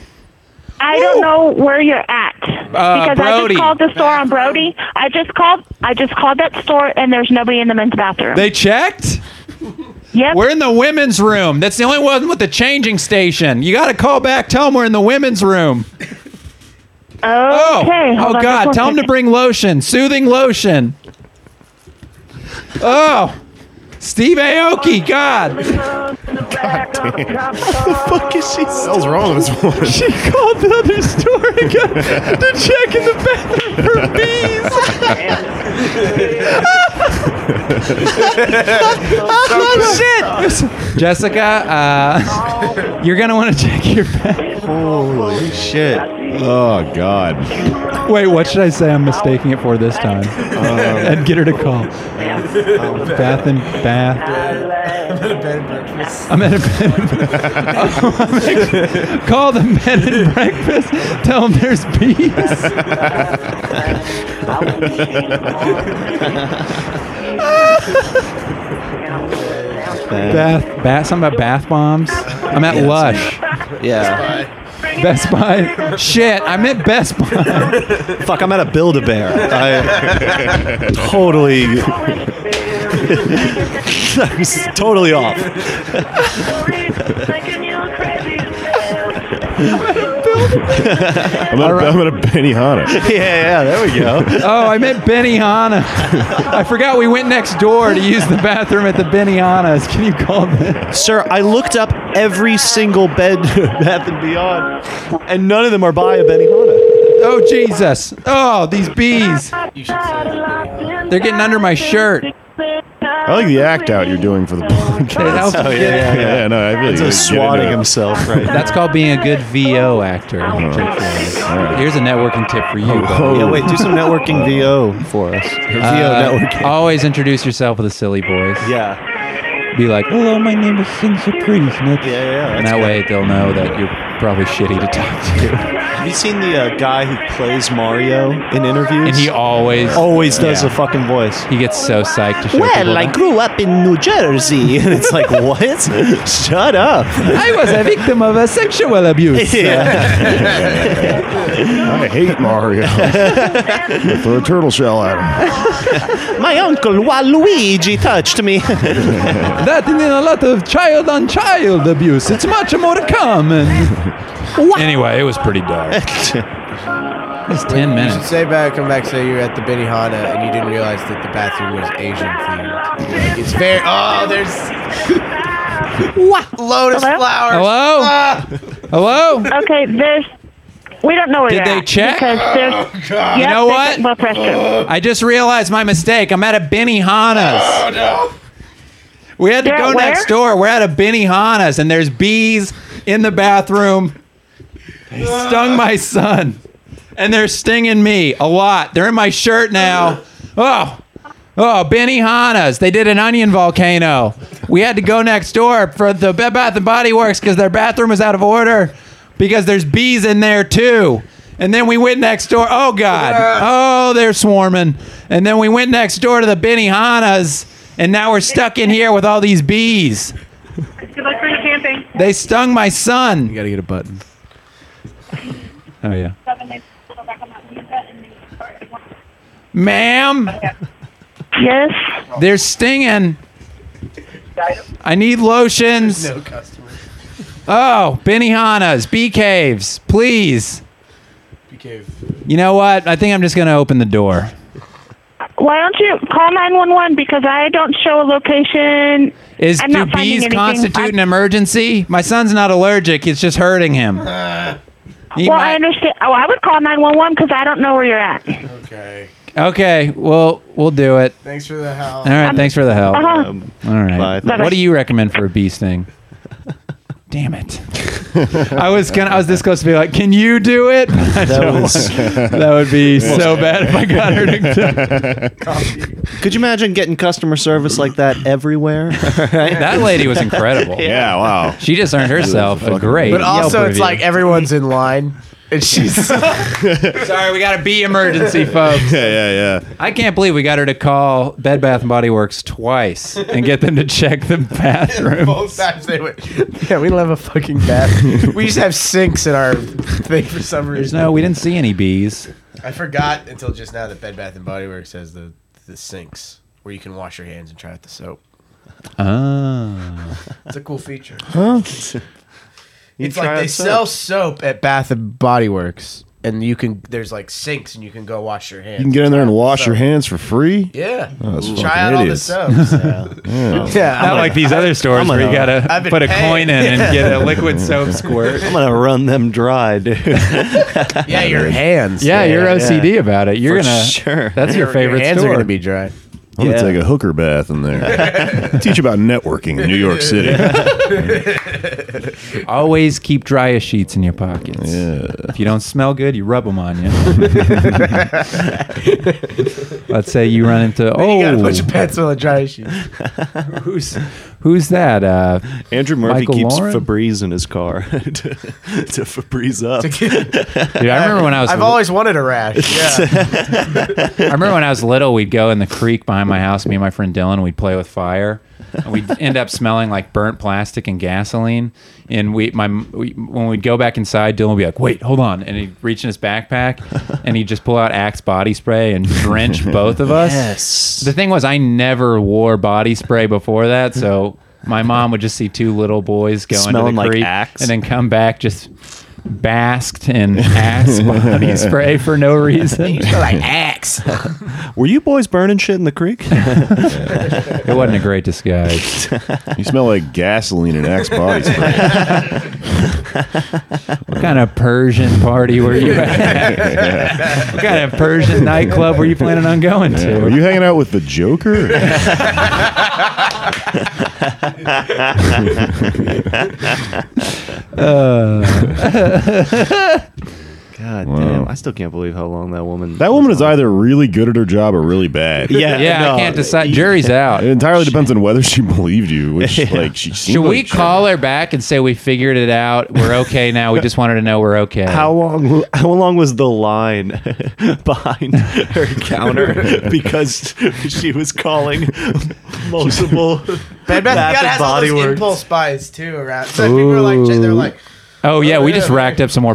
[SPEAKER 16] I don't know where you're at because I
[SPEAKER 2] Brody.
[SPEAKER 16] just called the store on Brody. I just called. I just called that store, and there's nobody in the men's bathroom.
[SPEAKER 2] They checked.
[SPEAKER 16] Yep.
[SPEAKER 2] We're in the women's room. That's the only one with the changing station. You got to call back. Tell them we're in the women's room.
[SPEAKER 16] okay.
[SPEAKER 2] Oh,
[SPEAKER 16] hold
[SPEAKER 2] oh
[SPEAKER 16] on just
[SPEAKER 2] God!
[SPEAKER 16] one
[SPEAKER 2] Tell them to
[SPEAKER 16] second.
[SPEAKER 2] bring lotion, soothing lotion. Oh, Steve Aoki! God.
[SPEAKER 5] What the fuck is she? The
[SPEAKER 3] hell's wrong with this woman?
[SPEAKER 5] She called the other store again
[SPEAKER 2] to check in the bathroom for bees. oh shit! Jessica, uh, you're gonna want to check your bag.
[SPEAKER 5] Holy shit!
[SPEAKER 3] Oh God!
[SPEAKER 2] Wait, what should I say? I'm mistaking it for this time, and get her to call. Bath and bath.
[SPEAKER 8] I'm at a bed and breakfast.
[SPEAKER 2] I'm at a bed and Oh, I'm at- call the bed and breakfast. Tell them there's bees. Bath, bath. Something about bath bombs. I'm at
[SPEAKER 5] Yeah,
[SPEAKER 2] Lush.
[SPEAKER 5] Yeah.
[SPEAKER 2] Best Buy. Shit, I'm at Best Buy.
[SPEAKER 5] Fuck, I'm at a Build a Bear. I totally. I was totally off.
[SPEAKER 3] I'm at, a, I'm at a Benihana.
[SPEAKER 5] yeah, yeah, there we go.
[SPEAKER 2] Oh, I meant Benihana. I forgot we went next door to use the bathroom at the Benihana's. Can you call that?
[SPEAKER 5] Sir, I looked up every single bed, Bath and Beyond, and none of them are by a Benihana.
[SPEAKER 2] Oh, Jesus. Oh, these bees. They're getting under my shirt.
[SPEAKER 3] I like the act out you're doing for the podcast.
[SPEAKER 2] helps Oh, you
[SPEAKER 5] yeah, yeah, yeah.
[SPEAKER 3] no, I really
[SPEAKER 5] It's a swatting himself right
[SPEAKER 2] That's called being a good VO actor.
[SPEAKER 5] Oh,
[SPEAKER 2] Here's a networking tip for you. buddy.
[SPEAKER 5] Yeah, wait, do some networking VO for us. Or VO
[SPEAKER 2] Oh. Uh,
[SPEAKER 5] networking.
[SPEAKER 2] Always introduce yourself with a silly voice.
[SPEAKER 5] Yeah.
[SPEAKER 2] Be like, hello, my name is Sin Supreme Smith.
[SPEAKER 5] Yeah, yeah, yeah,
[SPEAKER 2] And
[SPEAKER 5] that's
[SPEAKER 2] that
[SPEAKER 5] good.
[SPEAKER 2] way they'll know that you're probably shitty to talk to.
[SPEAKER 5] Have you seen the uh, guy who plays Mario in interviews?
[SPEAKER 2] And he always
[SPEAKER 5] always does
[SPEAKER 2] yeah.
[SPEAKER 5] a fucking voice.
[SPEAKER 2] He gets so psyched to show people
[SPEAKER 5] Well, I
[SPEAKER 2] that.
[SPEAKER 5] grew up in New Jersey, and it's like, what? Shut up!
[SPEAKER 2] I was a victim of a sexual abuse.
[SPEAKER 3] I hate Mario. I throw a turtle shell at
[SPEAKER 5] My uncle Waluigi touched me.
[SPEAKER 2] that and then a lot of child on child abuse. It's much more common. Anyway, it was pretty dark. it's ten
[SPEAKER 8] You
[SPEAKER 2] minutes.
[SPEAKER 8] should say back, come back, say you're at the Benihana and you didn't realize that the bathroom was Asian themed. Like, it's very. Oh, there's.
[SPEAKER 16] What?
[SPEAKER 8] Lotus
[SPEAKER 16] Hello?
[SPEAKER 8] flowers.
[SPEAKER 2] Hello?
[SPEAKER 8] Ah!
[SPEAKER 2] Hello?
[SPEAKER 16] Okay, there's. We don't know where
[SPEAKER 2] Did
[SPEAKER 16] they're
[SPEAKER 2] they
[SPEAKER 16] at
[SPEAKER 2] check?
[SPEAKER 16] Because there's. Oh, God.
[SPEAKER 2] you know what?
[SPEAKER 16] Both restrooms.
[SPEAKER 2] I just realized my mistake. I'm at a Benihana's. Oh no. We had to
[SPEAKER 16] You're
[SPEAKER 2] go
[SPEAKER 16] at where?
[SPEAKER 2] next door. We're at a Benihana's, and there's bees in the bathroom. They stung my son, and they're stinging me a lot. They're in my shirt now. Oh, oh, Benihana's. They did an onion volcano. We had to go next door for the Bed Bath and Body Works because their bathroom was out of order because there's bees in there too. And then we went next door. Oh God! Oh, they're swarming. And then we went next door to the Benihana's, and now we're stuck in here with all these bees.
[SPEAKER 16] Good luck for your camping.
[SPEAKER 2] They stung my son. You
[SPEAKER 8] gotta get a button.
[SPEAKER 2] Oh yeah. Ma'am.
[SPEAKER 16] Yes.
[SPEAKER 2] They're stinging. I need lotions.
[SPEAKER 8] No customer.
[SPEAKER 2] Oh, Benihana's, bee caves, please.
[SPEAKER 8] Cave.
[SPEAKER 2] You know what? I think I'm just gonna open the door.
[SPEAKER 16] Why don't you call 911 because I don't show a location.
[SPEAKER 2] Is
[SPEAKER 16] I'm
[SPEAKER 2] do
[SPEAKER 16] not finding
[SPEAKER 2] bees
[SPEAKER 16] anything.
[SPEAKER 2] constitute
[SPEAKER 16] I-
[SPEAKER 2] an emergency? My son's not allergic; it's just hurting him. He
[SPEAKER 16] well, I understand. Oh, I would call 911 because I don't know where you're at.
[SPEAKER 8] Okay.
[SPEAKER 2] Okay, well, we'll do it.
[SPEAKER 8] Thanks for the help.
[SPEAKER 2] All right, thanks for the help.
[SPEAKER 16] Uh-huh.
[SPEAKER 2] Um, All right,
[SPEAKER 5] bye.
[SPEAKER 2] what do you recommend for a bee sting? Damn it!
[SPEAKER 3] it.
[SPEAKER 2] I was gonna, I was this close to be like, "Can you do it?" I
[SPEAKER 5] That
[SPEAKER 2] don't-
[SPEAKER 5] was-
[SPEAKER 2] that would be so bad if I got her to.
[SPEAKER 5] Could you imagine getting customer service like that everywhere?
[SPEAKER 2] that lady was incredible.
[SPEAKER 3] yeah, wow.
[SPEAKER 2] She just earned herself a great.
[SPEAKER 8] But also,
[SPEAKER 2] Yelp
[SPEAKER 8] it's
[SPEAKER 2] review.
[SPEAKER 8] like everyone's in line, and she's.
[SPEAKER 2] Sorry, we got a bee emergency, folks.
[SPEAKER 3] Yeah, yeah, yeah.
[SPEAKER 2] I can't believe we got her to call Bed Bath and Body Works twice and get them to check the bathroom.
[SPEAKER 8] Both times they went. Yeah, we don't have a fucking bath. we just have sinks in our thing for some reason.
[SPEAKER 2] There's no, we didn't see any bees.
[SPEAKER 8] I forgot until just now that Bed Bath and Body Works has the the sinks where you can wash your hands and try out the soap.
[SPEAKER 2] Oh.
[SPEAKER 8] It's a cool feature.
[SPEAKER 5] Huh?
[SPEAKER 8] it's like they sell soap at Bath and Body Works, and you can there's like sinks and you can go wash your hands.
[SPEAKER 3] You can get in there and wash your hands for free.
[SPEAKER 8] Yeah.
[SPEAKER 3] Oh, that's fucking
[SPEAKER 8] Try out all the
[SPEAKER 3] idiots.
[SPEAKER 8] soaps.
[SPEAKER 3] yeah.
[SPEAKER 8] Yeah,
[SPEAKER 2] Not
[SPEAKER 8] I'm
[SPEAKER 2] like these other stores
[SPEAKER 5] I'm
[SPEAKER 2] where you
[SPEAKER 5] gonna-
[SPEAKER 2] gotta
[SPEAKER 8] I've been
[SPEAKER 2] put a
[SPEAKER 8] paying.
[SPEAKER 2] coin in and
[SPEAKER 8] Yeah.
[SPEAKER 2] get a liquid soap squirt.
[SPEAKER 5] I'm gonna run them dry, dude.
[SPEAKER 8] yeah, your hands.
[SPEAKER 2] Yeah,
[SPEAKER 8] man.
[SPEAKER 2] you're OCD about it. You're
[SPEAKER 5] For
[SPEAKER 2] gonna.
[SPEAKER 5] sure.
[SPEAKER 2] That's your
[SPEAKER 8] Your
[SPEAKER 2] favorite
[SPEAKER 8] hands are
[SPEAKER 2] store.
[SPEAKER 8] gonna be dry.
[SPEAKER 3] I'm
[SPEAKER 5] Yeah.
[SPEAKER 3] gonna take a hooker bath in there. Teach about networking in New York City.
[SPEAKER 2] Always keep dryer sheets in your pockets.
[SPEAKER 3] Yeah.
[SPEAKER 2] If you don't smell good, you rub them on you. Let's say you run into
[SPEAKER 8] Then
[SPEAKER 2] oh,
[SPEAKER 8] you got a bunch of pencil and dry sheets.
[SPEAKER 2] who's who's that? Uh,
[SPEAKER 5] Andrew Murphy
[SPEAKER 2] Michael
[SPEAKER 5] keeps
[SPEAKER 2] Lauren?
[SPEAKER 5] Febreze in his car to, to Febreze up.
[SPEAKER 2] Dude, I remember when I was
[SPEAKER 8] I've always wanted a rash. Yeah.
[SPEAKER 2] I remember when I was little, we'd go in the creek behind my house. Me and my friend Dylan, we'd play with fire, and we'd end up smelling like burnt plastic and gasoline. And we, my, we, when we'd go back inside, Dylan would be like, "Wait, hold on," and he'd reach in his backpack and he'd just pull out Axe body spray and drench both of us.
[SPEAKER 5] Yes.
[SPEAKER 2] The thing was, I never wore body spray before that, so my mom would just see two little boys go into
[SPEAKER 5] Smelling
[SPEAKER 2] the
[SPEAKER 5] like
[SPEAKER 2] creek
[SPEAKER 5] Axe.
[SPEAKER 2] and then come back just basked in Axe body spray for no reason.
[SPEAKER 8] like axe.
[SPEAKER 5] Were you boys burning shit in the creek?
[SPEAKER 2] It wasn't a great disguise.
[SPEAKER 3] You smell like gasoline and Axe body spray.
[SPEAKER 2] What kind of Persian party were you at? what kind of Persian nightclub were you planning on going
[SPEAKER 3] Yeah. Are
[SPEAKER 2] to?
[SPEAKER 3] you hanging out with the Joker?
[SPEAKER 2] Uh,
[SPEAKER 5] God
[SPEAKER 3] Wow.
[SPEAKER 5] damn! I still can't believe how long that woman.
[SPEAKER 3] That woman is either really good at her job or really bad.
[SPEAKER 5] Yeah, Yeah, I no. can't decide. Jury's
[SPEAKER 2] out.
[SPEAKER 3] It entirely depends on whether she believed you, which like she seemed
[SPEAKER 2] Should we
[SPEAKER 3] like she-
[SPEAKER 2] call her back and say we figured it out? We're okay now. We just wanted to know we're okay.
[SPEAKER 5] How long? How long was the line behind her counter because she was calling multiple
[SPEAKER 8] Bed Bath and God has all those impulse buys too around. So people are like, they're
[SPEAKER 2] Ooh.
[SPEAKER 8] like,
[SPEAKER 2] Oh yeah, we just racked up some more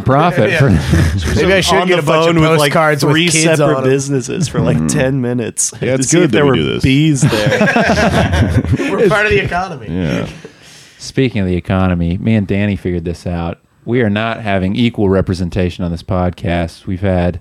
[SPEAKER 2] profit.
[SPEAKER 8] Yeah.
[SPEAKER 2] For
[SPEAKER 8] Maybe I should
[SPEAKER 5] on
[SPEAKER 8] get
[SPEAKER 5] the
[SPEAKER 8] a bunch of
[SPEAKER 5] phone with like
[SPEAKER 8] postcards with
[SPEAKER 5] three
[SPEAKER 8] kids on
[SPEAKER 5] separate
[SPEAKER 8] 'em.
[SPEAKER 5] businesses for like ten minutes.
[SPEAKER 3] Mm-hmm. Yeah, it's
[SPEAKER 5] to see
[SPEAKER 3] good
[SPEAKER 5] if
[SPEAKER 3] that
[SPEAKER 5] there
[SPEAKER 3] we
[SPEAKER 5] were
[SPEAKER 3] do this.
[SPEAKER 5] bees there.
[SPEAKER 8] we're part of the economy.
[SPEAKER 3] Yeah.
[SPEAKER 2] Speaking of the economy, me and Danny figured this out. We are not having equal representation on this podcast. We've had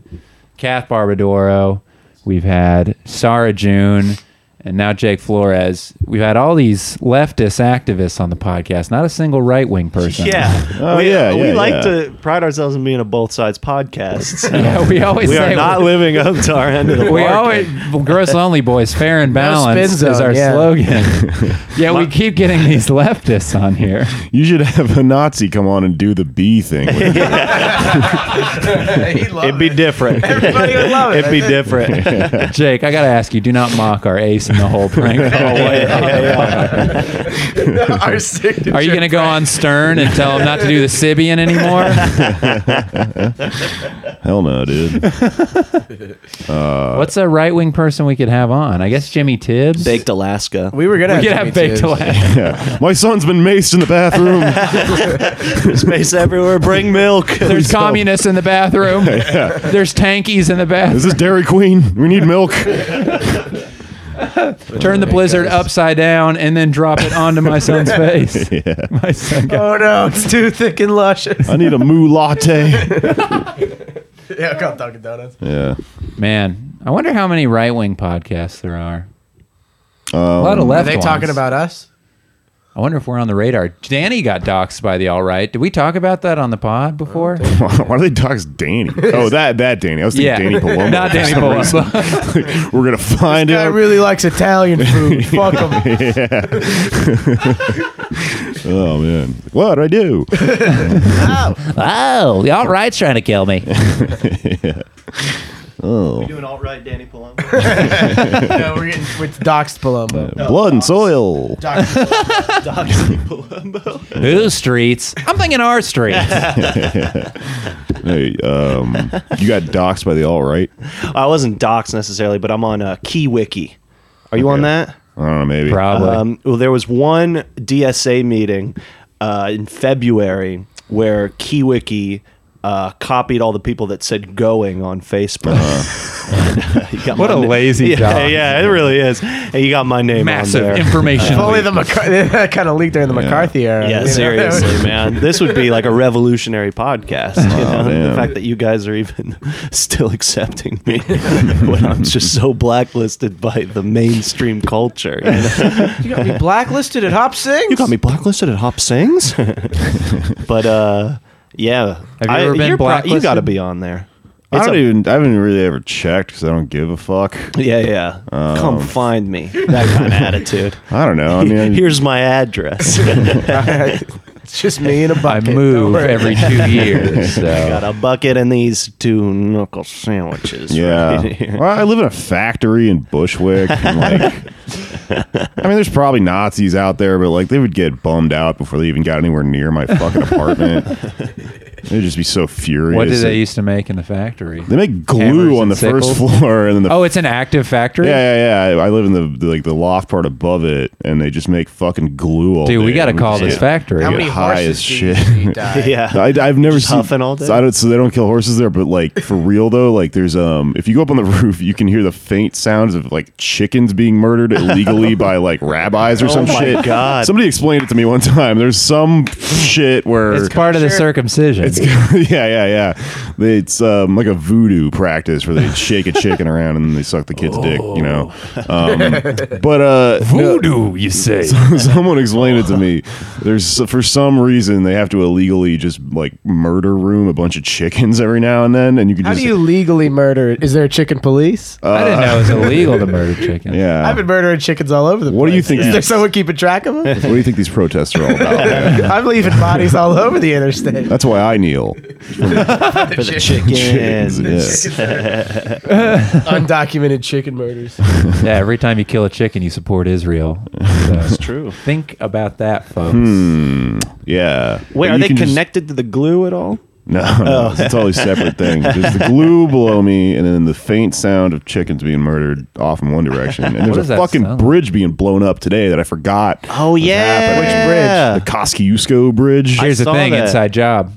[SPEAKER 2] Kath Barbadoro, we've had Sarah June, and now Jake Flores. We've had all these leftist activists on the podcast. Not a single right wing person.
[SPEAKER 5] yeah.
[SPEAKER 3] Oh,
[SPEAKER 5] we, uh,
[SPEAKER 3] yeah,
[SPEAKER 5] we
[SPEAKER 3] yeah,
[SPEAKER 5] like
[SPEAKER 3] yeah.
[SPEAKER 5] to pride ourselves in being a both sides podcast. so
[SPEAKER 2] Yeah, we always
[SPEAKER 5] we
[SPEAKER 2] say
[SPEAKER 5] are not living up to our end of the
[SPEAKER 2] we
[SPEAKER 5] bargain.
[SPEAKER 2] always gross lonely boys fair and
[SPEAKER 5] No
[SPEAKER 2] balanced
[SPEAKER 5] spin
[SPEAKER 2] is
[SPEAKER 5] zone,
[SPEAKER 2] our
[SPEAKER 5] yeah.
[SPEAKER 2] slogan. yeah, we keep getting these leftists on here.
[SPEAKER 3] You should have a Nazi come on and do the bee thing. with her.
[SPEAKER 5] It'd be different.
[SPEAKER 8] Everybody would love it.
[SPEAKER 5] It'd be different.
[SPEAKER 2] Jake, I gotta ask you: Do not mock our ace in the whole prank call.
[SPEAKER 8] Our signature.
[SPEAKER 2] Are you gonna go on Stern and tell him not to do the Sibian anymore?
[SPEAKER 3] Hell no, dude. Uh,
[SPEAKER 2] What's a right wing person we could have on? I guess Jimmy Tibbs. Baked
[SPEAKER 5] Alaska.
[SPEAKER 8] We were gonna
[SPEAKER 2] We
[SPEAKER 8] have
[SPEAKER 2] could have
[SPEAKER 8] Jimmy
[SPEAKER 2] Baked
[SPEAKER 8] Tibbs.
[SPEAKER 2] Alaska.
[SPEAKER 3] yeah. My son's been maced in the bathroom.
[SPEAKER 5] Space everywhere. Bring milk.
[SPEAKER 2] There's communists in the bathroom.
[SPEAKER 3] Yeah.
[SPEAKER 2] There's tankies in the bathroom.
[SPEAKER 3] Is this Dairy Queen? We need milk.
[SPEAKER 2] Turn the blizzard upside down and then drop it onto my son's face.
[SPEAKER 3] yeah.
[SPEAKER 2] My son got
[SPEAKER 8] Oh no, it's too thick and luscious.
[SPEAKER 3] I need a moo latte.
[SPEAKER 8] yeah, I'll call Dunkin' Donuts.
[SPEAKER 3] yeah.
[SPEAKER 2] Man, I wonder how many right wing podcasts there are.
[SPEAKER 3] Um,
[SPEAKER 2] a lot of
[SPEAKER 8] Are
[SPEAKER 2] left.
[SPEAKER 8] they
[SPEAKER 2] ones.
[SPEAKER 8] talking about us?
[SPEAKER 2] I wonder if we're on the radar. Danny got doxxed by the All Right. Did we talk about that on the pod before?
[SPEAKER 3] Why do they dox Danny? Oh, that that Danny. I was thinking
[SPEAKER 2] Yeah.
[SPEAKER 3] Danny Palumbo.
[SPEAKER 2] Not
[SPEAKER 3] for
[SPEAKER 2] Danny
[SPEAKER 3] some reason. We're gonna find
[SPEAKER 8] Guy
[SPEAKER 3] out.
[SPEAKER 8] really likes Italian food. Fuck him.
[SPEAKER 3] yeah. oh man, what I do?
[SPEAKER 2] Oh, the All Right's trying to kill me.
[SPEAKER 3] yeah. Oh,
[SPEAKER 5] doing all right, Danny Palumbo.
[SPEAKER 8] no, we're getting with Doc's Palumbo.
[SPEAKER 3] Uh, blood and soil.
[SPEAKER 8] Doc's
[SPEAKER 2] Whose streets? I'm thinking our streets.
[SPEAKER 3] hey, um, you got doxxed by the all right.
[SPEAKER 5] I wasn't doxxed necessarily, but I'm on uh, KeyWiki. Are you on that?
[SPEAKER 3] I don't know, maybe
[SPEAKER 5] Um, well, there was one DSA meeting uh, in February where KeyWiki uh, copied all the people that said "going" on Facebook.
[SPEAKER 3] Uh-huh.
[SPEAKER 5] And, you got
[SPEAKER 2] What
[SPEAKER 5] my
[SPEAKER 2] a
[SPEAKER 5] na-
[SPEAKER 2] lazy
[SPEAKER 5] yeah,
[SPEAKER 2] job.
[SPEAKER 5] Yeah, it really is. And you got my name.
[SPEAKER 2] Massive
[SPEAKER 5] on there.
[SPEAKER 2] information
[SPEAKER 8] If only the McCarthy that kind of leaked during the McCarthy era.
[SPEAKER 5] Yeah,
[SPEAKER 8] you know?
[SPEAKER 5] seriously, man. This would be like a revolutionary podcast. You
[SPEAKER 3] Oh,
[SPEAKER 5] know?
[SPEAKER 3] man.
[SPEAKER 5] The fact that you guys are even still accepting me when I'm just so blacklisted by the mainstream culture. You, know?
[SPEAKER 8] You got me blacklisted at Hop Sings.
[SPEAKER 5] You got me blacklisted at Hop Sings, but uh, yeah,
[SPEAKER 2] Have you ever been
[SPEAKER 5] you're pro- you
[SPEAKER 2] blacklisted?
[SPEAKER 5] got to be on there.
[SPEAKER 3] I
[SPEAKER 5] It's
[SPEAKER 3] don't
[SPEAKER 5] a-
[SPEAKER 3] even. I haven't really ever checked because I don't give a fuck. Um,
[SPEAKER 5] yeah, yeah. Come find me. That kind of attitude.
[SPEAKER 3] I don't know. I mean,
[SPEAKER 5] Here's my address.
[SPEAKER 8] It's just me in a
[SPEAKER 2] I
[SPEAKER 8] bucket. Don't
[SPEAKER 2] move
[SPEAKER 8] worry.
[SPEAKER 2] every two years.
[SPEAKER 5] I
[SPEAKER 2] So.
[SPEAKER 5] got a bucket and these two knuckle sandwiches.
[SPEAKER 3] Yeah.
[SPEAKER 5] right here.
[SPEAKER 3] Well, I live in a factory in Bushwick. and, like, I mean, there's probably Nazis out there, but like they would get bummed out before they even got anywhere near my fucking apartment. They'd just be so furious.
[SPEAKER 2] What did they used to make in the factory?
[SPEAKER 3] They make
[SPEAKER 2] Hammers
[SPEAKER 3] glue on
[SPEAKER 2] and
[SPEAKER 3] the first
[SPEAKER 2] sickles?
[SPEAKER 3] floor, and then the
[SPEAKER 2] Oh, it's an active factory.
[SPEAKER 3] yeah, yeah, yeah. I live in the, the like the loft part above it, and they just make fucking glue all.
[SPEAKER 2] Dude, we
[SPEAKER 3] day,
[SPEAKER 2] gotta
[SPEAKER 3] and
[SPEAKER 2] call
[SPEAKER 3] just
[SPEAKER 2] this
[SPEAKER 3] get-
[SPEAKER 2] factory. How
[SPEAKER 3] get
[SPEAKER 8] many
[SPEAKER 3] high
[SPEAKER 8] horses
[SPEAKER 3] as
[SPEAKER 8] do you
[SPEAKER 3] shit.
[SPEAKER 8] see die?
[SPEAKER 5] Yeah.
[SPEAKER 3] I, I've never
[SPEAKER 5] Just
[SPEAKER 3] seen
[SPEAKER 5] huffing all day.
[SPEAKER 3] So, I don't, so they don't kill horses there, but like for real though, like there's um if you go up on the roof, you can hear the faint sounds of like chickens being murdered illegally by like rabbis or
[SPEAKER 5] Oh
[SPEAKER 3] some
[SPEAKER 5] my
[SPEAKER 3] shit.
[SPEAKER 5] God.
[SPEAKER 3] Somebody explained it to me one time. There's some shit where
[SPEAKER 2] it's part of the circumcision.
[SPEAKER 3] it's yeah, yeah, yeah. They- It's um, like a voodoo practice where they shake a chicken around and they suck the kid's dick, you know.
[SPEAKER 2] Oh.
[SPEAKER 3] Um, but uh,
[SPEAKER 2] voodoo, you say?
[SPEAKER 3] so- someone explained it to me. There's for some reason they have to illegally just like murder room a bunch of chickens every now and then, and you can
[SPEAKER 8] How
[SPEAKER 3] just Uh,
[SPEAKER 8] do you legally murder? Is there a chicken police?
[SPEAKER 2] I didn't know it was illegal to murder chickens.
[SPEAKER 3] yeah.
[SPEAKER 8] I've been murdering chickens all over the place.
[SPEAKER 3] What do you think?
[SPEAKER 8] Is there
[SPEAKER 3] These,
[SPEAKER 8] someone keeping track of them?
[SPEAKER 3] what do you think these protests are all about? man?
[SPEAKER 8] I'm leaving bodies all over the interstate.
[SPEAKER 3] That's why I pineal.
[SPEAKER 5] For the chickens.
[SPEAKER 8] Undocumented chicken murders.
[SPEAKER 2] yeah, every time you kill a chicken, you support Israel. That's
[SPEAKER 5] true.
[SPEAKER 2] Think about that, folks.
[SPEAKER 3] Hmm. Yeah.
[SPEAKER 5] Wait,
[SPEAKER 3] But
[SPEAKER 5] are
[SPEAKER 3] you
[SPEAKER 5] they
[SPEAKER 3] can just-
[SPEAKER 5] connected to the glue at all?
[SPEAKER 3] No,
[SPEAKER 5] Oh.
[SPEAKER 3] no, it's a totally separate thing. There's the glue below me, and then the faint sound of chickens being murdered off in one direction. And
[SPEAKER 5] What
[SPEAKER 3] there's
[SPEAKER 5] does
[SPEAKER 3] a
[SPEAKER 5] that
[SPEAKER 3] fucking
[SPEAKER 5] sound
[SPEAKER 3] bridge being blown up today that I forgot.
[SPEAKER 5] Oh
[SPEAKER 3] was
[SPEAKER 5] yeah,
[SPEAKER 3] happening. The Kosciuszko Bridge.
[SPEAKER 2] Here's the thing inside job.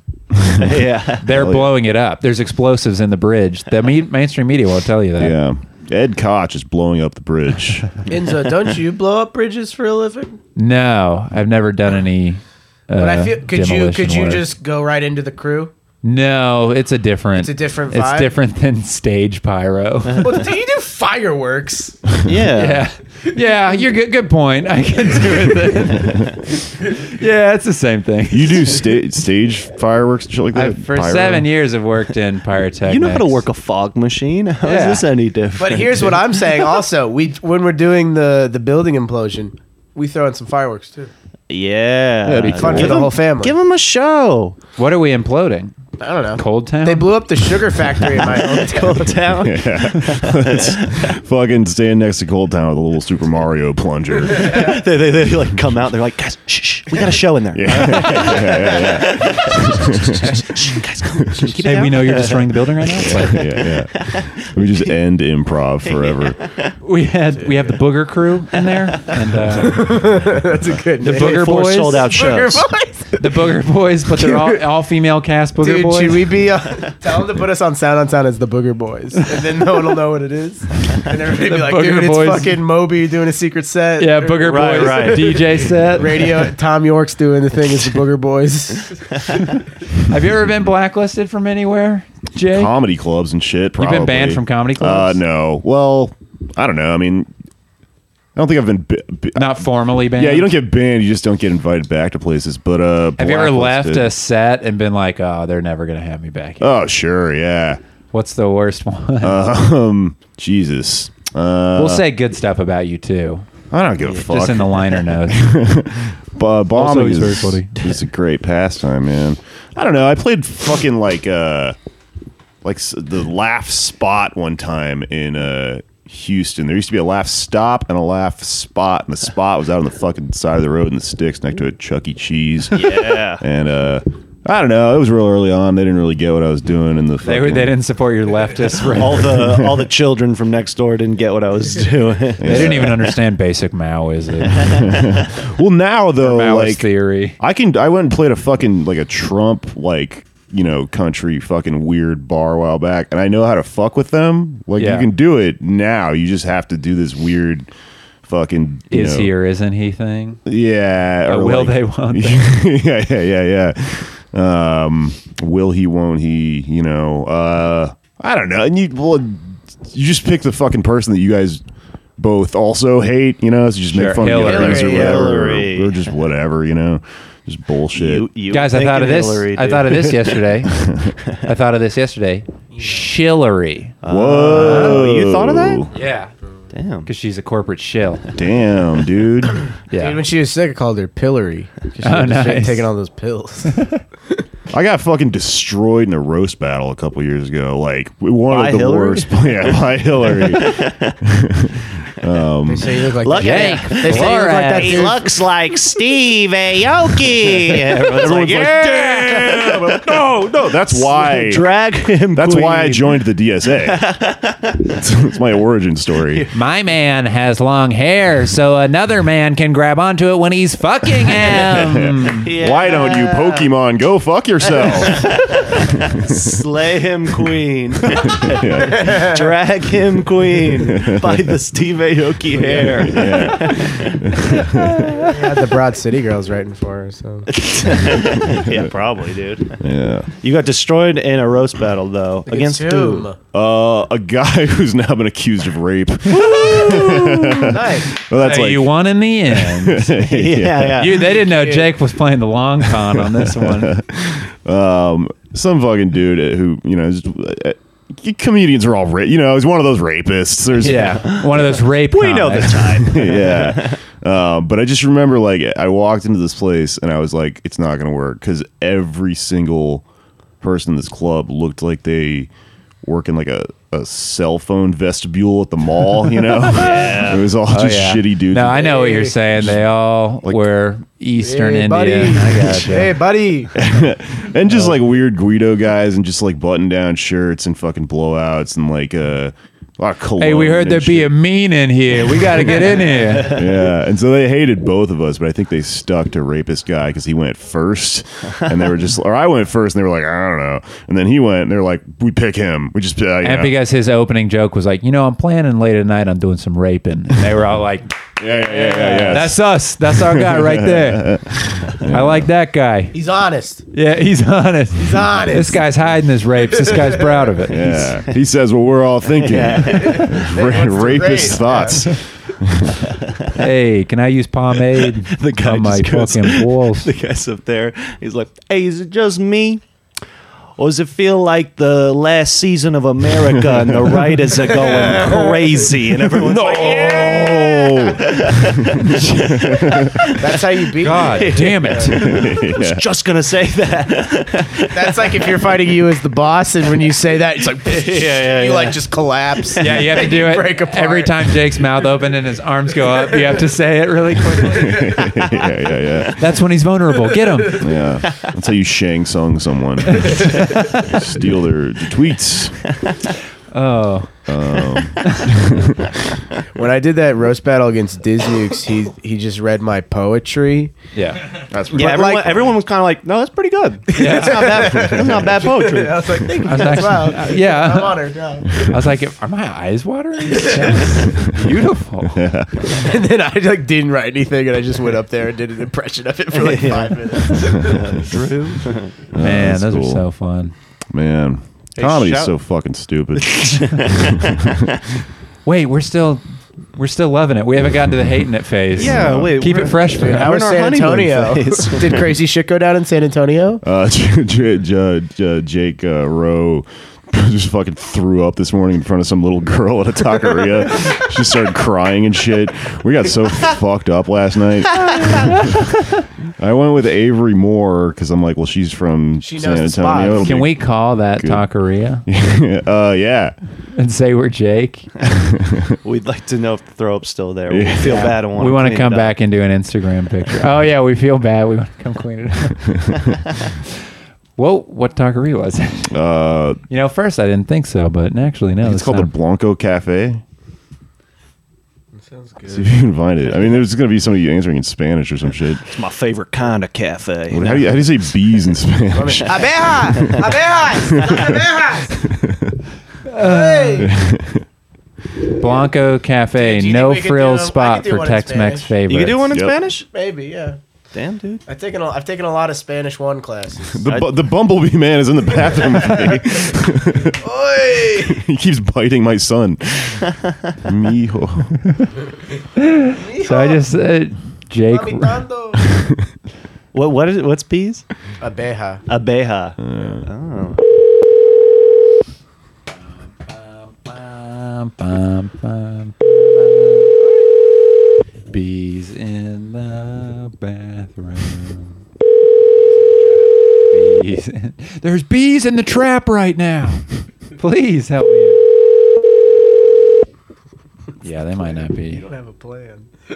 [SPEAKER 5] yeah.
[SPEAKER 2] They're blowing it up. There's explosives in the bridge. The me- mainstream media won't tell you that.
[SPEAKER 3] Yeah. Ed Koch is blowing up the bridge.
[SPEAKER 8] Enzo, don't you blow up bridges for a living?
[SPEAKER 2] No, I've never done any. Uh,
[SPEAKER 8] But I feel could you
[SPEAKER 2] demolition
[SPEAKER 8] could you
[SPEAKER 2] work.
[SPEAKER 8] just go right into the crew?
[SPEAKER 2] No, it's a different.
[SPEAKER 8] It's a different
[SPEAKER 2] It's
[SPEAKER 8] vibe?
[SPEAKER 2] different than stage pyro.
[SPEAKER 8] well, do you do fireworks?
[SPEAKER 2] yeah, yeah, You're good. Good point. I can do it. Then. yeah, it's the same thing.
[SPEAKER 3] You do sta- stage fireworks and shit like that?
[SPEAKER 2] For
[SPEAKER 3] Pyro?
[SPEAKER 2] seven years, I've worked in pyrotechnics.
[SPEAKER 5] You know how to work a fog machine? How is
[SPEAKER 8] Yeah.
[SPEAKER 5] this any different?
[SPEAKER 8] But here's what I'm saying. Also, we when we're doing the the building implosion, we throw in some fireworks too.
[SPEAKER 5] Yeah,
[SPEAKER 8] That'd be fun for
[SPEAKER 5] Give
[SPEAKER 8] the
[SPEAKER 5] him-
[SPEAKER 8] whole family.
[SPEAKER 5] Give him a show.
[SPEAKER 2] What are we imploding?
[SPEAKER 8] I don't know.
[SPEAKER 2] Cold town.
[SPEAKER 8] They blew up the sugar factory in my hometown.
[SPEAKER 5] Cold town.
[SPEAKER 3] Yeah. Let's fucking stand next to Cold Town with a little Super Mario plunger.
[SPEAKER 5] they, they, they like come out. They're like, guys, shh, shh, we got a show in there.
[SPEAKER 2] Hey, we know you're destroying the building right now. It's like-
[SPEAKER 3] yeah, yeah. We just end improv forever.
[SPEAKER 2] We had we have the booger crew in there, and uh,
[SPEAKER 8] That's a good.
[SPEAKER 2] the
[SPEAKER 8] name.
[SPEAKER 2] booger boys
[SPEAKER 8] Booger boys.
[SPEAKER 2] The booger boys, but they're all, all female cast booger
[SPEAKER 8] Dude,
[SPEAKER 2] boys.
[SPEAKER 8] should we be uh, tell them to put us on Sound on Sound as the Booger Boys, and then no one will know what it is, and everybody
[SPEAKER 2] The
[SPEAKER 8] be like,
[SPEAKER 2] Booger
[SPEAKER 8] "Dude,
[SPEAKER 2] Boys.
[SPEAKER 8] it's fucking Moby doing a secret set."
[SPEAKER 2] Yeah, Booger
[SPEAKER 8] Right,
[SPEAKER 2] Boys
[SPEAKER 8] right.
[SPEAKER 2] DJ set.
[SPEAKER 8] Radio. Tom York's doing the thing as the Booger Boys.
[SPEAKER 2] Have you ever been blacklisted from anywhere, Jay?
[SPEAKER 3] Comedy clubs and shit.
[SPEAKER 2] You've
[SPEAKER 3] Probably.
[SPEAKER 2] been banned from comedy clubs?
[SPEAKER 3] Uh, no. Well, I don't know. I mean, I don't think I've been. Bi- bi-
[SPEAKER 2] Not formally banned.
[SPEAKER 3] yeah, you don't get banned. You just don't get invited back to places. But uh,
[SPEAKER 2] Have you ever left
[SPEAKER 3] blacklisted-
[SPEAKER 2] a set and been like, "Oh, they're never gonna have me back"?
[SPEAKER 3] Oh, sure. Yeah.
[SPEAKER 2] What's the worst one?
[SPEAKER 3] um, Jesus. Uh,
[SPEAKER 2] we'll say good stuff about you too.
[SPEAKER 3] I don't give a fuck.
[SPEAKER 2] Just in the liner notes.
[SPEAKER 3] But bombing
[SPEAKER 2] he's
[SPEAKER 3] is
[SPEAKER 2] very funny.
[SPEAKER 3] It's a great pastime, man. I don't know. I played fucking like uh like s- the laugh spot one time in uh Houston. There used to be a laugh stop and a laugh spot, and the spot was out on the fucking side of the road in the sticks next to a Chuck E. Cheese.
[SPEAKER 5] Yeah.
[SPEAKER 3] and uh I don't know. It was real early on. They didn't really get what I was doing in the.
[SPEAKER 2] They, were-
[SPEAKER 3] fucking-
[SPEAKER 2] they didn't support your leftist.
[SPEAKER 5] all the Uh, all the children from next door didn't get what I was doing. They
[SPEAKER 2] They didn't even understand basic Maoism.
[SPEAKER 3] well now though
[SPEAKER 2] Maoist
[SPEAKER 3] like
[SPEAKER 2] theory
[SPEAKER 3] i can i went and played a fucking like a trump like you know country fucking weird bar a while back and i know how to fuck with them like
[SPEAKER 2] Yeah.
[SPEAKER 3] you can do it now you just have to do this weird fucking you
[SPEAKER 2] Is
[SPEAKER 3] know-
[SPEAKER 2] he or isn't he thing?
[SPEAKER 3] yeah
[SPEAKER 2] A will they, won't
[SPEAKER 3] yeah yeah yeah yeah um will he won't he you know uh i don't know and you well you just pick the fucking person that you guys both also hate you know so you just
[SPEAKER 2] Sure.
[SPEAKER 3] make fun of
[SPEAKER 2] Hillary.
[SPEAKER 3] the others or whatever or-
[SPEAKER 5] Hillary.
[SPEAKER 3] or, just whatever you know just bullshit
[SPEAKER 5] You
[SPEAKER 2] Guys, I
[SPEAKER 5] thinking
[SPEAKER 2] thought of this.
[SPEAKER 5] Hillary,
[SPEAKER 2] I
[SPEAKER 5] dude.
[SPEAKER 2] thought of this yesterday. I thought of this yesterday. Shillery.
[SPEAKER 3] Whoa.
[SPEAKER 5] Oh, you thought of that?
[SPEAKER 2] Yeah.
[SPEAKER 5] Damn.
[SPEAKER 2] Because she's a corporate shill.
[SPEAKER 3] damn dude
[SPEAKER 2] Yeah.
[SPEAKER 8] Dude, when she was sick, I called her Pillory. 'cause She
[SPEAKER 2] Oh,
[SPEAKER 8] was just
[SPEAKER 2] nice.
[SPEAKER 8] taking all those pills.
[SPEAKER 3] I got fucking destroyed in a roast battle a couple years ago. Like one
[SPEAKER 5] By
[SPEAKER 3] of the
[SPEAKER 5] Hillary?
[SPEAKER 3] worst. Yeah, by Hillary. um,
[SPEAKER 8] so you look like
[SPEAKER 5] Look at
[SPEAKER 8] Jake.
[SPEAKER 5] him.
[SPEAKER 8] They say you look like that
[SPEAKER 5] He
[SPEAKER 8] dude.
[SPEAKER 5] looks like Steve Aoki. Everyone's like,
[SPEAKER 3] Everyone's like,
[SPEAKER 5] yeah.
[SPEAKER 3] no, no, that's why.
[SPEAKER 5] Drag him.
[SPEAKER 3] That's why I
[SPEAKER 5] queen.
[SPEAKER 3] joined the DSA. That's that's my origin story.
[SPEAKER 2] My man has long hair, so another man can grab onto it when he's fucking him.
[SPEAKER 3] Why don't you Pokemon go fuck yourself?
[SPEAKER 5] Slay him, queen.
[SPEAKER 3] Yeah.
[SPEAKER 5] Drag him, queen. By the Steve Aoki hair.
[SPEAKER 8] They had the Broad City girls writing for her. So
[SPEAKER 5] yeah, probably, dude.
[SPEAKER 3] yeah.
[SPEAKER 5] You got destroyed in a roast battle though against who?
[SPEAKER 3] Uh, a guy who's now been accused of rape.
[SPEAKER 8] nice.
[SPEAKER 3] Well, that's
[SPEAKER 2] Hey,
[SPEAKER 3] like
[SPEAKER 2] you won in the end.
[SPEAKER 5] yeah.
[SPEAKER 2] You, they didn't know Jake was playing the long con on this one.
[SPEAKER 3] um, some fucking dude who you know. Is, uh, comedians are all ra- you know. He's one of those rapists. There's
[SPEAKER 2] Yeah, one of those rape.
[SPEAKER 5] We know the
[SPEAKER 2] comics.
[SPEAKER 5] time.
[SPEAKER 3] Um, yeah. Um, but I just remember like I walked into this place and I was like, it's not gonna work because every single person in this club looked like they work in like a, a cell phone vestibule at the mall, you know?
[SPEAKER 2] Yeah.
[SPEAKER 3] It was all
[SPEAKER 2] Oh,
[SPEAKER 3] just
[SPEAKER 2] yeah.
[SPEAKER 3] shitty dudes.
[SPEAKER 2] No, I know what you're saying. They all were Eastern Indian. I gotcha.
[SPEAKER 3] buddy. and just like weird Guido guys and just like button down shirts and fucking blowouts and like uh, a lot of cologne.
[SPEAKER 2] Hey, we heard
[SPEAKER 3] and
[SPEAKER 2] there'd
[SPEAKER 3] shit.
[SPEAKER 2] be a mean in here. We got to get in here.
[SPEAKER 3] yeah, and so they hated both of us, but I think they stuck to rapist guy because he went first, and they were just, or I went first, and they were like, I don't know, and then he went, and they were like, we pick him, we just, uh,
[SPEAKER 2] And
[SPEAKER 3] you know.
[SPEAKER 2] because his opening joke was like, you know, I'm planning late at night, I'm doing some raping. And they were all like,
[SPEAKER 3] yeah, yeah, yeah, yeah, yeah.
[SPEAKER 2] That's us. That's our guy right there. I like that guy.
[SPEAKER 8] He's honest.
[SPEAKER 2] Yeah, he's honest. He's
[SPEAKER 8] honest.
[SPEAKER 2] This guy's hiding his rapes. This guy's proud of it.
[SPEAKER 3] Yeah. he says what we're all thinking. Ra- rapist thoughts.
[SPEAKER 2] hey, can I use pomade
[SPEAKER 5] the guy
[SPEAKER 2] on my
[SPEAKER 5] just goes-
[SPEAKER 2] fucking walls?
[SPEAKER 5] The guy's up there. He's like, "Hey, is it just me, or does it feel like the last season of America and the writers are going crazy and everyone's like, yeah!"
[SPEAKER 8] That's how you beat me.
[SPEAKER 5] God
[SPEAKER 2] damn it!
[SPEAKER 5] I was just gonna say that.
[SPEAKER 8] That's like if you're fighting you as the boss, and when you say that, it's like you like just collapse.
[SPEAKER 2] Yeah, you have to
[SPEAKER 8] and
[SPEAKER 2] do it
[SPEAKER 8] Break apart.
[SPEAKER 2] every time Jake's mouth open and his arms go up. You have to say it really quickly.
[SPEAKER 3] yeah, yeah, yeah.
[SPEAKER 2] That's when he's vulnerable. Get him.
[SPEAKER 3] Yeah, that's how you Shang Tsung someone. Steal their tweets.
[SPEAKER 2] Oh.
[SPEAKER 3] Um,
[SPEAKER 8] Um. When I did that roast battle against Disnukes, he he just read my poetry.
[SPEAKER 2] Yeah,
[SPEAKER 3] that's
[SPEAKER 5] Yeah,
[SPEAKER 8] But,
[SPEAKER 5] everyone,
[SPEAKER 8] like-
[SPEAKER 5] everyone was kind of like, "No, that's pretty good.
[SPEAKER 8] Yeah.
[SPEAKER 5] That's not bad. That's not bad poetry."
[SPEAKER 8] I was like, "Thank you,
[SPEAKER 2] I was
[SPEAKER 8] that's
[SPEAKER 2] actually-
[SPEAKER 8] wow."
[SPEAKER 2] uh, yeah.
[SPEAKER 8] I'm honored, yeah.
[SPEAKER 2] I was like, are my eyes watering? Yes. Beautiful.
[SPEAKER 8] and then I like didn't write anything, and I just went up there and did an impression of it for like
[SPEAKER 5] Yeah.
[SPEAKER 8] five minutes.
[SPEAKER 5] Drew.
[SPEAKER 2] Man,
[SPEAKER 3] that's
[SPEAKER 2] those are so fun.
[SPEAKER 3] Man,
[SPEAKER 5] Hey,
[SPEAKER 3] comedy's
[SPEAKER 5] shout-
[SPEAKER 3] so fucking stupid.
[SPEAKER 2] Wait, we're still we're still loving it. We haven't gotten to the hating it phase.
[SPEAKER 5] Yeah, wait,
[SPEAKER 2] Keep
[SPEAKER 5] we're-
[SPEAKER 2] it fresh for
[SPEAKER 5] we're
[SPEAKER 8] How
[SPEAKER 2] now.
[SPEAKER 8] was
[SPEAKER 5] in our
[SPEAKER 8] San
[SPEAKER 5] honeymoon
[SPEAKER 8] Antonio?
[SPEAKER 5] phase.
[SPEAKER 8] did crazy shit go down in San Antonio?
[SPEAKER 3] Uh, J- J- J- J- Jake uh, Rowe just fucking threw up this morning in front of some little girl at a taqueria. she started crying and shit. We got so fucked up last night. I went with Avery Moore because I'm like, well, she's from
[SPEAKER 8] She
[SPEAKER 3] San
[SPEAKER 8] knows the spot.
[SPEAKER 3] Antonio. It'll
[SPEAKER 2] Can
[SPEAKER 3] be-
[SPEAKER 2] we call that taqueria
[SPEAKER 3] uh, yeah.
[SPEAKER 2] and say we're Jake?
[SPEAKER 5] We'd like to know if the throw up's still there. We feel bad and want.
[SPEAKER 2] We
[SPEAKER 5] want
[SPEAKER 2] to come back and do an Instagram picture. Oh yeah, we feel bad. We want to come clean it up. Whoa, what taqueria was it?
[SPEAKER 3] Uh,
[SPEAKER 2] You know, first I didn't think so, but actually no.
[SPEAKER 3] it's called the Blanco Cafe.
[SPEAKER 5] Sounds
[SPEAKER 3] See if you can find it. I mean, there's going to be somebody answering in Spanish or some shit.
[SPEAKER 5] It's my favorite kind of cafe.
[SPEAKER 3] What- How do, you, how do you say bees in Spanish?
[SPEAKER 5] Abeja!
[SPEAKER 8] Hey.
[SPEAKER 2] Blanco Cafe,
[SPEAKER 8] Do you
[SPEAKER 2] no
[SPEAKER 8] think we could
[SPEAKER 2] frills
[SPEAKER 8] do- I could
[SPEAKER 2] spot
[SPEAKER 8] do
[SPEAKER 2] for
[SPEAKER 8] one in
[SPEAKER 2] Tex-Mex
[SPEAKER 8] Spanish.
[SPEAKER 2] favorites.
[SPEAKER 8] Maybe, yeah.
[SPEAKER 5] Damn, dude.
[SPEAKER 8] I've taken a, I've taken a lot of Spanish one classes.
[SPEAKER 3] The, bu- the bumblebee man is in the bathroom with me. he keeps biting my son. Mijo.
[SPEAKER 2] So I just uh, Jake.
[SPEAKER 5] What what is it? What's bees?
[SPEAKER 8] Abeja.
[SPEAKER 5] Abeja. Oh.
[SPEAKER 2] Bum, bum, bum, bum. Bees in the bathroom. Bees. In- There's bees in the trap right now. Please help me. Yeah, they might not be.
[SPEAKER 8] don't have a plan.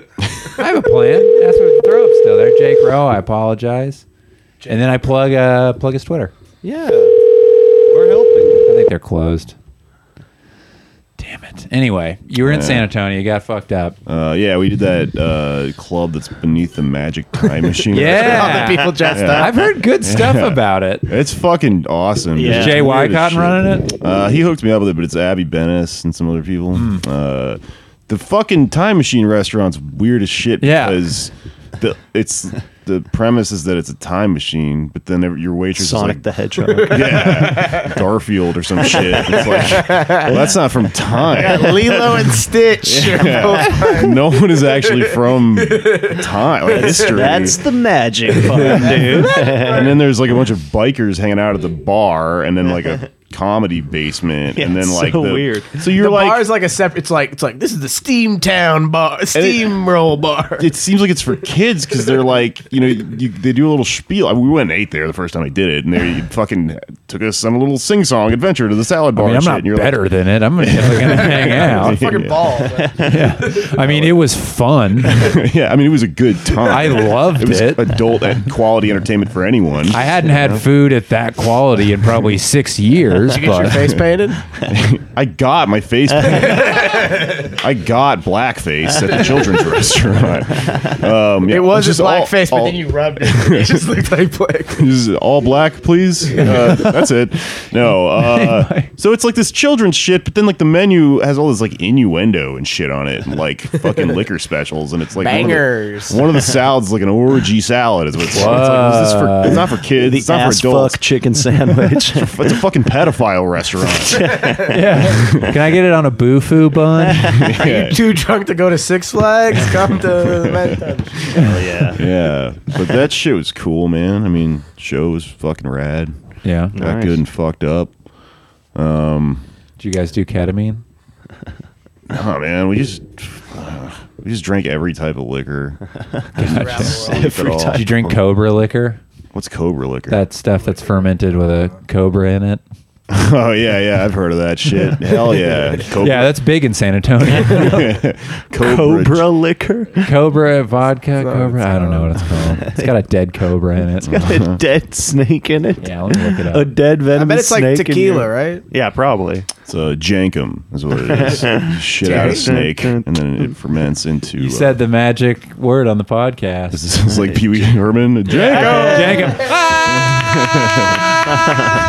[SPEAKER 2] I have a plan. That's what throw up still there. Jake Rowe, I apologize. And then I plug uh plug his Twitter.
[SPEAKER 5] Yeah. We're helping.
[SPEAKER 2] I think they're closed. Damn it. Anyway, you were in
[SPEAKER 3] Yeah.
[SPEAKER 2] San Antonio, you got fucked up.
[SPEAKER 3] Uh, yeah, we did that uh, club that's beneath the magic time machine.
[SPEAKER 2] Yeah. All the people dressed up. I've heard good stuff about it.
[SPEAKER 3] It's fucking awesome.
[SPEAKER 2] Is
[SPEAKER 3] It's
[SPEAKER 2] Jay
[SPEAKER 3] weird
[SPEAKER 2] Wycott
[SPEAKER 3] as shit.
[SPEAKER 2] running it?
[SPEAKER 3] Uh, he hooked me up with it, but it's Abby Bennis and some other people.
[SPEAKER 2] Hmm.
[SPEAKER 3] Uh, the fucking time machine restaurant's weird as shit
[SPEAKER 2] Yeah.
[SPEAKER 3] because the it's the premise is that it's a time machine, but then every- your waitress
[SPEAKER 5] Sonic
[SPEAKER 3] is like
[SPEAKER 5] the Hedgehog.
[SPEAKER 3] yeah, Garfield or some shit. It's like, well, that's not from time.
[SPEAKER 8] Lilo and Stitch.
[SPEAKER 3] Yeah. no one is actually from time or
[SPEAKER 5] That's,
[SPEAKER 3] history.
[SPEAKER 5] that's the magic part, dude.
[SPEAKER 3] and then there's like a bunch of bikers hanging out at the bar, and then like a comedy basement,
[SPEAKER 8] Yeah,
[SPEAKER 3] and then
[SPEAKER 8] it's
[SPEAKER 3] like
[SPEAKER 8] so
[SPEAKER 3] the-
[SPEAKER 8] weird.
[SPEAKER 3] So you're
[SPEAKER 8] the
[SPEAKER 3] like
[SPEAKER 8] bar is like a separate. It's like it's like this is the Steamtown bar, Steamroll bar.
[SPEAKER 3] it seems like it's for kids because they're like, you know, you, they do a little spiel. I mean, we went and ate there the first time I did it, and they fucking took us on a little sing song adventure to the salad bar.
[SPEAKER 2] I mean,
[SPEAKER 3] and
[SPEAKER 2] I'm
[SPEAKER 3] shit,
[SPEAKER 2] not
[SPEAKER 3] and you're
[SPEAKER 2] better
[SPEAKER 3] Like,
[SPEAKER 2] than it. I'm never gonna hang out.
[SPEAKER 3] Fucking
[SPEAKER 8] ball.
[SPEAKER 2] yeah. I mean, it was fun.
[SPEAKER 3] yeah, I mean, it was a good time.
[SPEAKER 2] I loved
[SPEAKER 3] it. Was
[SPEAKER 2] it.
[SPEAKER 3] Adult and quality entertainment for anyone.
[SPEAKER 2] I hadn't had food at that quality in probably six years.
[SPEAKER 3] Did you get your
[SPEAKER 2] but-
[SPEAKER 3] face painted? I got my face. painted. I got blackface at the children's restaurant. Um, yeah,
[SPEAKER 8] it was
[SPEAKER 3] just
[SPEAKER 8] just
[SPEAKER 3] all-
[SPEAKER 8] blackface, but
[SPEAKER 3] all-
[SPEAKER 8] then you rubbed it. It just looked like black.
[SPEAKER 3] Just all black, please. Uh, that's it. No. Uh, so it's like this children's shit, but then like the menu has all this like innuendo and shit on it, and like fucking liquor specials, and it's like one of the-
[SPEAKER 8] Bangers.
[SPEAKER 3] One of the, salads, like an orgy salad, is what it's, it's like. Is this for, it's not for kids.
[SPEAKER 5] The
[SPEAKER 3] it's not
[SPEAKER 5] ass
[SPEAKER 3] for adults.
[SPEAKER 5] fuck chicken sandwich.
[SPEAKER 3] it's a fucking pedophile restaurant.
[SPEAKER 2] yeah. Can I get it on a boofoo bun?
[SPEAKER 8] Are you too drunk to go to Six Flags? Come to the Manhattan.
[SPEAKER 5] Hell yeah.
[SPEAKER 3] yeah, but that shit was cool, man. I mean, show was fucking rad.
[SPEAKER 2] Yeah.
[SPEAKER 3] got
[SPEAKER 2] Nice.
[SPEAKER 3] good and fucked up. Um,
[SPEAKER 2] Did you guys do ketamine?
[SPEAKER 3] nah, man, we just we just drank every type of liquor.
[SPEAKER 2] Gotcha.
[SPEAKER 3] Every
[SPEAKER 2] Did you drink cobra liquor?
[SPEAKER 3] What's cobra liquor?
[SPEAKER 2] That stuff that's fermented with a cobra in it.
[SPEAKER 3] oh yeah, yeah, I've heard of that shit. Hell yeah, cobra,
[SPEAKER 2] Yeah, that's big in San Antonio.
[SPEAKER 3] cobra.
[SPEAKER 5] liquor?
[SPEAKER 2] cobra vodka, cobra. I don't know what it's called. It's got a dead cobra in it. It's
[SPEAKER 5] got a dead snake in it.
[SPEAKER 2] Yeah, let me look it up.
[SPEAKER 5] A dead venomous snake.
[SPEAKER 8] it's like
[SPEAKER 5] in
[SPEAKER 8] tequila,
[SPEAKER 5] your-
[SPEAKER 8] right?
[SPEAKER 5] Yeah, probably.
[SPEAKER 3] It's a jankum, is what it is. You shit out of snake, and then it ferments into.
[SPEAKER 2] You
[SPEAKER 3] uh,
[SPEAKER 2] said the magic word on the podcast.
[SPEAKER 3] This sounds like Pee Wee Herman. Jankum.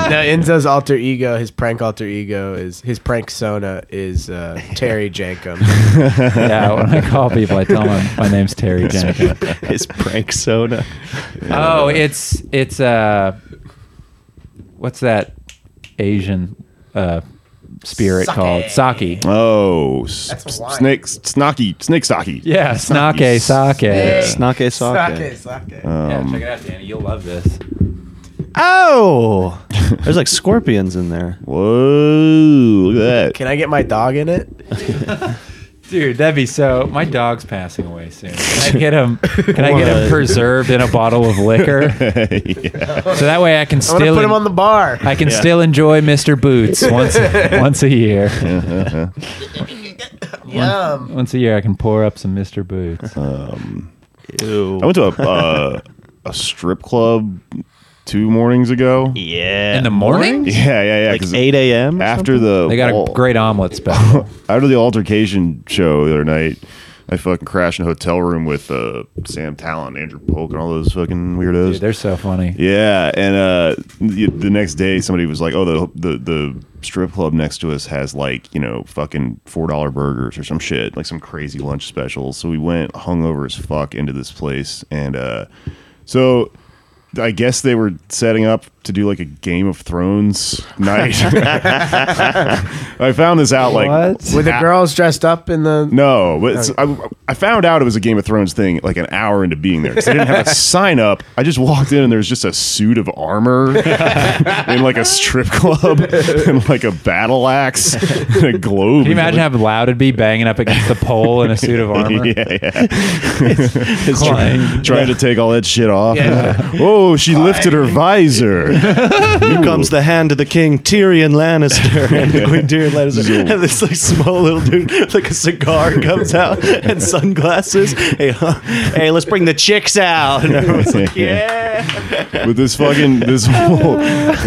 [SPEAKER 8] now Enzo's alter ego, his prank alter ego is his prank sona is uh, Terry Jankum.
[SPEAKER 2] yeah, when I call people, I tell them my name's Terry Jenkins.
[SPEAKER 5] His prank soda.
[SPEAKER 2] Oh, it's it's uh, what's that Asian uh spirit called sake?
[SPEAKER 3] Oh, s-
[SPEAKER 8] That's wine.
[SPEAKER 3] snake, snocky, snake stocky.
[SPEAKER 2] Yeah, snake sake.
[SPEAKER 5] Snake
[SPEAKER 8] Sake,
[SPEAKER 5] sake.
[SPEAKER 8] sake.
[SPEAKER 2] yeah,
[SPEAKER 3] Um,
[SPEAKER 2] check it out, Danny. You'll love this.
[SPEAKER 5] Oh, there's like scorpions in there.
[SPEAKER 3] Whoa, look at that.
[SPEAKER 8] Can I get my dog in it?
[SPEAKER 2] Dude, that'd be so. My dog's passing away soon. Can I get him? Can I get him
[SPEAKER 5] What?
[SPEAKER 2] preserved in a bottle of liquor? So that way I can
[SPEAKER 8] I'm gonna
[SPEAKER 2] still
[SPEAKER 8] put him on the bar.
[SPEAKER 2] I can
[SPEAKER 5] Yeah.
[SPEAKER 2] still enjoy Mr. Boots once once a year.
[SPEAKER 8] Yum.
[SPEAKER 2] Once a year, I can pour up some Mr. Boots.
[SPEAKER 3] Um,
[SPEAKER 5] Ew.
[SPEAKER 3] I went to a uh, a strip club two mornings ago.
[SPEAKER 5] Yeah.
[SPEAKER 2] In the morning?
[SPEAKER 3] Yeah, yeah, yeah.
[SPEAKER 5] Like
[SPEAKER 3] 'cause
[SPEAKER 5] 8 a.m. or
[SPEAKER 3] after the
[SPEAKER 2] They got
[SPEAKER 3] all-
[SPEAKER 2] a great omelet special.
[SPEAKER 3] after the altercation show the other night, I fucking crashed in a hotel room with uh, Sam Talent, Andrew Polk, and all those fucking weirdos.
[SPEAKER 2] Dude, they're so funny.
[SPEAKER 3] Yeah, and uh, the the next day, somebody was like, "Oh, the the the strip club next to us has like you know fucking four dollar burgers or some shit, like some crazy lunch special." So we went hungover as fuck into this place, and uh, so. I guess they were setting up to do like a Game of Thrones night. I found this out like
[SPEAKER 2] What?
[SPEAKER 8] Were the
[SPEAKER 3] Ah.
[SPEAKER 8] girls dressed up in the? Oh.
[SPEAKER 3] no, but it's, I, I found out it was a Game of Thrones thing like an hour into being there. 'cause I didn't have a sign up. I just walked in and there's just a suit of armor in like a strip club and like a battle axe and a globe.
[SPEAKER 2] Can you imagine how loud it'd be banging up against the pole in a suit of armor?
[SPEAKER 3] yeah, yeah.
[SPEAKER 2] Clang.
[SPEAKER 3] trying to take all that shit off.
[SPEAKER 8] Yeah.
[SPEAKER 3] Oh, she lifted her visor.
[SPEAKER 5] Here comes the hand of the king, Tyrion Lannister, and the Queen Tyrion Lannister.
[SPEAKER 3] Zoom.
[SPEAKER 5] And this like small little dude, with, like a cigar, comes out and sunglasses. Hey, huh? hey, let's bring the chicks out. And everyone's like, yeah.
[SPEAKER 3] But this fucking this old,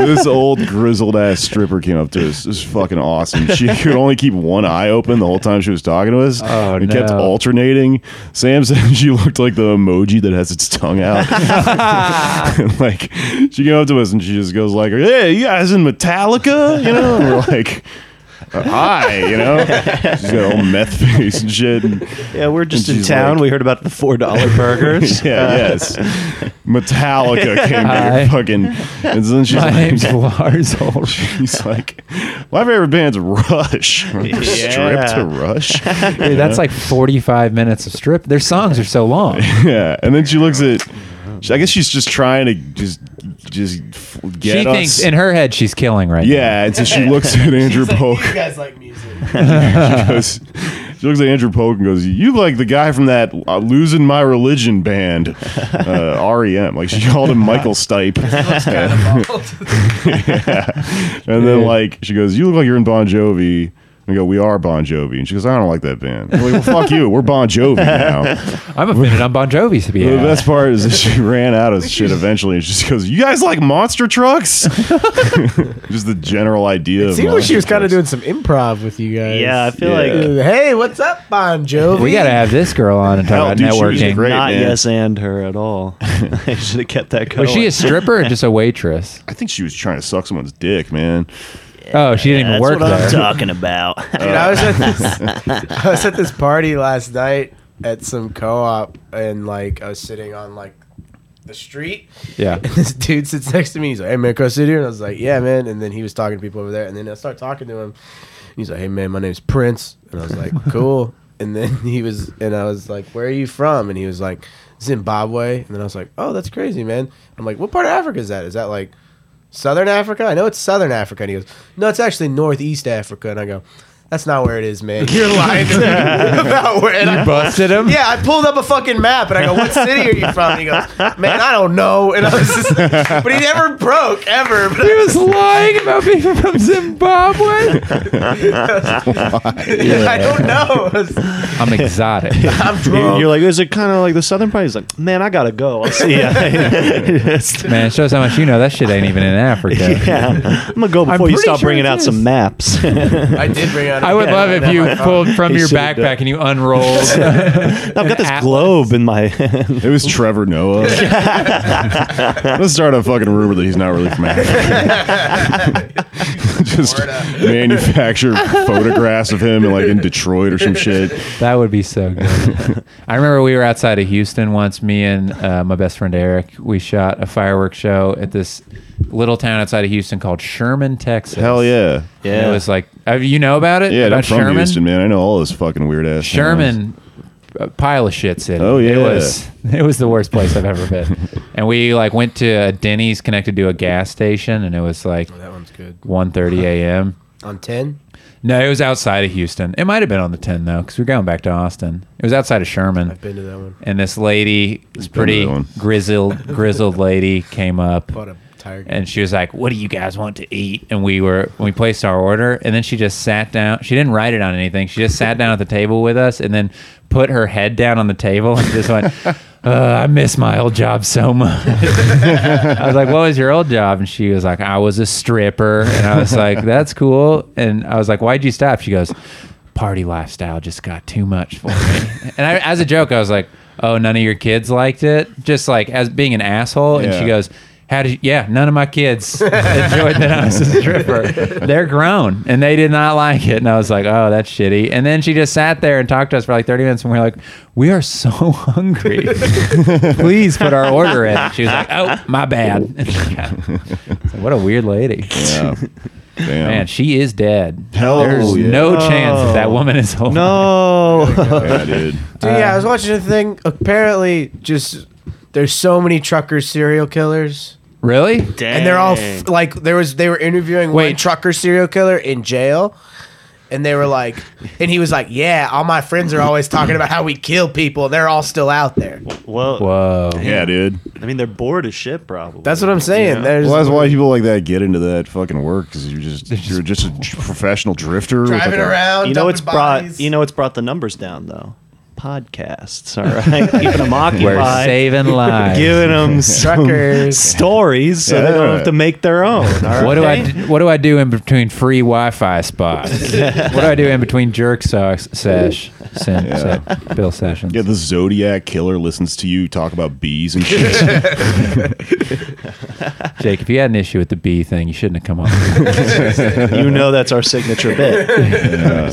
[SPEAKER 3] this old grizzled ass stripper came up to us. It was fucking awesome. She could only keep one eye open the whole time she was talking to us.
[SPEAKER 2] Oh,
[SPEAKER 3] it kept
[SPEAKER 2] no.
[SPEAKER 3] alternating. Sam said she looked like the emoji that has its tongue out. And, like she came up to us and she just goes like, "Hey, you guys in Metallica?" You know, and we're like. uh, Hi, you know, she's got old meth face and shit. and-
[SPEAKER 5] Yeah, we're just
[SPEAKER 3] And
[SPEAKER 5] in
[SPEAKER 3] she's
[SPEAKER 5] town.
[SPEAKER 3] like-
[SPEAKER 5] we heard about the $4 burgers.
[SPEAKER 3] yeah,
[SPEAKER 5] Uh,
[SPEAKER 3] yes. Metallica came
[SPEAKER 2] Hi.
[SPEAKER 3] here, fucking. And then she's
[SPEAKER 2] My
[SPEAKER 3] like,
[SPEAKER 2] name's Lars Ulrich.
[SPEAKER 3] She's like, my favorite band's Rush. Remember Strip
[SPEAKER 5] Yeah.
[SPEAKER 3] to Rush.
[SPEAKER 2] Dude, that's like 45 minutes of strip. Their songs are so long.
[SPEAKER 3] yeah. And then she looks at. I guess she's just trying to just just f- get
[SPEAKER 2] she
[SPEAKER 3] us.
[SPEAKER 2] thinks in her head she's killing right
[SPEAKER 3] yeah, and so she looks at Andrew Polk.
[SPEAKER 8] You guys like music.
[SPEAKER 3] she, goes, she looks at Andrew Polk and goes, "You like the guy from that uh, Losing My Religion band, uh, REM." Like she called him Michael Stipe. Yeah. And then like she goes, "You look like you're in Bon Jovi." And I go, "We are Bon Jovi." And she goes, "I don't like that band." I'm like, "Well, fuck you. We're Bon Jovi now."
[SPEAKER 2] now. I'm offended on Bon Jovi's
[SPEAKER 3] The
[SPEAKER 2] behalf.
[SPEAKER 3] best part is that she ran out of shit eventually, and she just goes, "You guys like monster trucks?" just the general idea.
[SPEAKER 8] It
[SPEAKER 3] of
[SPEAKER 8] seemed like she
[SPEAKER 3] monster
[SPEAKER 8] was kind of doing some improv with you guys.
[SPEAKER 3] Yeah, I feel like-
[SPEAKER 8] Hey, what's up, Bon Jovi?
[SPEAKER 2] We got to have this girl on and talk
[SPEAKER 5] Hell,
[SPEAKER 2] about
[SPEAKER 5] dude, she was
[SPEAKER 2] networking.
[SPEAKER 5] great, Not man. yes and her at all. I should have kept that going.
[SPEAKER 2] Was she a stripper or just a waitress?
[SPEAKER 3] I think she was trying to suck someone's dick, man.
[SPEAKER 2] oh, she didn't even
[SPEAKER 5] that's
[SPEAKER 2] work
[SPEAKER 5] what I'm
[SPEAKER 2] there.
[SPEAKER 5] talking about.
[SPEAKER 8] Dude, I was at this, I was at this party last night at some co-op, and like I was sitting on like the street.
[SPEAKER 2] Yeah.
[SPEAKER 8] And this dude sits next to me. He's like, "Hey man, can I sit here?" And I was like, "Yeah, man." And then he was talking to people over there, and then I start talking to him. He's like, "Hey man, my name's Prince," and I was like, "Cool." And then he was, and I was like, "Where are you from?" And he was like, "Zimbabwe." And then I was like, "Oh, that's crazy, man." I'm like, "What part of Africa is that? Is that like?" Southern Africa? I know it's Southern Africa. And he goes, No, it's actually Northeast Africa. And I go, That's not where it is, man. You're lying to me about where. And
[SPEAKER 2] You
[SPEAKER 8] I,
[SPEAKER 2] busted him?
[SPEAKER 8] Yeah, I pulled up a fucking map and I go, What city are you from? And he goes, Man, I don't know. And I was just, but he never broke ever. But he
[SPEAKER 2] was lying about being from Zimbabwe.
[SPEAKER 8] I don't know.
[SPEAKER 2] I'm exotic.
[SPEAKER 8] I'm
[SPEAKER 5] You're, you're like, is it kind of like the Southern part? He's like, man, I gotta go. I'll see ya.
[SPEAKER 2] Man, it shows how much you know. That shit ain't even in Africa.
[SPEAKER 5] yeah, I'm gonna go
[SPEAKER 2] I'm
[SPEAKER 5] before you
[SPEAKER 2] pretty
[SPEAKER 5] stop
[SPEAKER 2] sure
[SPEAKER 5] bringing
[SPEAKER 2] it
[SPEAKER 5] out
[SPEAKER 2] is.
[SPEAKER 5] some maps.
[SPEAKER 8] I did bring out. a
[SPEAKER 2] I would
[SPEAKER 8] map.
[SPEAKER 2] love if
[SPEAKER 8] Yeah,
[SPEAKER 2] you
[SPEAKER 8] my phone.
[SPEAKER 2] pulled from
[SPEAKER 5] He
[SPEAKER 2] your
[SPEAKER 5] should've done.
[SPEAKER 2] backpack and you unrolled.
[SPEAKER 5] I've got this globe in my hand.
[SPEAKER 3] It was Trevor Noah. Let's start a fucking rumor that he's not really from Africa. Just manufacture photographs of him, like in Detroit or some shit.
[SPEAKER 2] That would be so good. I remember we were outside of Houston once. Me and uh, my best friend Eric, we shot a fireworks show at this little town outside of Houston called Sherman, Texas.
[SPEAKER 3] Hell yeah,
[SPEAKER 2] And It was like, uh, you know about it?
[SPEAKER 3] yeah. I'm
[SPEAKER 2] about
[SPEAKER 3] from
[SPEAKER 2] Sherman.
[SPEAKER 3] Houston, man. I know all this fucking weird ass.
[SPEAKER 2] Sherman, a pile of shit city.
[SPEAKER 3] Oh,
[SPEAKER 2] it
[SPEAKER 3] yeah.
[SPEAKER 2] was it was the worst place I've ever been. and we like went to a Denny's connected to a gas station, and it was like
[SPEAKER 8] Oh, that one's good.
[SPEAKER 2] 1.30 a.m.
[SPEAKER 8] On 10?
[SPEAKER 2] No, it was outside of Houston. It might have been on the 10 though, because we're going back to Austin. It was outside of Sherman. I've
[SPEAKER 8] been to that one.
[SPEAKER 2] And this lady, this pretty
[SPEAKER 3] that one.
[SPEAKER 2] grizzled, grizzled lady, came up.
[SPEAKER 8] Bought a tiger.
[SPEAKER 2] And she was like, "What do you guys want to eat?" And we were we placed our order, and then she just sat down. She didn't write it on anything. She just sat down at the table with us, and then put her head down on the table and just went. Uh, I miss my old job so much. I was like, "What was your old job?" And she was like, "I was a stripper." And I was like, "That's cool." And I was like, "Why'd you stop?" She goes, "Party lifestyle just got too much for me." And I, as a joke, I was like, "Oh, none of your kids liked it?" Just like as being an asshole. And she
[SPEAKER 5] Yeah.
[SPEAKER 2] goes, "How did? You, yeah, none of my kids enjoyed that I was a stripper. They're grown and they did not like it." And I was like, "Oh, that's shitty." And then she just sat there and talked to us for like thirty minutes, and we are like, "We are so hungry. Please put our order in." And she was like, "Oh, my bad." what a weird lady.
[SPEAKER 3] Yeah. Damn.
[SPEAKER 2] Man, she is dead.
[SPEAKER 3] Hell
[SPEAKER 2] There's
[SPEAKER 3] yeah.
[SPEAKER 2] no chance that that woman is alive.
[SPEAKER 5] Oh.
[SPEAKER 2] No.
[SPEAKER 3] Yeah, dude.
[SPEAKER 8] Dude, yeah, I was watching a thing. Apparently, just there's so many trucker serial killers.
[SPEAKER 2] Really?
[SPEAKER 8] And they're all f- like, there was they were interviewing one trucker serial killer in jail, and they were like, and he was like, yeah, all my friends are always talking about how we kill people. They're all still out there.
[SPEAKER 5] Whoa.
[SPEAKER 2] Whoa.
[SPEAKER 3] Yeah, dude.
[SPEAKER 5] I mean, they're bored as shit, probably.
[SPEAKER 8] That's what I'm saying.
[SPEAKER 5] Yeah.
[SPEAKER 8] There's
[SPEAKER 3] Well, that's why people like that get into that fucking work because you're just you're just a tr- professional drifter with, like, a-
[SPEAKER 5] You know it's brought. You know it's brought the numbers down though. Podcasts, all right, keeping them occupied.
[SPEAKER 2] saving lives.
[SPEAKER 5] giving them some
[SPEAKER 2] Truckers.
[SPEAKER 5] stories so they don't
[SPEAKER 2] Yeah.
[SPEAKER 5] have to make their own. all
[SPEAKER 2] What do I
[SPEAKER 5] right?
[SPEAKER 2] do, what do I do in between free Wi-Fi spots? what do I do in between jerk socks sesh? Sen,
[SPEAKER 3] Yeah.
[SPEAKER 2] se- Bill Sessions.
[SPEAKER 3] Yeah, the Zodiac killer listens to you talk about bees and shit.
[SPEAKER 2] Jake, if you had an issue with the bee thing, you shouldn't have come on.
[SPEAKER 5] You know that's our signature bit.
[SPEAKER 3] Yeah.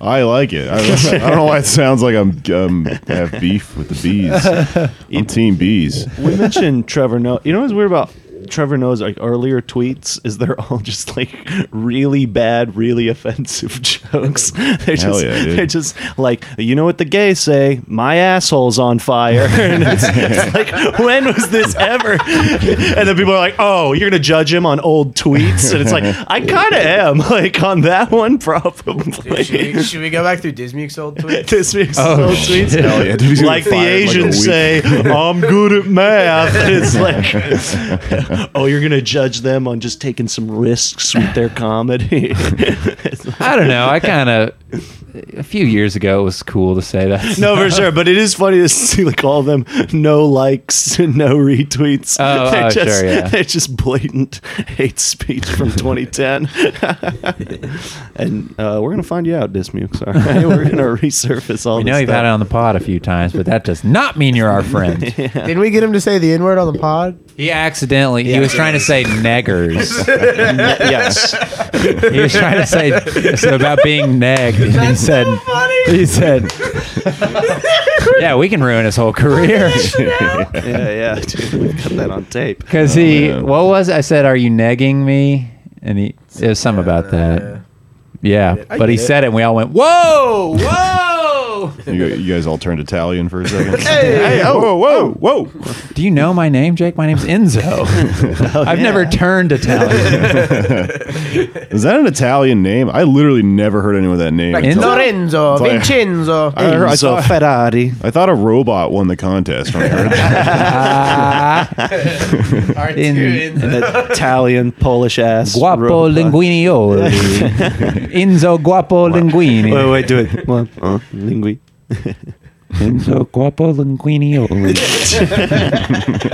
[SPEAKER 3] I like it. I, I don't know why it sounds like I'm um, have beef with the bees. I'm team bees.
[SPEAKER 5] we mentioned Trevor Noah. You know what's weird about Trevor knows like earlier tweets is they're all just like really bad, really offensive jokes. They're
[SPEAKER 3] Hell
[SPEAKER 5] just
[SPEAKER 3] yeah, dude.
[SPEAKER 5] they're just like you know what the gays say, my asshole's on fire. and it's, it's like when was this ever? And then people are like, "Oh, you're going to judge him on old tweets." And it's like, "I kind of am like on that one probably."
[SPEAKER 8] should, we, should we go back through Dismuke's old tweets?
[SPEAKER 5] Dismuke's
[SPEAKER 8] Oh,
[SPEAKER 5] old
[SPEAKER 8] shit.
[SPEAKER 5] tweets.
[SPEAKER 8] Hell yeah, dude, he's gonna
[SPEAKER 5] like the
[SPEAKER 8] fire him like a
[SPEAKER 5] Asians
[SPEAKER 8] week.
[SPEAKER 5] say, I'm good at math. It's like, oh, you're going to judge them on just taking some risks with their comedy.
[SPEAKER 2] I don't know. I kind of a few years ago it was cool to say that.
[SPEAKER 5] No, for sure, but it is funny to see like all of them no likes, no retweets.
[SPEAKER 2] Oh,
[SPEAKER 5] they're
[SPEAKER 2] oh,
[SPEAKER 5] just,
[SPEAKER 2] sure, yeah.
[SPEAKER 5] They're just blatant hate speech from 2010. and uh, we're gonna find you out, Dismukes. All right, we're gonna resurface all.
[SPEAKER 2] We
[SPEAKER 5] this
[SPEAKER 2] know you've
[SPEAKER 5] stuff.
[SPEAKER 2] had it on the pod a few times, but that does not mean you're our friend.
[SPEAKER 8] Didn't we get him to say um, the N word on the pod?
[SPEAKER 2] He accidentally. He was trying to say neggers.
[SPEAKER 5] yes.
[SPEAKER 2] He was trying to say it's about being negged. And he said, He said, "Yeah, we can ruin his whole career."
[SPEAKER 5] yeah, yeah, dude, we got that on tape.
[SPEAKER 2] Because he, what was it? I said, "Are you negging me?" And he, it was something about that. Yeah,
[SPEAKER 8] I
[SPEAKER 2] but he
[SPEAKER 8] get it.
[SPEAKER 2] said it, and we all went, "Whoa, whoa!"
[SPEAKER 3] You, you guys all turned Italian for a second.
[SPEAKER 2] Hey,
[SPEAKER 3] whoa, whoa, whoa!
[SPEAKER 2] Do you know my name, Jake? My name's Enzo. I've never turned Italian.
[SPEAKER 3] Is that an Italian name? I literally never heard anyone with that name.
[SPEAKER 8] Like
[SPEAKER 3] until-
[SPEAKER 8] Lorenzo,
[SPEAKER 3] It's like-
[SPEAKER 8] Vincenzo.
[SPEAKER 3] I heard- I thought-
[SPEAKER 5] Ferrari.
[SPEAKER 3] I thought a robot won the contest. When I heard that.
[SPEAKER 5] in, in Italian, Polish ass.
[SPEAKER 2] Guapo
[SPEAKER 5] robot.
[SPEAKER 2] linguinioli. Enzo Guapo linguini.
[SPEAKER 5] Wait, wait, do it. One, uh, lingui.
[SPEAKER 2] Enzo Guapo linguinioli.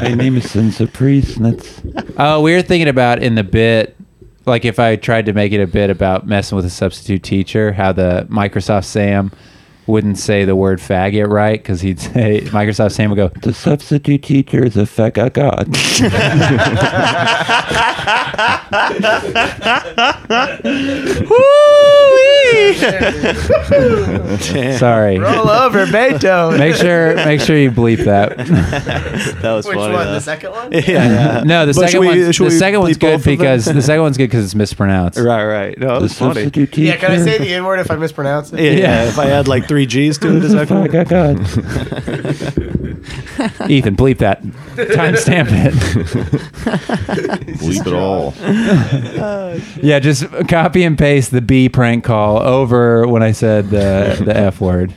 [SPEAKER 2] my name is Enzo Priest. and That's. Oh, we were thinking about in the bit, like if I tried to make it a bit about messing with a substitute teacher, how the Microsoft Sam wouldn't say the word faggot right because he'd say Microsoft Sam would go, "The substitute teacher is a faggot god." Sorry.
[SPEAKER 8] Roll over, Beto.
[SPEAKER 2] Make sure, make sure you bleep that.
[SPEAKER 5] that was
[SPEAKER 8] Which
[SPEAKER 5] funny.
[SPEAKER 8] one?
[SPEAKER 5] though.
[SPEAKER 8] The second one?
[SPEAKER 5] Yeah. yeah.
[SPEAKER 2] No, the
[SPEAKER 5] But
[SPEAKER 2] second
[SPEAKER 5] should we-
[SPEAKER 2] one.
[SPEAKER 5] should
[SPEAKER 2] The
[SPEAKER 5] we
[SPEAKER 2] second one's
[SPEAKER 5] bleep both
[SPEAKER 2] good
[SPEAKER 5] of them?
[SPEAKER 2] because the second one's good because it's mispronounced.
[SPEAKER 5] Right, right. No,
[SPEAKER 2] The
[SPEAKER 5] it's funny.
[SPEAKER 2] substitute
[SPEAKER 8] Yeah, can I
[SPEAKER 2] teacher.
[SPEAKER 8] say the N word if I mispronounce it?
[SPEAKER 5] Yeah, yeah, if I add like three G's to it, is
[SPEAKER 2] Oh
[SPEAKER 5] that cool?
[SPEAKER 2] Ethan, bleep that. Timestamp it.
[SPEAKER 3] Bleep it all.
[SPEAKER 2] yeah, just copy and paste the B prank call over when I said the the F word.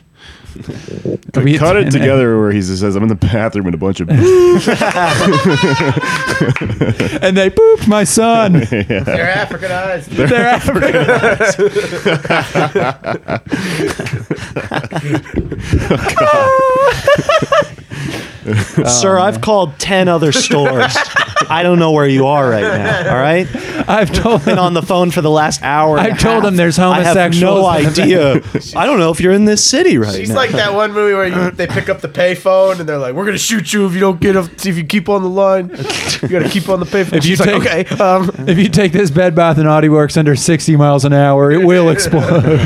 [SPEAKER 3] We cut it together where he just says, "I'm in the bathroom and a bunch of."
[SPEAKER 2] and they booped my son.
[SPEAKER 8] They're Africanized.
[SPEAKER 3] They're
[SPEAKER 8] They're
[SPEAKER 5] Sir,
[SPEAKER 2] Um,
[SPEAKER 5] I've called 10 other stores. I don't know where you are right now, all right?
[SPEAKER 2] I've told
[SPEAKER 5] been on the phone for the last hour. and
[SPEAKER 2] I've
[SPEAKER 5] a
[SPEAKER 2] told
[SPEAKER 5] half.
[SPEAKER 2] them there's
[SPEAKER 5] I
[SPEAKER 2] homosexuals
[SPEAKER 5] have
[SPEAKER 2] in
[SPEAKER 5] no
[SPEAKER 2] the
[SPEAKER 5] idea. I don't know if you're in this city right
[SPEAKER 8] She's
[SPEAKER 5] now.
[SPEAKER 8] like that one movie where you, they pick up the payphone and they're like, "We're gonna shoot you if you don't get up, if you keep on the line. You gotta keep on the payphone."
[SPEAKER 2] If you
[SPEAKER 8] She's like,
[SPEAKER 2] take-
[SPEAKER 8] "Okay, um,
[SPEAKER 2] If you take this Bed Bath and Body Works under 60 miles an hour, it will explode.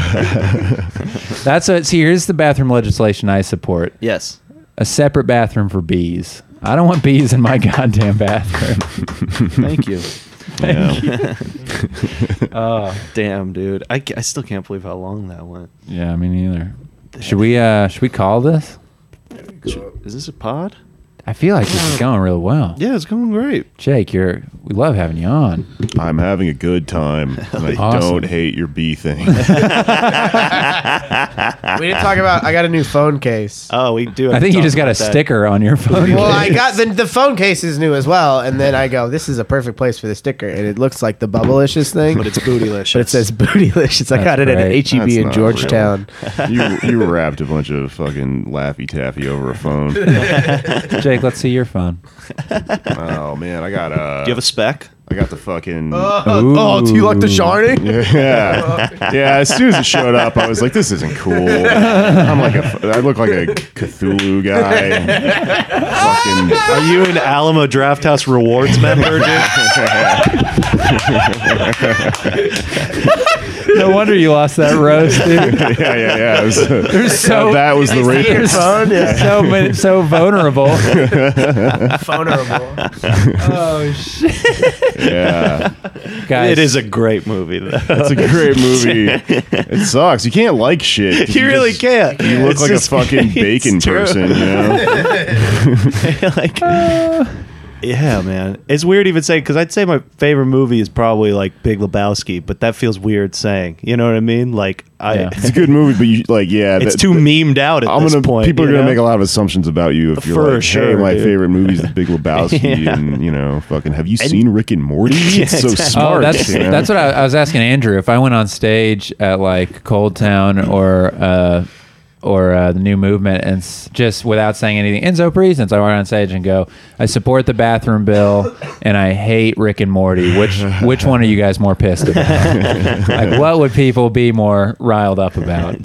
[SPEAKER 2] That's what. See, here's the bathroom legislation I support.
[SPEAKER 5] Yes.
[SPEAKER 2] A separate bathroom for bees. I don't want bees in my goddamn bathroom.
[SPEAKER 5] Thank you.
[SPEAKER 2] Thank
[SPEAKER 5] Yeah.
[SPEAKER 2] you. Uh,
[SPEAKER 5] Damn, dude. I, ca- I still can't believe how long that went.
[SPEAKER 2] yeah, me neither. Should we? Uh, should we call this?
[SPEAKER 5] Is this a pod?
[SPEAKER 2] I feel like this is going real well.
[SPEAKER 5] Yeah, it's going great.
[SPEAKER 2] Jake, you're. We love having you on.
[SPEAKER 3] I'm having a good time. And I
[SPEAKER 2] Awesome.
[SPEAKER 3] don't hate your bee thing.
[SPEAKER 8] we didn't talk about. I got a new phone case.
[SPEAKER 5] Oh, we do.
[SPEAKER 2] I think you just got a sticker on your phone.
[SPEAKER 8] Well, I got the, the phone case is new as well, and then I go, "This is a perfect place for the sticker," and it looks like the bubblicious thing,
[SPEAKER 5] But it's bootylicious.
[SPEAKER 8] But it says bootylicious. I got it at an
[SPEAKER 3] That's
[SPEAKER 8] HEB in
[SPEAKER 3] not
[SPEAKER 8] Georgetown.
[SPEAKER 3] real. you you wrapped a bunch of fucking laffy taffy over a phone.
[SPEAKER 2] Jake, let's see your phone.
[SPEAKER 3] oh man, I got a. Do
[SPEAKER 5] you have a spec?
[SPEAKER 3] I got the fucking.
[SPEAKER 8] Oh, oh, do you like the Shining?
[SPEAKER 3] Yeah, yeah. As soon as it showed up, I was like, "This isn't cool." I'm like, a, I look like a Cthulhu guy. Fucking.
[SPEAKER 5] Are you an Alamo Drafthouse rewards member, dude?
[SPEAKER 2] No wonder you lost that roast, dude.
[SPEAKER 3] yeah, yeah, yeah. It was-
[SPEAKER 2] There's so
[SPEAKER 3] that was the rape.
[SPEAKER 2] There's so many, so vulnerable.
[SPEAKER 8] Vulnerable.
[SPEAKER 2] Oh shit.
[SPEAKER 3] Yeah.
[SPEAKER 5] Guys. It is a great movie, though.
[SPEAKER 3] That's a great movie. it sucks. You can't like shit.
[SPEAKER 5] You really can't.
[SPEAKER 3] You look
[SPEAKER 5] It's
[SPEAKER 3] like
[SPEAKER 5] just-
[SPEAKER 3] a fucking
[SPEAKER 5] it's
[SPEAKER 3] bacon
[SPEAKER 5] true.
[SPEAKER 3] person. You know?
[SPEAKER 5] like, yeah, man. It's weird even saying because I'd say my favorite movie is probably like Big Lebowski, but that feels weird saying. You know what I mean? Like, I
[SPEAKER 3] It's a good movie, but you like, yeah,
[SPEAKER 5] It's
[SPEAKER 3] that-
[SPEAKER 5] too
[SPEAKER 3] that-
[SPEAKER 5] memed out at
[SPEAKER 3] I'm
[SPEAKER 5] this
[SPEAKER 3] gonna,
[SPEAKER 5] point,
[SPEAKER 3] People are
[SPEAKER 5] you
[SPEAKER 3] gonna
[SPEAKER 5] know?
[SPEAKER 3] make a lot of assumptions about you if you're
[SPEAKER 5] For
[SPEAKER 3] like, hey,
[SPEAKER 5] sure,
[SPEAKER 3] my
[SPEAKER 5] dude."
[SPEAKER 3] favorite movie is The Big Lebowski,
[SPEAKER 5] Yeah.
[SPEAKER 3] and you know, fucking, have you
[SPEAKER 5] And-
[SPEAKER 3] seen Rick and Morty?
[SPEAKER 5] Yeah,
[SPEAKER 3] it's so
[SPEAKER 5] exactly.
[SPEAKER 3] smart.
[SPEAKER 2] Oh, that's
[SPEAKER 3] you know?
[SPEAKER 2] that's what I, I was asking Andrew. If I went on stage at like Cold Town or uh, or uh, the New Movement and s- just without saying anything, Enzo Presence, I went on stage and go, I support the bathroom bill and I hate Rick and Morty. Which which one are you guys more pissed about? like, what would people be more riled up about?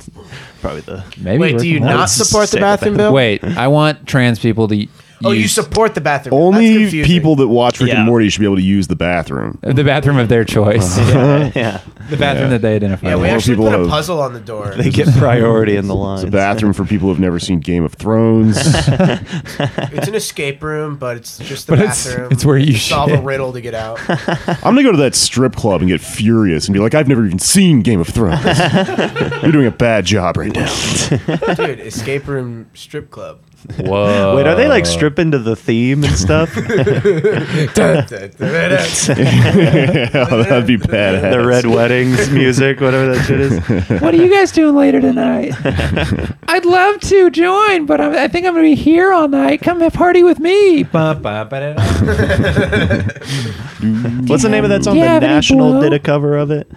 [SPEAKER 5] Probably the
[SPEAKER 2] maybe.
[SPEAKER 8] Wait,
[SPEAKER 2] Rick
[SPEAKER 8] do you
[SPEAKER 2] and Morty.
[SPEAKER 8] not support the bathroom bill?
[SPEAKER 2] Wait, I want trans people to.
[SPEAKER 8] Oh, you
[SPEAKER 2] use
[SPEAKER 8] support the bathroom. bill. That's
[SPEAKER 3] Only
[SPEAKER 8] confusing.
[SPEAKER 3] people that watch Rick and Morty should be able to use the bathroom.
[SPEAKER 2] the bathroom of their choice.
[SPEAKER 3] Yeah,
[SPEAKER 2] The bathroom that they identify.
[SPEAKER 8] Yeah, we
[SPEAKER 3] More
[SPEAKER 8] actually
[SPEAKER 3] people
[SPEAKER 8] put a
[SPEAKER 3] have-
[SPEAKER 8] puzzle on the door.
[SPEAKER 5] They get priority in the line.
[SPEAKER 3] It's a bathroom for people who've never seen Game of Thrones.
[SPEAKER 8] It's an escape room, but it's just the
[SPEAKER 3] But it's-
[SPEAKER 8] bathroom.
[SPEAKER 3] it's where you
[SPEAKER 8] solve a
[SPEAKER 3] shit.
[SPEAKER 8] riddle to get out.
[SPEAKER 3] I'm gonna go to that strip club and get furious and be like, I've never even seen Game of Thrones. You're doing a bad job right now.
[SPEAKER 8] Dude, escape room strip club.
[SPEAKER 5] Whoa. Wait, are they like stripping to the theme and stuff?
[SPEAKER 3] Oh, that'd be badass.
[SPEAKER 5] The Red Weddings music, whatever that shit is.
[SPEAKER 2] What are you guys doing later tonight? I'd love to join, but I'm, I think I'm going to be here all night. Come have party with me.
[SPEAKER 5] What's the name of that song?
[SPEAKER 2] Do you
[SPEAKER 5] the
[SPEAKER 2] have any
[SPEAKER 5] National
[SPEAKER 2] blow?
[SPEAKER 5] did a cover of it.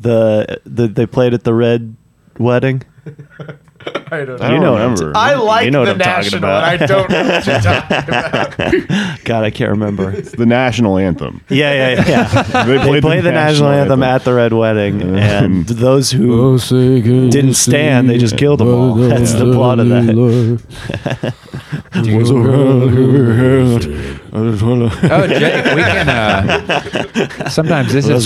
[SPEAKER 5] The, the they played at the Red Wedding.
[SPEAKER 8] I don't
[SPEAKER 5] You know what I'm-
[SPEAKER 8] I like
[SPEAKER 5] you know
[SPEAKER 8] the
[SPEAKER 5] what I'm
[SPEAKER 8] national.
[SPEAKER 5] talking about.
[SPEAKER 8] and I don't know what you're talking about.
[SPEAKER 5] God, I can't remember. It's
[SPEAKER 3] the national anthem.
[SPEAKER 5] Yeah, yeah, yeah.
[SPEAKER 3] They
[SPEAKER 5] they
[SPEAKER 3] played
[SPEAKER 5] played,
[SPEAKER 3] the
[SPEAKER 5] the,
[SPEAKER 3] national
[SPEAKER 5] national anthem, at the Red Wedding, and
[SPEAKER 3] Hmm.
[SPEAKER 5] those
[SPEAKER 2] Oh,
[SPEAKER 5] who didn't stand, they just killed them all. That's the plot of that.
[SPEAKER 2] Was Oh, Jake, we can. Uh, sometimes this is.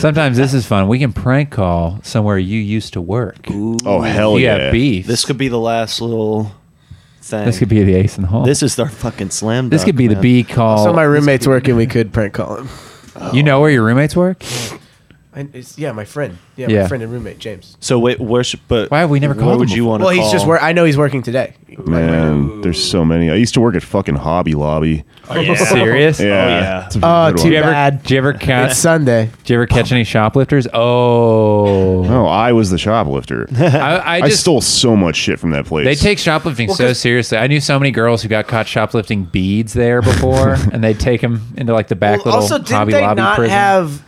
[SPEAKER 2] sometimes this is fun. We can prank call somewhere you used to work.
[SPEAKER 3] Oh hell
[SPEAKER 2] you
[SPEAKER 3] yeah!
[SPEAKER 2] Have beef.
[SPEAKER 5] This could be the last little thing.
[SPEAKER 2] This could be the ace in the hole.
[SPEAKER 5] This is our fucking slam.
[SPEAKER 2] This
[SPEAKER 5] dunk,
[SPEAKER 2] could be the
[SPEAKER 5] man.
[SPEAKER 2] B call.
[SPEAKER 8] So my roommate's working. We could prank call him.
[SPEAKER 2] You know where your roommates work?
[SPEAKER 8] And it's, yeah, my friend. Yeah,
[SPEAKER 2] Yeah.
[SPEAKER 8] my friend and roommate James.
[SPEAKER 5] So wait, where should, but
[SPEAKER 2] why have we never
[SPEAKER 5] where Would you want to
[SPEAKER 8] Well, he's just where I
[SPEAKER 5] Oh,
[SPEAKER 8] know he's working today.
[SPEAKER 3] Man, there's so many. I used to work at fucking Hobby Lobby.
[SPEAKER 8] Are you
[SPEAKER 2] serious?
[SPEAKER 3] Yeah. It's
[SPEAKER 8] Oh,
[SPEAKER 3] a good
[SPEAKER 8] too
[SPEAKER 3] one.
[SPEAKER 2] Do you ever?
[SPEAKER 8] bad.
[SPEAKER 2] Do Oh, you ever catch?
[SPEAKER 8] It's Sunday.
[SPEAKER 2] Do you ever catch any shoplifters? Oh.
[SPEAKER 3] No, I was the shoplifter.
[SPEAKER 2] I- I just-
[SPEAKER 3] stole so much shit from that place.
[SPEAKER 2] They take shoplifting so seriously. I knew so many girls who got caught shoplifting beads there before, and they'd take them into like the back little
[SPEAKER 8] Also, did
[SPEAKER 2] Hobby
[SPEAKER 8] they
[SPEAKER 2] Lobby
[SPEAKER 8] not
[SPEAKER 2] prison.
[SPEAKER 8] have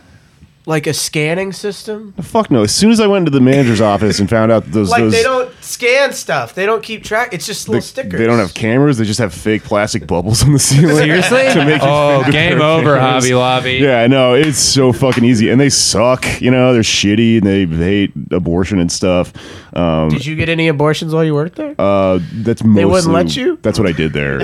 [SPEAKER 8] like a scanning system?
[SPEAKER 3] Fuck no! As soon as I went into the manager's office and found out those
[SPEAKER 8] Like
[SPEAKER 3] those
[SPEAKER 8] they don't scan stuff. They don't keep track. It's just
[SPEAKER 3] the-
[SPEAKER 8] little stickers.
[SPEAKER 3] they don't have cameras. They just have fake plastic bubbles on the ceiling.
[SPEAKER 2] Seriously?
[SPEAKER 3] to make you
[SPEAKER 2] Oh,
[SPEAKER 3] think that
[SPEAKER 2] game
[SPEAKER 3] they're
[SPEAKER 2] over,
[SPEAKER 3] cameras.
[SPEAKER 2] Hobby Lobby.
[SPEAKER 3] Yeah, I know. It's so fucking easy, and they suck. You know, they're shitty, and they hate abortion and stuff. Um,
[SPEAKER 8] Did you get any abortions while you worked there?
[SPEAKER 3] Uh, that's mostly.
[SPEAKER 8] They wouldn't let you?
[SPEAKER 3] That's what I did there.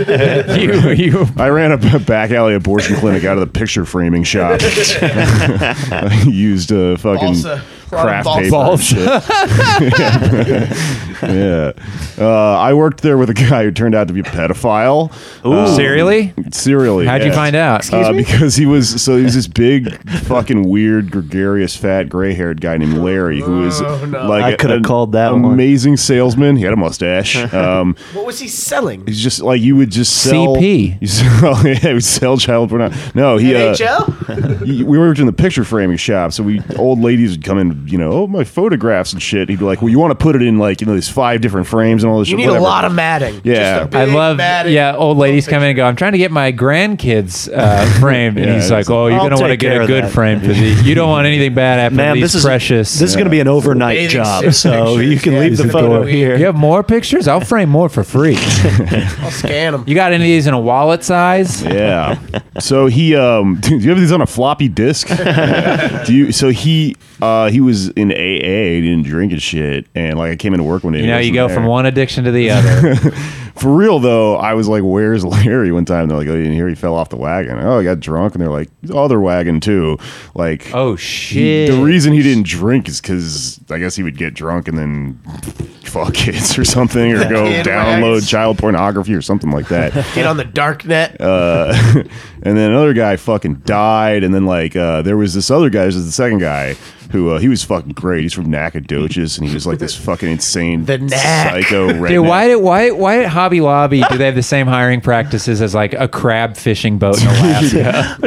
[SPEAKER 2] You- you-
[SPEAKER 3] I ran a b- back alley abortion clinic out of the picture framing shop. I used uh, fucking
[SPEAKER 8] Balsa. A lot of
[SPEAKER 3] craft
[SPEAKER 8] balsa.
[SPEAKER 3] paper. and shit. yeah. Uh, I worked there with a guy who turned out to be a pedophile. Um,
[SPEAKER 2] Ooh. Serially?
[SPEAKER 3] Serially.
[SPEAKER 2] How'd you
[SPEAKER 3] yes.
[SPEAKER 2] find out? Excuse
[SPEAKER 3] Uh,
[SPEAKER 2] me?
[SPEAKER 3] because he was so he was this big, fucking weird, gregarious, fat, gray-haired guy named Larry who was like
[SPEAKER 5] I
[SPEAKER 3] a-
[SPEAKER 5] coulda
[SPEAKER 3] an
[SPEAKER 5] called that one.
[SPEAKER 3] amazing salesman. He had a mustache. Um,
[SPEAKER 8] What was he selling?
[SPEAKER 3] He's just like you would just sell
[SPEAKER 2] CP.
[SPEAKER 3] You sell, yeah, he would sell child porn. No, he uh,
[SPEAKER 8] NHL?
[SPEAKER 3] y- we worked in the picture framing shop, so we old ladies would come in, you know, oh my photographs and shit. He'd be like, well, you want to put it in like you know these five different frames and all this.
[SPEAKER 8] You
[SPEAKER 3] shit,
[SPEAKER 8] need
[SPEAKER 3] whatever.
[SPEAKER 8] a lot of matting.
[SPEAKER 3] Yeah,
[SPEAKER 2] I love. Yeah, old ladies come in and go. I'm trying to get my grandkids uh, framed, and
[SPEAKER 5] Yeah,
[SPEAKER 2] he's like,
[SPEAKER 5] it's-
[SPEAKER 2] "Oh, you're
[SPEAKER 5] I'll
[SPEAKER 2] gonna want to
[SPEAKER 5] take
[SPEAKER 2] get
[SPEAKER 5] care
[SPEAKER 2] a
[SPEAKER 5] of
[SPEAKER 2] good
[SPEAKER 5] that.
[SPEAKER 2] frame physique. You don't want anything bad happening.
[SPEAKER 5] Man,
[SPEAKER 2] to
[SPEAKER 5] this
[SPEAKER 2] these
[SPEAKER 5] is
[SPEAKER 2] precious. uh,
[SPEAKER 5] This is going to be an overnight
[SPEAKER 2] Bathing
[SPEAKER 5] job,
[SPEAKER 2] suit
[SPEAKER 5] so
[SPEAKER 2] pictures.
[SPEAKER 5] you can leave the photo here.
[SPEAKER 2] You have more pictures? I'll frame more for free.
[SPEAKER 8] I'll scan them.
[SPEAKER 2] You got any of these in a wallet size?
[SPEAKER 3] Yeah. So he, um, do you have these on a floppy disk? do you? So he, uh, he was in AA, he didn't drink and shit, and like I came into work one day.
[SPEAKER 2] You
[SPEAKER 3] and he
[SPEAKER 2] know,
[SPEAKER 3] wasn't
[SPEAKER 2] you go
[SPEAKER 3] there.
[SPEAKER 2] from one addiction to the other.
[SPEAKER 3] For real though, I was like, "Where's Larry?" One time they're like, "Oh, you didn't hear he fell off the wagon." Oh, he got drunk, and they're like, "The "Other wagon too." Like,
[SPEAKER 2] oh shit.
[SPEAKER 3] The reason he didn't drink is because I guess he would get drunk and then fuck kids or something, or go
[SPEAKER 8] Kid
[SPEAKER 3] download
[SPEAKER 8] wagons.
[SPEAKER 3] child pornography or something like that.
[SPEAKER 8] Get on the dark net.
[SPEAKER 3] Uh, and then another guy fucking died. And then like uh, there was this other guy, this is the second guy who uh, he was fucking great. He's from Nacogdoches, and he was like this fucking insane the psycho. Redneck.
[SPEAKER 2] Dude, why did why why at Hobby Lobby do they have the same hiring practices as like a crab fishing boat in Alaska?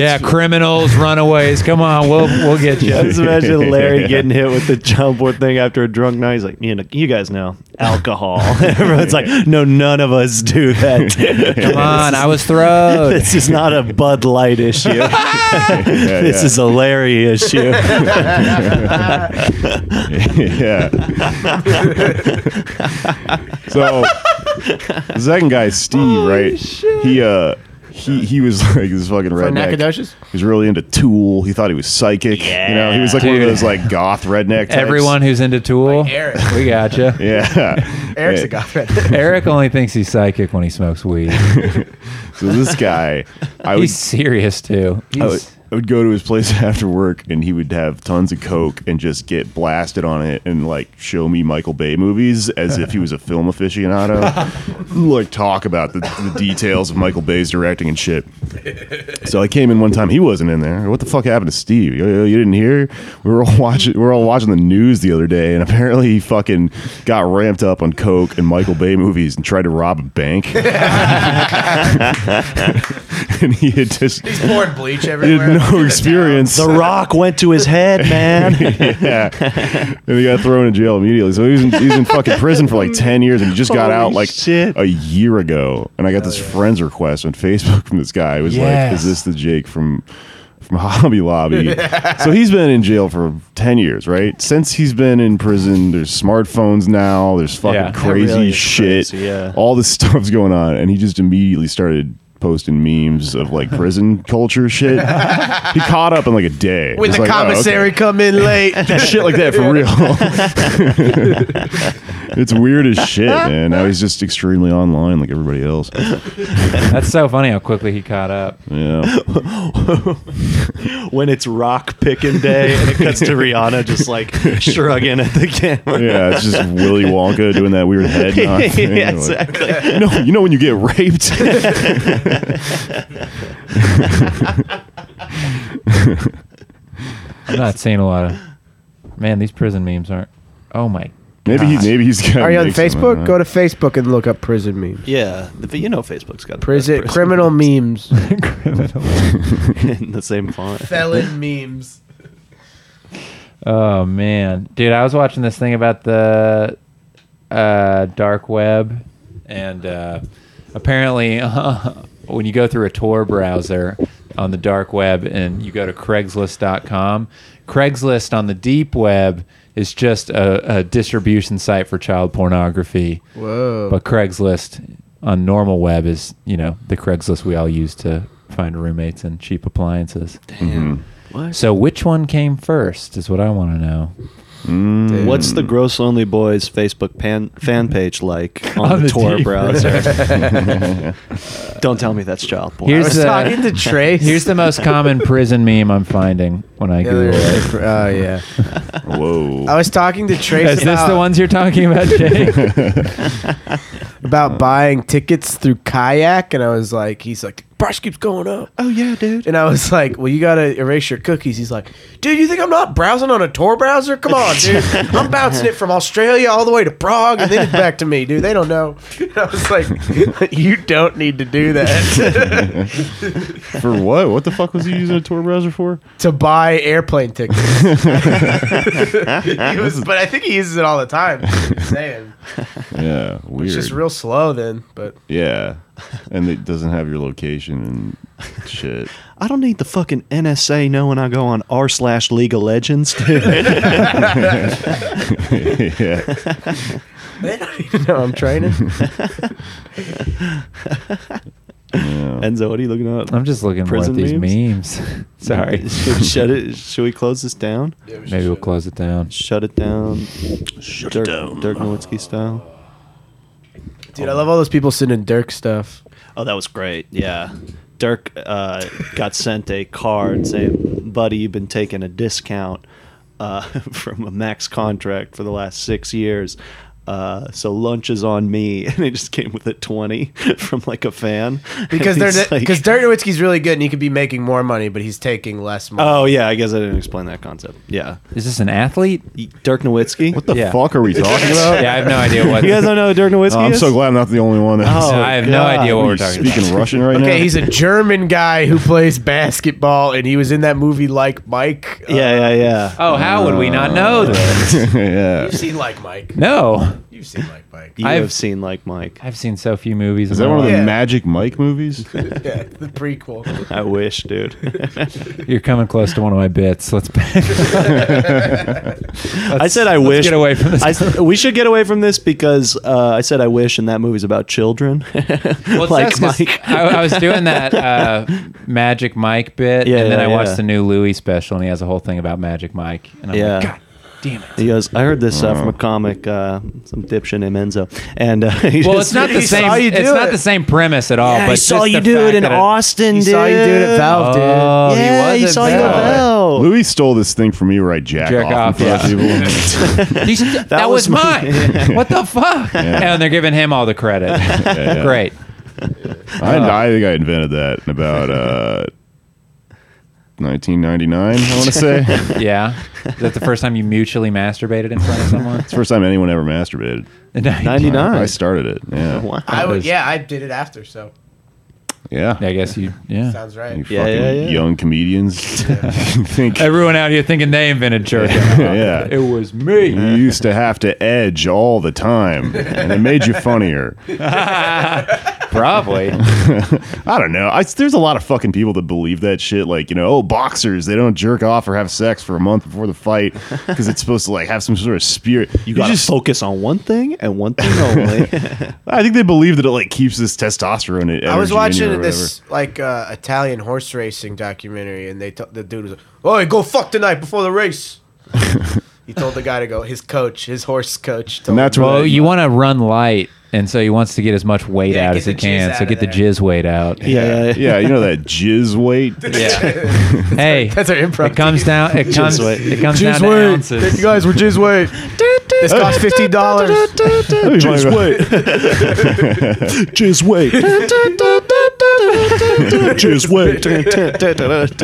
[SPEAKER 2] yeah, criminals, runaways. Come on, we'll we'll get you.
[SPEAKER 5] I just imagine Larry getting hit with the child board thing after a drunk night. He's like, you know, you guys know alcohol. Everyone's like, no, none of us do that.
[SPEAKER 2] Come on, I was
[SPEAKER 5] thrown.
[SPEAKER 2] throwed.
[SPEAKER 5] This is not a Bud Light issue. this
[SPEAKER 3] yeah.
[SPEAKER 5] is a Larry issue.
[SPEAKER 3] yeah. so the second guy, is Steve, right? He uh he he was like this fucking redneck.
[SPEAKER 8] Nacogdoches?
[SPEAKER 3] He was really into Tool. He thought he was psychic. You know, he was like one of
[SPEAKER 2] Dude.
[SPEAKER 3] those like goth redneck. Types.
[SPEAKER 2] Everyone who's into Tool,
[SPEAKER 8] Eric.
[SPEAKER 2] we got you.
[SPEAKER 3] Yeah.
[SPEAKER 8] Eric's a goth redneck.
[SPEAKER 2] Eric only thinks he's psychic when he smokes weed.
[SPEAKER 3] so this guy, I
[SPEAKER 2] He's
[SPEAKER 3] would-
[SPEAKER 2] serious too.
[SPEAKER 3] I would,
[SPEAKER 2] He's-
[SPEAKER 3] I would go to his place after work, and he would have tons of coke and just get blasted on it, and like show me Michael Bay movies as if he was a film aficionado, like talk about the, the details of Michael Bay's directing and shit. So I came in one time, he wasn't in there. What the fuck happened to Steve? Yo, yo, you didn't hear? We were all watching, we were all watching the news the other day, and apparently he fucking got ramped up on coke and Michael Bay movies and tried to rob a bank. and he had just
[SPEAKER 8] He's pouring bleach
[SPEAKER 3] he
[SPEAKER 8] everywhere.
[SPEAKER 3] had no experience.
[SPEAKER 5] the Rock went to his head, man.
[SPEAKER 3] yeah, and he got thrown in jail immediately. So he was in, he was in fucking prison for like ten years, and he just got
[SPEAKER 5] Holy
[SPEAKER 3] out like a year ago. And I got this friend's request on Facebook from this guy. It was like,
[SPEAKER 5] Yes.
[SPEAKER 3] "Is this the Jake from?" From Hobby Lobby, so he's been in jail for ten years, right? Since he's been in prison, there's smartphones now, there's fucking
[SPEAKER 5] Yeah. It
[SPEAKER 3] crazy
[SPEAKER 5] really is
[SPEAKER 3] shit,
[SPEAKER 5] crazy, yeah.
[SPEAKER 3] all this stuff's going on, and he just immediately started posting memes of like prison culture shit. he caught up in like a day
[SPEAKER 8] When
[SPEAKER 3] It's
[SPEAKER 8] the
[SPEAKER 3] like, oh, okay.
[SPEAKER 8] commissary come in late.
[SPEAKER 3] Shit like that for real. it's weird as shit, man. Now he's just extremely online like everybody else.
[SPEAKER 2] That's so funny how quickly he caught up.
[SPEAKER 3] Yeah.
[SPEAKER 5] when it's rock picking day and it cuts to Rihanna just like shrugging at the camera.
[SPEAKER 3] Yeah, it's just Willy Wonka doing that weird head nod. thing.
[SPEAKER 5] yeah,
[SPEAKER 3] Like,
[SPEAKER 5] exactly.
[SPEAKER 3] You know, you know when you get raped.
[SPEAKER 2] I'm not seeing a lot of. Man, these prison memes aren't. Oh my.
[SPEAKER 3] Maybe he-
[SPEAKER 2] God.
[SPEAKER 3] maybe he's
[SPEAKER 8] Are you on
[SPEAKER 3] uh,
[SPEAKER 8] Facebook? Go to Facebook and look up prison memes.
[SPEAKER 5] Yeah, the, you know Facebook's got the best
[SPEAKER 8] Prison, criminal memes.
[SPEAKER 5] prison in the same font.
[SPEAKER 8] Felon memes.
[SPEAKER 2] Oh man, dude, I was watching this thing about the uh, dark web, and uh, apparently, when you go through a Tor browser on the dark web and you go to Craigslist.com, Craigslist on the deep web is just a, a distribution site for child pornography.
[SPEAKER 8] Whoa.
[SPEAKER 2] But Craigslist on normal web is you know the Craigslist we all use to find roommates and cheap appliances.
[SPEAKER 5] Damn.
[SPEAKER 3] Mm-hmm.
[SPEAKER 5] What?
[SPEAKER 2] So which one came first is what I want to know.
[SPEAKER 3] Mm.
[SPEAKER 2] Mm.
[SPEAKER 5] What's the Gross Lonely Boys Facebook pan, fan page like on,
[SPEAKER 2] On
[SPEAKER 5] the,
[SPEAKER 2] the
[SPEAKER 5] Tor
[SPEAKER 2] deep
[SPEAKER 5] browser?
[SPEAKER 2] web.
[SPEAKER 5] Don't tell me that's child porn.
[SPEAKER 2] Here's the, Here's the most common prison meme I'm finding when I
[SPEAKER 8] Yeah,
[SPEAKER 2] Google
[SPEAKER 8] there's-
[SPEAKER 2] it.
[SPEAKER 8] Oh yeah.
[SPEAKER 3] Whoa.
[SPEAKER 8] I was talking to Trace.
[SPEAKER 2] Is this
[SPEAKER 8] about-
[SPEAKER 2] the ones you're talking about, Jake?
[SPEAKER 3] Uh,
[SPEAKER 8] about buying tickets through kayak and i was like he's like price keeps going up
[SPEAKER 5] oh yeah dude
[SPEAKER 8] and i was like well you gotta erase your cookies he's like dude you think i'm not browsing on a tor browser come on dude i'm bouncing it from australia all the way to prague and then it's back to me dude they don't know and i was like you don't need to do that
[SPEAKER 3] for what? What the fuck was he using a Tor browser for?
[SPEAKER 8] to buy airplane tickets He was- but i think he uses it all the time just saying
[SPEAKER 3] Yeah, weird.
[SPEAKER 8] it's just real slow then but
[SPEAKER 3] yeah, and it doesn't have your location and shit.
[SPEAKER 5] I don't need the fucking NSA knowing I go on r slash League of Legends. dude.
[SPEAKER 3] yeah.
[SPEAKER 8] they don't even know i'm training
[SPEAKER 5] Enzo, what are you looking up?
[SPEAKER 2] I'm just looking more at these memes. Sorry.
[SPEAKER 5] should, shut it, should we close this down?
[SPEAKER 2] Maybe we'll close it down.
[SPEAKER 5] Shut it down. Shut Dirk, it down. Dirk Nowitzki style.
[SPEAKER 8] Dude, I love all those people sending Dirk stuff.
[SPEAKER 5] Oh, that was great. Yeah. Dirk uh, got sent a card saying, Buddy, you've been taking a discount uh, from a max contract for the last six years. Uh, so lunch is on me. And it just came with a 20 from like a fan.
[SPEAKER 8] Because
[SPEAKER 5] And
[SPEAKER 8] they're
[SPEAKER 5] he's like-
[SPEAKER 8] because Dirk Nowitzki's really good and he could be making more money, but he's taking less money.
[SPEAKER 5] Oh yeah, I guess I didn't explain that concept. Yeah,
[SPEAKER 2] is this an athlete,
[SPEAKER 5] Dirk Nowitzki? What
[SPEAKER 3] the fuck are we talking about?
[SPEAKER 2] Yeah, I have no idea what-
[SPEAKER 5] you guys don't know who Dirk Nowitzki.
[SPEAKER 3] Oh, I'm
[SPEAKER 5] is?
[SPEAKER 3] so glad I'm not the only one. That
[SPEAKER 5] Oh, I have no God. idea what
[SPEAKER 3] Are
[SPEAKER 5] we're
[SPEAKER 3] you
[SPEAKER 5] talking
[SPEAKER 3] speaking
[SPEAKER 5] about.
[SPEAKER 3] Russian right now.
[SPEAKER 8] okay, he's a German guy who plays basketball, and he was in that movie like Mike. Uh,
[SPEAKER 5] yeah, yeah, yeah.
[SPEAKER 2] Oh, how would we not know this?
[SPEAKER 3] Uh, yeah.
[SPEAKER 8] You've seen like Mike.
[SPEAKER 2] No.
[SPEAKER 8] You've seen like Mike.
[SPEAKER 5] You have seen like Mike.
[SPEAKER 2] I've seen so few movies.
[SPEAKER 3] Is
[SPEAKER 2] in
[SPEAKER 3] that
[SPEAKER 2] my
[SPEAKER 3] one of the
[SPEAKER 2] life.
[SPEAKER 3] Magic Mike movies?
[SPEAKER 8] yeah, the prequel.
[SPEAKER 5] I wish, dude.
[SPEAKER 2] You're coming close to one of my bits. Let's.
[SPEAKER 5] I said I
[SPEAKER 2] let's
[SPEAKER 5] wish.
[SPEAKER 2] Get away from this.
[SPEAKER 5] I s- we should get away from this because uh, I said I wish, and that movie's about children.
[SPEAKER 2] Well,
[SPEAKER 5] like
[SPEAKER 2] that's 'cause
[SPEAKER 5] Mike.
[SPEAKER 2] I, I was doing that uh, Magic Mike bit,
[SPEAKER 5] Yeah,
[SPEAKER 2] and then
[SPEAKER 5] yeah,
[SPEAKER 2] I watched
[SPEAKER 5] yeah.
[SPEAKER 2] the new Louis special, and he has a whole thing about Magic Mike. And I'm
[SPEAKER 5] yeah.
[SPEAKER 2] like, God damn it.
[SPEAKER 5] He goes, I heard this uh, from a comic, uh, some dipshit named Enzo. And, uh, he
[SPEAKER 2] Well,
[SPEAKER 5] just-
[SPEAKER 2] it's not the same. It's not the same premise at all.
[SPEAKER 5] Yeah,
[SPEAKER 2] but
[SPEAKER 5] he saw
[SPEAKER 2] just
[SPEAKER 5] you
[SPEAKER 2] the
[SPEAKER 5] do it
[SPEAKER 2] fact
[SPEAKER 5] in
[SPEAKER 2] that
[SPEAKER 5] Austin, He saw you do it at dude. Valve, dude.
[SPEAKER 2] Oh, he
[SPEAKER 5] Yeah,
[SPEAKER 2] was
[SPEAKER 5] he
[SPEAKER 2] at
[SPEAKER 5] saw you at Valve.
[SPEAKER 3] Louis stole this thing from me where I jack,
[SPEAKER 2] Jack off,
[SPEAKER 3] off. in front of
[SPEAKER 2] yeah.
[SPEAKER 3] people.
[SPEAKER 2] He's- that, was, mine. what the fuck?
[SPEAKER 3] Yeah.
[SPEAKER 2] And they're giving him all the credit.
[SPEAKER 3] yeah.
[SPEAKER 2] Great.
[SPEAKER 3] I, I think I invented that in about uh, 1999. I want to say.
[SPEAKER 2] yeah. Is that the first time you mutually masturbated in front of someone?
[SPEAKER 3] It's the first time anyone ever masturbated.
[SPEAKER 2] 99.
[SPEAKER 3] I started it. Yeah.
[SPEAKER 8] I would, yeah, I did it after, so
[SPEAKER 3] Yeah.
[SPEAKER 2] I guess you. Yeah.
[SPEAKER 8] sounds right.
[SPEAKER 3] You fucking young comedians. think
[SPEAKER 2] Everyone out here thinking they invented jerk.
[SPEAKER 3] yeah.
[SPEAKER 2] It was me.
[SPEAKER 3] You used to have to edge all the time, and it made you funnier.
[SPEAKER 2] Probably.
[SPEAKER 3] I don't know. I, there's a lot of fucking people that believe that shit. Like, you know, oh, boxers, they don't jerk off or have sex for a month before the fight because it's supposed to like have some sort of spirit. You,
[SPEAKER 5] gotta focus on one thing and one thing only.
[SPEAKER 3] I think they believe that it like keeps this testosterone. Energy
[SPEAKER 8] I was
[SPEAKER 3] in you or
[SPEAKER 8] watching
[SPEAKER 3] whatever.
[SPEAKER 8] this like uh, Italian horse racing documentary, and they t- the dude was like, "Oh, go fuck tonight before the race." he told the guy to go. His coach, his horse coach, told him,
[SPEAKER 2] well, you want to run light, and so he wants to get as much weight
[SPEAKER 8] Yeah,
[SPEAKER 2] out
[SPEAKER 8] get
[SPEAKER 2] as he
[SPEAKER 8] the jizz
[SPEAKER 2] can.
[SPEAKER 8] out
[SPEAKER 2] So
[SPEAKER 8] of
[SPEAKER 2] get the
[SPEAKER 8] there.
[SPEAKER 2] jizz weight out.
[SPEAKER 3] yeah, yeah, you know that jizz weight.
[SPEAKER 2] Yeah. hey, that's
[SPEAKER 8] our improv.
[SPEAKER 2] It comes down. It
[SPEAKER 3] Jizz
[SPEAKER 2] comes.
[SPEAKER 3] weight.
[SPEAKER 2] It comes
[SPEAKER 3] Jizz
[SPEAKER 2] down
[SPEAKER 3] weight.
[SPEAKER 2] to ounces.
[SPEAKER 8] You guys were jizz weight. This cost fifteen dollars.
[SPEAKER 3] Jizz weight.
[SPEAKER 5] Jizz weight. Jizz weight.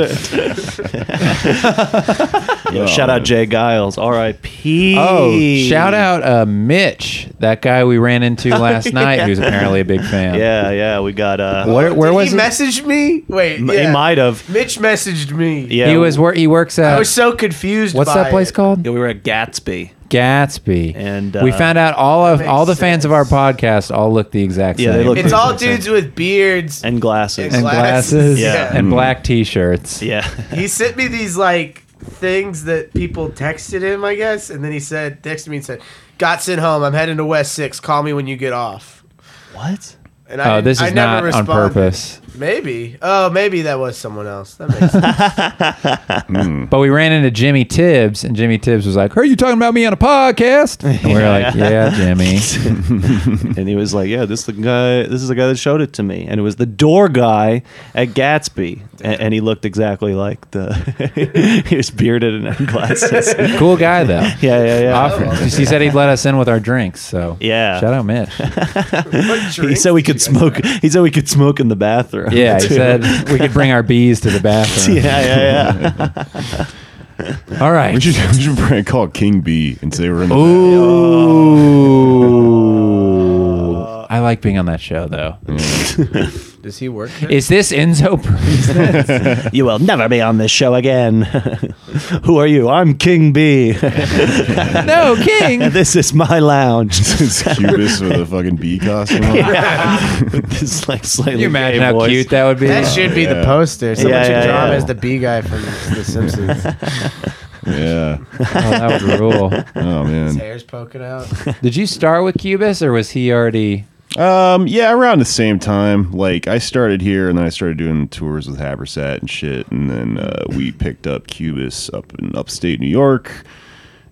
[SPEAKER 3] Oh,
[SPEAKER 5] Yo, shout out Jay Giles. R.I.P.
[SPEAKER 2] Oh, shout out uh, Mitch, that guy we ran into
[SPEAKER 8] Oh,
[SPEAKER 2] last night, who's apparently a big fan.
[SPEAKER 5] Yeah, yeah. We got. Uh,
[SPEAKER 2] Where, where
[SPEAKER 8] Did
[SPEAKER 2] was
[SPEAKER 8] he? Messaged me. Wait,
[SPEAKER 5] M- he
[SPEAKER 8] yeah.
[SPEAKER 5] might have.
[SPEAKER 8] Mitch messaged me.
[SPEAKER 5] Yeah.
[SPEAKER 2] He was uh, where he works at.
[SPEAKER 8] I was so confused.
[SPEAKER 2] what's
[SPEAKER 8] by
[SPEAKER 2] that place
[SPEAKER 8] it.
[SPEAKER 2] called?
[SPEAKER 5] Yeah, we were at Gatsby.
[SPEAKER 2] Gatsby.
[SPEAKER 5] And
[SPEAKER 2] we
[SPEAKER 5] uh,
[SPEAKER 2] found out all of all the fans of our podcast all look the exact
[SPEAKER 5] Yeah,
[SPEAKER 2] same.
[SPEAKER 5] they look
[SPEAKER 8] It's all dudes with beards.
[SPEAKER 5] and glasses.
[SPEAKER 2] and glasses,
[SPEAKER 5] Yeah.
[SPEAKER 2] and black t-shirts.
[SPEAKER 5] Yeah.
[SPEAKER 8] he sent me these like things that people texted him, I guess, and then he said, texted me and said, "Got sent home. I'm heading to West Six. Call me when you get off."
[SPEAKER 5] What?
[SPEAKER 8] And I,
[SPEAKER 2] oh, this is
[SPEAKER 8] I never
[SPEAKER 2] not on
[SPEAKER 8] responded.
[SPEAKER 2] purpose.
[SPEAKER 8] Maybe. Oh, maybe that was someone else. That makes sense.
[SPEAKER 2] But we ran into Jimmy Tibbs, and Jimmy Tibbs was like, "Are you talking about me on a podcast?" And we were like, "Yeah, Jimmy."
[SPEAKER 5] and he was like, "Yeah, this the guy. This is the guy that showed it to me." And it was the door guy at Gatsby, A- and, he looked exactly like the. he was bearded and had glasses.
[SPEAKER 2] cool guy though. Yeah,
[SPEAKER 5] yeah, yeah.
[SPEAKER 2] he said he'd let us in with our drinks. So
[SPEAKER 5] Yeah.
[SPEAKER 2] shout out Mitch.
[SPEAKER 5] he said we could smoke. He said we could smoke in the bathroom.
[SPEAKER 2] Yeah, he
[SPEAKER 5] too.
[SPEAKER 2] said we could bring our bees to the bathroom.
[SPEAKER 5] yeah, yeah, yeah.
[SPEAKER 2] All right.
[SPEAKER 3] We should, we should probably call King B and say we're in the
[SPEAKER 2] Ooh. I like being on that show though.
[SPEAKER 8] Does he work?
[SPEAKER 2] Is this Enzo Presents?
[SPEAKER 5] you will never be on this show again. Who are you? I'm King B.
[SPEAKER 2] no, King.
[SPEAKER 5] this is my lounge.
[SPEAKER 3] this Cubist with a fucking bee costume. On.
[SPEAKER 5] Yeah. With this like slightly.
[SPEAKER 2] you imagine
[SPEAKER 5] gay
[SPEAKER 2] how
[SPEAKER 5] voice.
[SPEAKER 2] cute that would be?
[SPEAKER 8] That should be
[SPEAKER 3] yeah.
[SPEAKER 8] the poster. Someone
[SPEAKER 5] Yeah,
[SPEAKER 8] should
[SPEAKER 5] yeah,
[SPEAKER 8] draw him
[SPEAKER 5] yeah.
[SPEAKER 8] as the B guy from The Simpsons.
[SPEAKER 3] Yeah.
[SPEAKER 2] Oh, that would rule.
[SPEAKER 3] Oh
[SPEAKER 8] His
[SPEAKER 3] man.
[SPEAKER 8] hair's poking out.
[SPEAKER 2] Did you start with Cubus or was he already?
[SPEAKER 3] Um. Yeah. Around the same time, like I started here, and then I started doing tours with Haversat and shit, and then uh, we picked up Cubis up in upstate New York,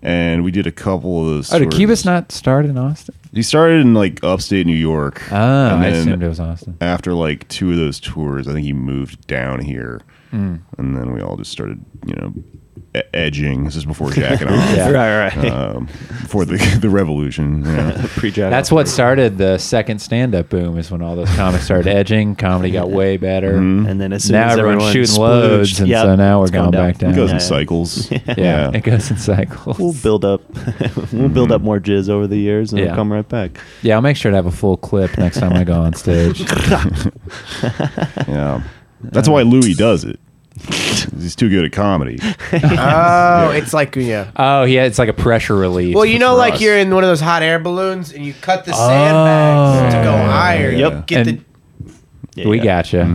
[SPEAKER 3] and we did a couple of those.
[SPEAKER 2] Oh, did
[SPEAKER 3] tours.
[SPEAKER 2] Kivas not start in Austin?
[SPEAKER 3] He started in like upstate New York.
[SPEAKER 2] Ah,
[SPEAKER 3] and
[SPEAKER 2] I
[SPEAKER 3] then
[SPEAKER 2] assumed it was Austin.
[SPEAKER 3] After like two of those tours, I think he moved down here,
[SPEAKER 2] Mm.
[SPEAKER 3] and then we all just started, you know, e- edging. This is before jacking off,
[SPEAKER 2] Yeah. Right, right.
[SPEAKER 3] Um, before the the revolution, yeah. pre-jack.
[SPEAKER 2] That's what started the second stand-up boom. Is when all those comics started edging. Comedy got way better,
[SPEAKER 5] And then as soon
[SPEAKER 2] now
[SPEAKER 5] as
[SPEAKER 2] everyone's
[SPEAKER 5] everyone
[SPEAKER 2] shooting
[SPEAKER 5] splooged,
[SPEAKER 2] loads, and
[SPEAKER 5] yep,
[SPEAKER 2] so now we're
[SPEAKER 5] it's
[SPEAKER 2] going
[SPEAKER 5] going
[SPEAKER 2] back down.
[SPEAKER 5] down. It goes in Yeah.
[SPEAKER 3] cycles.
[SPEAKER 2] Yeah,
[SPEAKER 5] Yeah.
[SPEAKER 2] it goes in cycles.
[SPEAKER 5] We'll build up. we'll build up more jizz over the years, and
[SPEAKER 2] Yeah.
[SPEAKER 5] it'll come right back.
[SPEAKER 2] Yeah, I'll make sure to have a full clip next time I go on stage.
[SPEAKER 3] yeah, that's why Louis does it. He's too good at comedy.
[SPEAKER 8] Oh, it's like yeah.
[SPEAKER 2] Oh yeah, it's like a pressure relief.
[SPEAKER 8] Well, you know,
[SPEAKER 2] for
[SPEAKER 8] like
[SPEAKER 2] us.
[SPEAKER 8] you're in one of those hot air balloons and you cut
[SPEAKER 5] Oh.
[SPEAKER 8] the sandbags to go higher. You get the
[SPEAKER 2] And- We gotcha.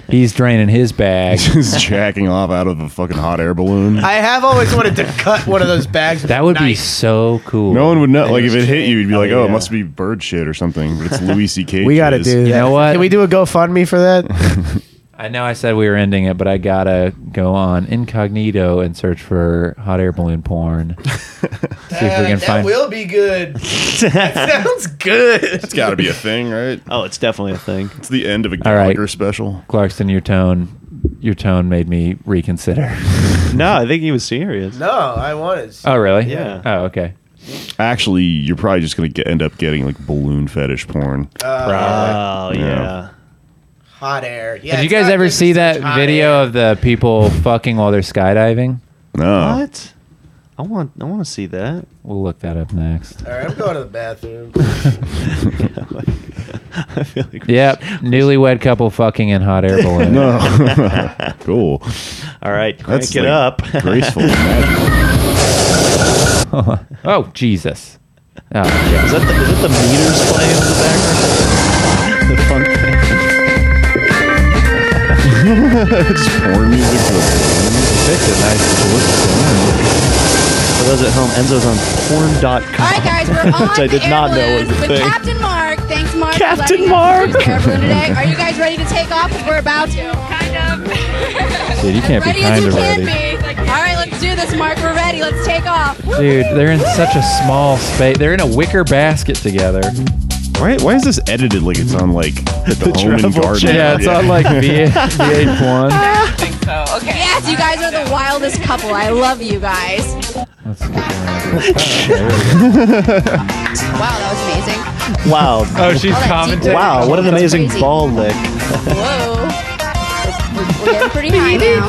[SPEAKER 2] He's draining his bag.
[SPEAKER 3] Just jacking off out of a fucking hot air balloon.
[SPEAKER 8] I have always wanted to cut one of those bags.
[SPEAKER 2] That would be so cool.
[SPEAKER 3] No one would know. Like if it hit you, you'd be like, "Oh, it must be bird shit or something." But it's Louis C.K.
[SPEAKER 8] We got to
[SPEAKER 3] jizz.
[SPEAKER 8] do that. Can we do a GoFundMe for that?
[SPEAKER 2] I know I said we were ending it, but I gotta go on incognito and search for hot air balloon porn. See if we can
[SPEAKER 8] Uh, that
[SPEAKER 2] find.
[SPEAKER 8] will be good. that sounds good.
[SPEAKER 3] It's got to be a thing, right?
[SPEAKER 5] Oh, it's definitely a thing.
[SPEAKER 3] It's the end of a
[SPEAKER 2] All right,
[SPEAKER 3] Gallagher special.
[SPEAKER 2] Clarkston, your tone, your tone made me reconsider.
[SPEAKER 5] no, I think he was serious.
[SPEAKER 8] No, I want it.
[SPEAKER 2] Oh, really?
[SPEAKER 5] Yeah.
[SPEAKER 2] Oh, okay.
[SPEAKER 3] Actually, you're probably just gonna get, end up getting like balloon fetish porn. Oh,
[SPEAKER 5] Probably.
[SPEAKER 3] yeah.
[SPEAKER 8] Hot air. Yeah,
[SPEAKER 2] Did you
[SPEAKER 8] it's
[SPEAKER 2] guys
[SPEAKER 8] not
[SPEAKER 2] ever
[SPEAKER 8] good
[SPEAKER 2] see
[SPEAKER 8] to
[SPEAKER 2] that
[SPEAKER 8] hot
[SPEAKER 2] video of the people fucking while they're skydiving?
[SPEAKER 3] No.
[SPEAKER 5] What? I want. I want to see that.
[SPEAKER 2] We'll look that up next.
[SPEAKER 8] All right, I'm going to the bathroom.
[SPEAKER 5] I feel like.
[SPEAKER 2] Yep, newlywed couple fucking in hot air balloon.
[SPEAKER 3] No. cool.
[SPEAKER 5] All right, crank
[SPEAKER 2] That's
[SPEAKER 5] it
[SPEAKER 2] like
[SPEAKER 5] up.
[SPEAKER 2] graceful. oh Jesus! Oh,
[SPEAKER 5] Is that the, is that the meters playing in the background? the funk
[SPEAKER 3] Just porn music for the
[SPEAKER 5] Picked a nice For those at home, Enzo's on porn.com.
[SPEAKER 9] All right, guys, we're on
[SPEAKER 5] Which I did
[SPEAKER 9] the
[SPEAKER 5] not know was
[SPEAKER 9] Airloons
[SPEAKER 5] a
[SPEAKER 9] with
[SPEAKER 5] thing.
[SPEAKER 9] Captain Mark. Thanks, Mark. for
[SPEAKER 5] Captain
[SPEAKER 9] letting us
[SPEAKER 5] Mark.
[SPEAKER 9] use the Airloon today. Are you guys ready to take off? 'Cause We're about to. Kind of.
[SPEAKER 2] Dude, you can't be
[SPEAKER 9] ready
[SPEAKER 2] kind
[SPEAKER 9] as
[SPEAKER 2] of
[SPEAKER 9] you can
[SPEAKER 2] ready.
[SPEAKER 9] be. All right, let's do this, Mark. We're ready. Let's take off.
[SPEAKER 2] Dude, they're in such a small space. They're in a wicker basket together.
[SPEAKER 3] Why, why is this edited like it's on like the,
[SPEAKER 2] The
[SPEAKER 3] home and
[SPEAKER 2] Travel
[SPEAKER 3] garden?
[SPEAKER 2] Channel. Yeah, it's on, like, V- VH1.
[SPEAKER 9] I think so. Okay. Yes, you guys are the wildest couple. I love you guys. Wow, that was amazing.
[SPEAKER 5] Wow.
[SPEAKER 2] Oh, she's
[SPEAKER 9] All that commenting. deep-
[SPEAKER 5] Wow, what an
[SPEAKER 9] That's
[SPEAKER 5] amazing
[SPEAKER 9] crazy.
[SPEAKER 5] ball lick.
[SPEAKER 9] Whoa. We're getting pretty high now.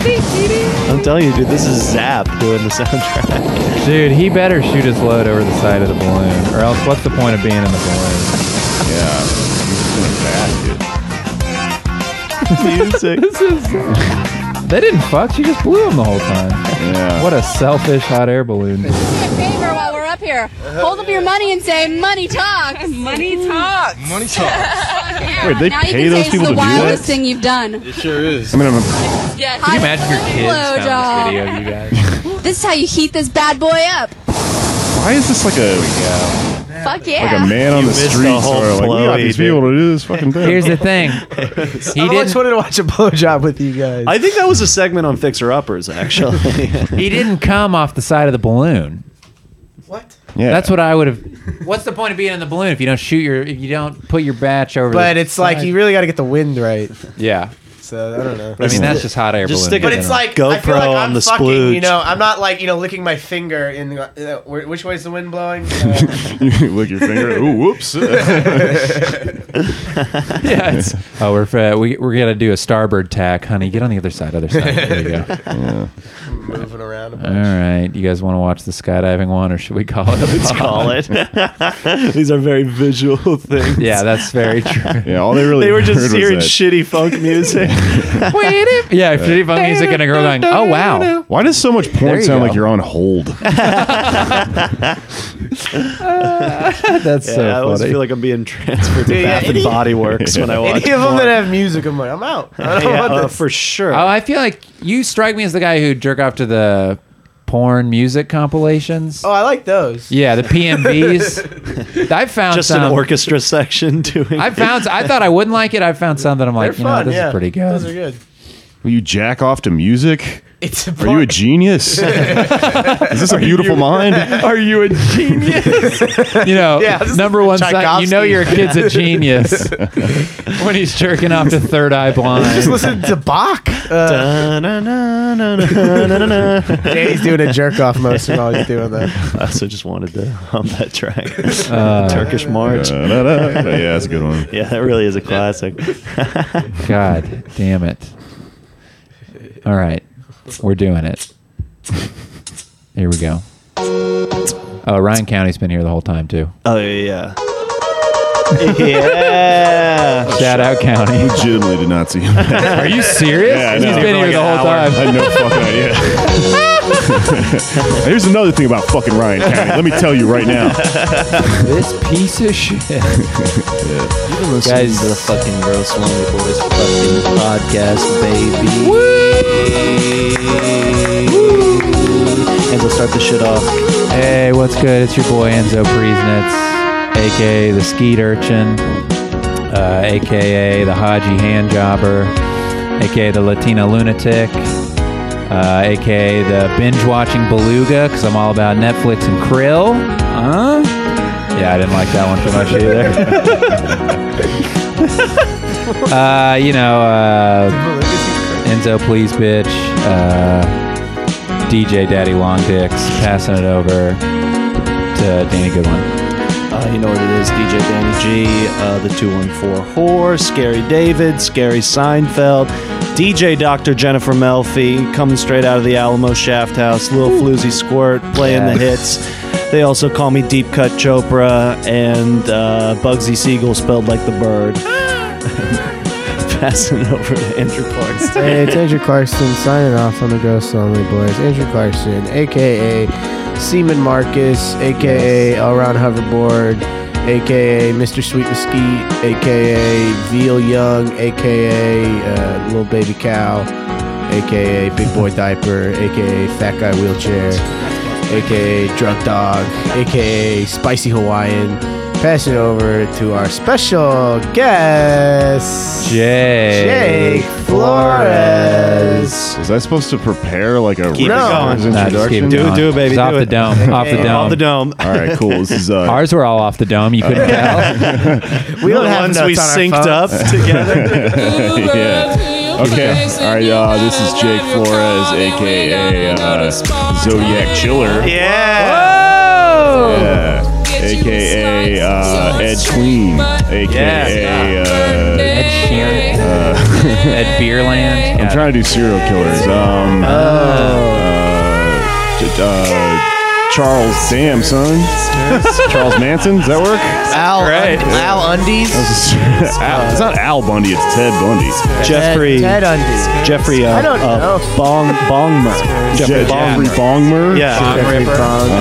[SPEAKER 5] I'm telling you, dude, this is Zap doing the soundtrack.
[SPEAKER 2] Dude, he better shoot his load over the side of the balloon, or else what's the point of being in the balloon?
[SPEAKER 3] Yeah, he's in a
[SPEAKER 5] Music.
[SPEAKER 2] this is. They didn't fuck. She just blew him the whole time.
[SPEAKER 3] Yeah.
[SPEAKER 2] What a selfish hot air balloon.
[SPEAKER 9] Favor while we're up here. Hold up your money and say, "Money talks." Money talks.
[SPEAKER 11] Money talks.
[SPEAKER 3] Wait, they
[SPEAKER 9] now you
[SPEAKER 3] pay
[SPEAKER 9] can
[SPEAKER 3] those
[SPEAKER 9] say
[SPEAKER 3] people to
[SPEAKER 9] it's the
[SPEAKER 3] do
[SPEAKER 9] wildest
[SPEAKER 3] that?
[SPEAKER 9] thing you've done.
[SPEAKER 11] It sure is.
[SPEAKER 3] I mean, I'm,
[SPEAKER 9] Yeah.
[SPEAKER 2] Can you imagine your kids found this video, you guys?
[SPEAKER 9] This is how you heat this bad boy up.
[SPEAKER 3] why is this like a
[SPEAKER 9] Fuck yeah.
[SPEAKER 3] like a man on
[SPEAKER 5] You
[SPEAKER 3] the
[SPEAKER 5] missed the
[SPEAKER 3] street?
[SPEAKER 5] whole
[SPEAKER 3] sort of like, we got
[SPEAKER 5] flowy,
[SPEAKER 3] these
[SPEAKER 5] dude.
[SPEAKER 3] people to do this fucking thing.
[SPEAKER 2] Here's the thing.
[SPEAKER 8] He I've always wanted to watch a blowjob with you guys.
[SPEAKER 5] I think that was a segment on Fixer Uppers, actually.
[SPEAKER 2] He didn't come off the side of the balloon. What?
[SPEAKER 5] Yeah.
[SPEAKER 2] That's what I would have. What's the point of being in the balloon if you don't shoot your if you don't put your batch over?
[SPEAKER 8] But
[SPEAKER 2] the
[SPEAKER 8] it's like
[SPEAKER 2] side?
[SPEAKER 8] you really got to get the wind right.
[SPEAKER 2] Yeah.
[SPEAKER 8] So I don't know.
[SPEAKER 2] I mean, that's just hot air balloon.
[SPEAKER 8] But it's like I feel like I'm fucking. You
[SPEAKER 5] splooge.
[SPEAKER 8] know, I'm not like you know licking my finger in. Uh, where- which way is the wind blowing?
[SPEAKER 3] you lick your finger. Ooh, whoops.
[SPEAKER 2] yeah. It's, oh, we're fa- we we're gonna do a starboard tack, honey. Get on the other side. Other side. There you go.
[SPEAKER 8] Moving around.
[SPEAKER 2] All right. You guys want to watch the skydiving one, or should we call it? A
[SPEAKER 5] Let's
[SPEAKER 2] pod?
[SPEAKER 5] call it. These are very visual things.
[SPEAKER 2] Yeah, that's very true.
[SPEAKER 3] Yeah, all they really
[SPEAKER 5] They were
[SPEAKER 3] heard
[SPEAKER 5] just
[SPEAKER 3] was
[SPEAKER 5] hearing
[SPEAKER 3] that.
[SPEAKER 5] shitty funk music.
[SPEAKER 2] yeah, if shitty funk music and a girl going, "Oh wow."
[SPEAKER 3] Why does so much
[SPEAKER 2] There
[SPEAKER 3] porn
[SPEAKER 2] you
[SPEAKER 3] sound
[SPEAKER 2] go.
[SPEAKER 3] like you're on hold?
[SPEAKER 2] That's Uh,
[SPEAKER 5] yeah,
[SPEAKER 2] so
[SPEAKER 5] I always
[SPEAKER 2] funny.
[SPEAKER 5] feel like I'm being transferred to
[SPEAKER 8] Dude, yeah,
[SPEAKER 5] Bath and
[SPEAKER 8] any-
[SPEAKER 5] Body Works when I watch
[SPEAKER 8] Any of them
[SPEAKER 5] porn.
[SPEAKER 8] that have music, I'm like, I'm out. I don't
[SPEAKER 5] Yeah,
[SPEAKER 8] want
[SPEAKER 5] uh,
[SPEAKER 8] this.
[SPEAKER 5] for sure.
[SPEAKER 2] Oh, I feel like you strike me as the guy who jerk off to the porn music compilations.
[SPEAKER 8] Oh, I like those.
[SPEAKER 2] Yeah, the PMBs. I found
[SPEAKER 5] just
[SPEAKER 2] some.
[SPEAKER 5] an orchestra section doing.
[SPEAKER 2] I found. I thought I wouldn't like it. I found some that I'm like,
[SPEAKER 8] They're
[SPEAKER 2] you know,
[SPEAKER 8] fun,
[SPEAKER 2] this
[SPEAKER 8] yeah.
[SPEAKER 2] is pretty good.
[SPEAKER 8] Those are good.
[SPEAKER 3] Will you jack off to music?
[SPEAKER 8] It's a
[SPEAKER 3] Are you a genius? Is this a beautiful mind?
[SPEAKER 2] Are you a genius? you know,
[SPEAKER 3] Yeah, this is
[SPEAKER 2] number one sign. You know
[SPEAKER 3] Tchaikovsky.
[SPEAKER 2] your kid's a genius when he's jerking off to Third Eye Blind.
[SPEAKER 8] Just listen to Bach. Uh, Danny's doing a jerk off most of all he's doing that.
[SPEAKER 5] I also just wanted to hum that track,
[SPEAKER 2] Uh,
[SPEAKER 5] Turkish March.
[SPEAKER 3] Da-da-da. Yeah, that's a good one.
[SPEAKER 5] Yeah, that really is a classic.
[SPEAKER 2] God damn it. All right. We're doing it. Here we go. Oh, Ryan County's been here the whole time, too.
[SPEAKER 5] oh yeah, yeah.
[SPEAKER 2] Shout out, County.
[SPEAKER 3] Legitimately did not see him.
[SPEAKER 2] Are you serious?
[SPEAKER 3] Yeah, I
[SPEAKER 2] He's
[SPEAKER 3] know.
[SPEAKER 2] been here the whole
[SPEAKER 3] I
[SPEAKER 2] time.
[SPEAKER 3] had no fucking idea. Here's another thing about fucking Ryan County. Let me tell you right now.
[SPEAKER 2] this piece of shit.
[SPEAKER 5] Guys, the fucking gross lonely boys fucking podcast, baby. And we'll start the shit off.
[SPEAKER 2] Hey, what's good? It's your boy Enzo Priesnitz, aka the Skeet Urchin, uh, aka the Haji Hand Jobber, aka the Latina Lunatic, uh, aka the binge watching beluga, because I'm all about Netflix and krill. Huh? Yeah, I didn't like that one too much either. uh, you know, uh, Enzo, please, bitch. Uh, DJ Daddy Long Dicks, passing it over to Danny Goodwin.
[SPEAKER 5] Uh, you know what it is, DJ Danny G, uh, the 214 Whore, Scary David, Scary Seinfeld, DJ Dr. Jennifer Melfi, coming straight out of the Alamo Shaft House, Lil Floozy Squirt, playing the hits. They also call me Deep Cut Chopra and uh, Bugsy Siegel spelled like the bird. Passing over to Andrew Parks.
[SPEAKER 8] Hey, it's Andrew Clarkson signing off on the Ghost Lonely Boys. Andrew Clarkson, aka Seaman Marcus, aka All Round Hoverboard, aka Mr. Sweet Mesquite, aka Veal Young, aka uh, Little Baby Cow, aka Big Boy Diaper, aka Fat Guy Wheelchair, aka Drunk Dog, aka Spicy Hawaiian. Pass it over to our special guest,
[SPEAKER 2] Jay.
[SPEAKER 8] Jake Flores.
[SPEAKER 3] Was I supposed to prepare like a
[SPEAKER 8] Keep it
[SPEAKER 3] rapper's
[SPEAKER 2] going. Nah, just keep
[SPEAKER 3] introduction?
[SPEAKER 2] it Do it, going. do it, baby, It's do off the it. dome, off the dome. Off the dome.
[SPEAKER 3] All right, cool. This is uh,
[SPEAKER 2] Ours were all off the dome. You couldn't
[SPEAKER 8] We
[SPEAKER 5] The ones we synced up together.
[SPEAKER 3] yeah. Okay. All right, y'all. This is Jake Flores, aka uh, Zodiac Chiller.
[SPEAKER 2] Oh!
[SPEAKER 3] Yeah. AKA uh, Ed Queen. AKA uh,
[SPEAKER 2] Ed Sheeran.
[SPEAKER 3] Uh,
[SPEAKER 2] Ed Beerland.
[SPEAKER 3] I'm trying to do serial killers. Um, uh, j- uh, Charles, damn son. Charles Manson. Does that work?
[SPEAKER 8] Al, Al Undies.
[SPEAKER 3] That was a- Al, it's not Al Bundy. It's Ted Bundy.
[SPEAKER 5] Jeffrey.
[SPEAKER 8] Ted Undies.
[SPEAKER 5] Jeffrey uh,
[SPEAKER 8] I don't
[SPEAKER 5] uh,
[SPEAKER 8] know.
[SPEAKER 5] Bong Bongmer.
[SPEAKER 3] Jeffrey Bong- Bongmer.
[SPEAKER 5] Yeah.
[SPEAKER 2] Jeffrey Ripper. Bong-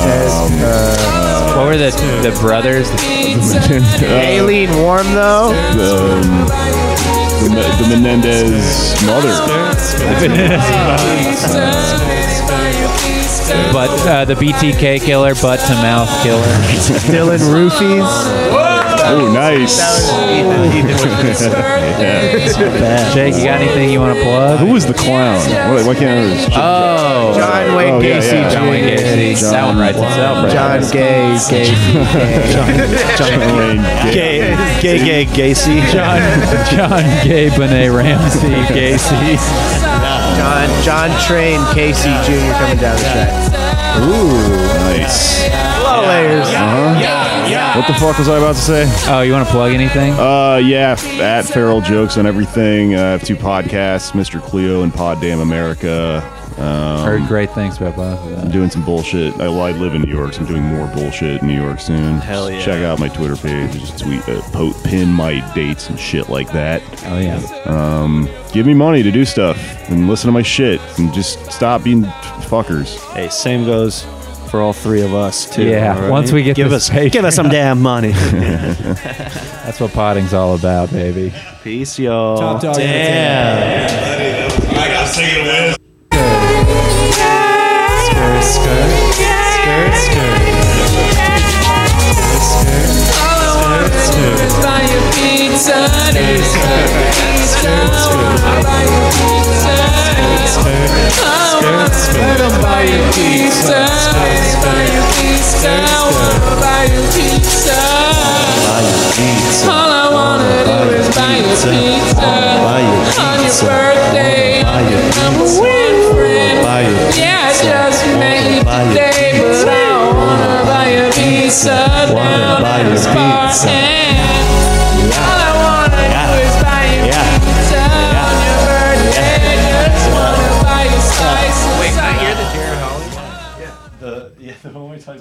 [SPEAKER 3] Uh-huh.
[SPEAKER 2] What were the the brothers?
[SPEAKER 8] Aileen Warm though.
[SPEAKER 3] Um, the, Me- the Menendez mother.
[SPEAKER 2] But uh, the BTK killer, butt to mouth killer.
[SPEAKER 8] Dylan Roofies.
[SPEAKER 3] Oh, nice.
[SPEAKER 2] Bad. Jake, you got anything you want to plug?
[SPEAKER 3] Who was the clown? What, what can't I remember?
[SPEAKER 2] Oh,
[SPEAKER 8] John Wayne
[SPEAKER 3] Oh, yeah,
[SPEAKER 8] Gacy.
[SPEAKER 3] yeah.
[SPEAKER 2] John Wayne Gacy. that one writes itself. Right?
[SPEAKER 8] John Gay. Gacy.
[SPEAKER 3] John Wayne Gacy.
[SPEAKER 5] Gay, gay, gay, Gacy.
[SPEAKER 2] John John Gay Benet Ramsey Gacy.
[SPEAKER 8] John John Train Casey Jr. coming down the track.
[SPEAKER 3] Ooh, nice. Uh-huh.
[SPEAKER 8] A lot of layers.
[SPEAKER 3] What the fuck was I about to say?
[SPEAKER 2] Oh, you want to plug anything?
[SPEAKER 3] Uh, yeah, f- at Feral Jokes on everything. Uh, I have two podcasts, Mr. Cleo and Pod Damn America. Um,
[SPEAKER 2] Heard great things about both of
[SPEAKER 3] I'm
[SPEAKER 2] them.
[SPEAKER 3] doing some bullshit. I, well, I live in New York, so I'm doing more bullshit in New York soon.
[SPEAKER 5] Hell
[SPEAKER 3] Just
[SPEAKER 5] yeah.
[SPEAKER 3] Check out my Twitter page. Just tweet, uh, po- pin my dates and shit like that.
[SPEAKER 2] Oh yeah.
[SPEAKER 3] Um, give me money to do stuff and listen to my shit and just stop being fuckers.
[SPEAKER 5] Hey, same goes for all three of us too.
[SPEAKER 2] Yeah,
[SPEAKER 5] all right?
[SPEAKER 2] once we get
[SPEAKER 5] give
[SPEAKER 2] this
[SPEAKER 5] us give us some damn money.
[SPEAKER 2] That's what potting's all about, baby.
[SPEAKER 5] Peace, y'all.
[SPEAKER 2] Top dog.
[SPEAKER 5] Damn.
[SPEAKER 7] Skirt, skirt, skirt,
[SPEAKER 12] Skirt,
[SPEAKER 7] skirt.
[SPEAKER 12] skirt.
[SPEAKER 7] come buy you pizza. Buy you pizza. Wanna buy you pizza. All I wanna do is buy you pizza. On your birthday, your number one friend. Yeah, I just met you today, but I wanna buy you pizza down at this bar. And all I wanna do is buy you pizza on your birthday. Just wanna buy you slices. Wait, I hear the Jared Holly.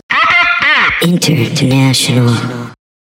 [SPEAKER 17] International.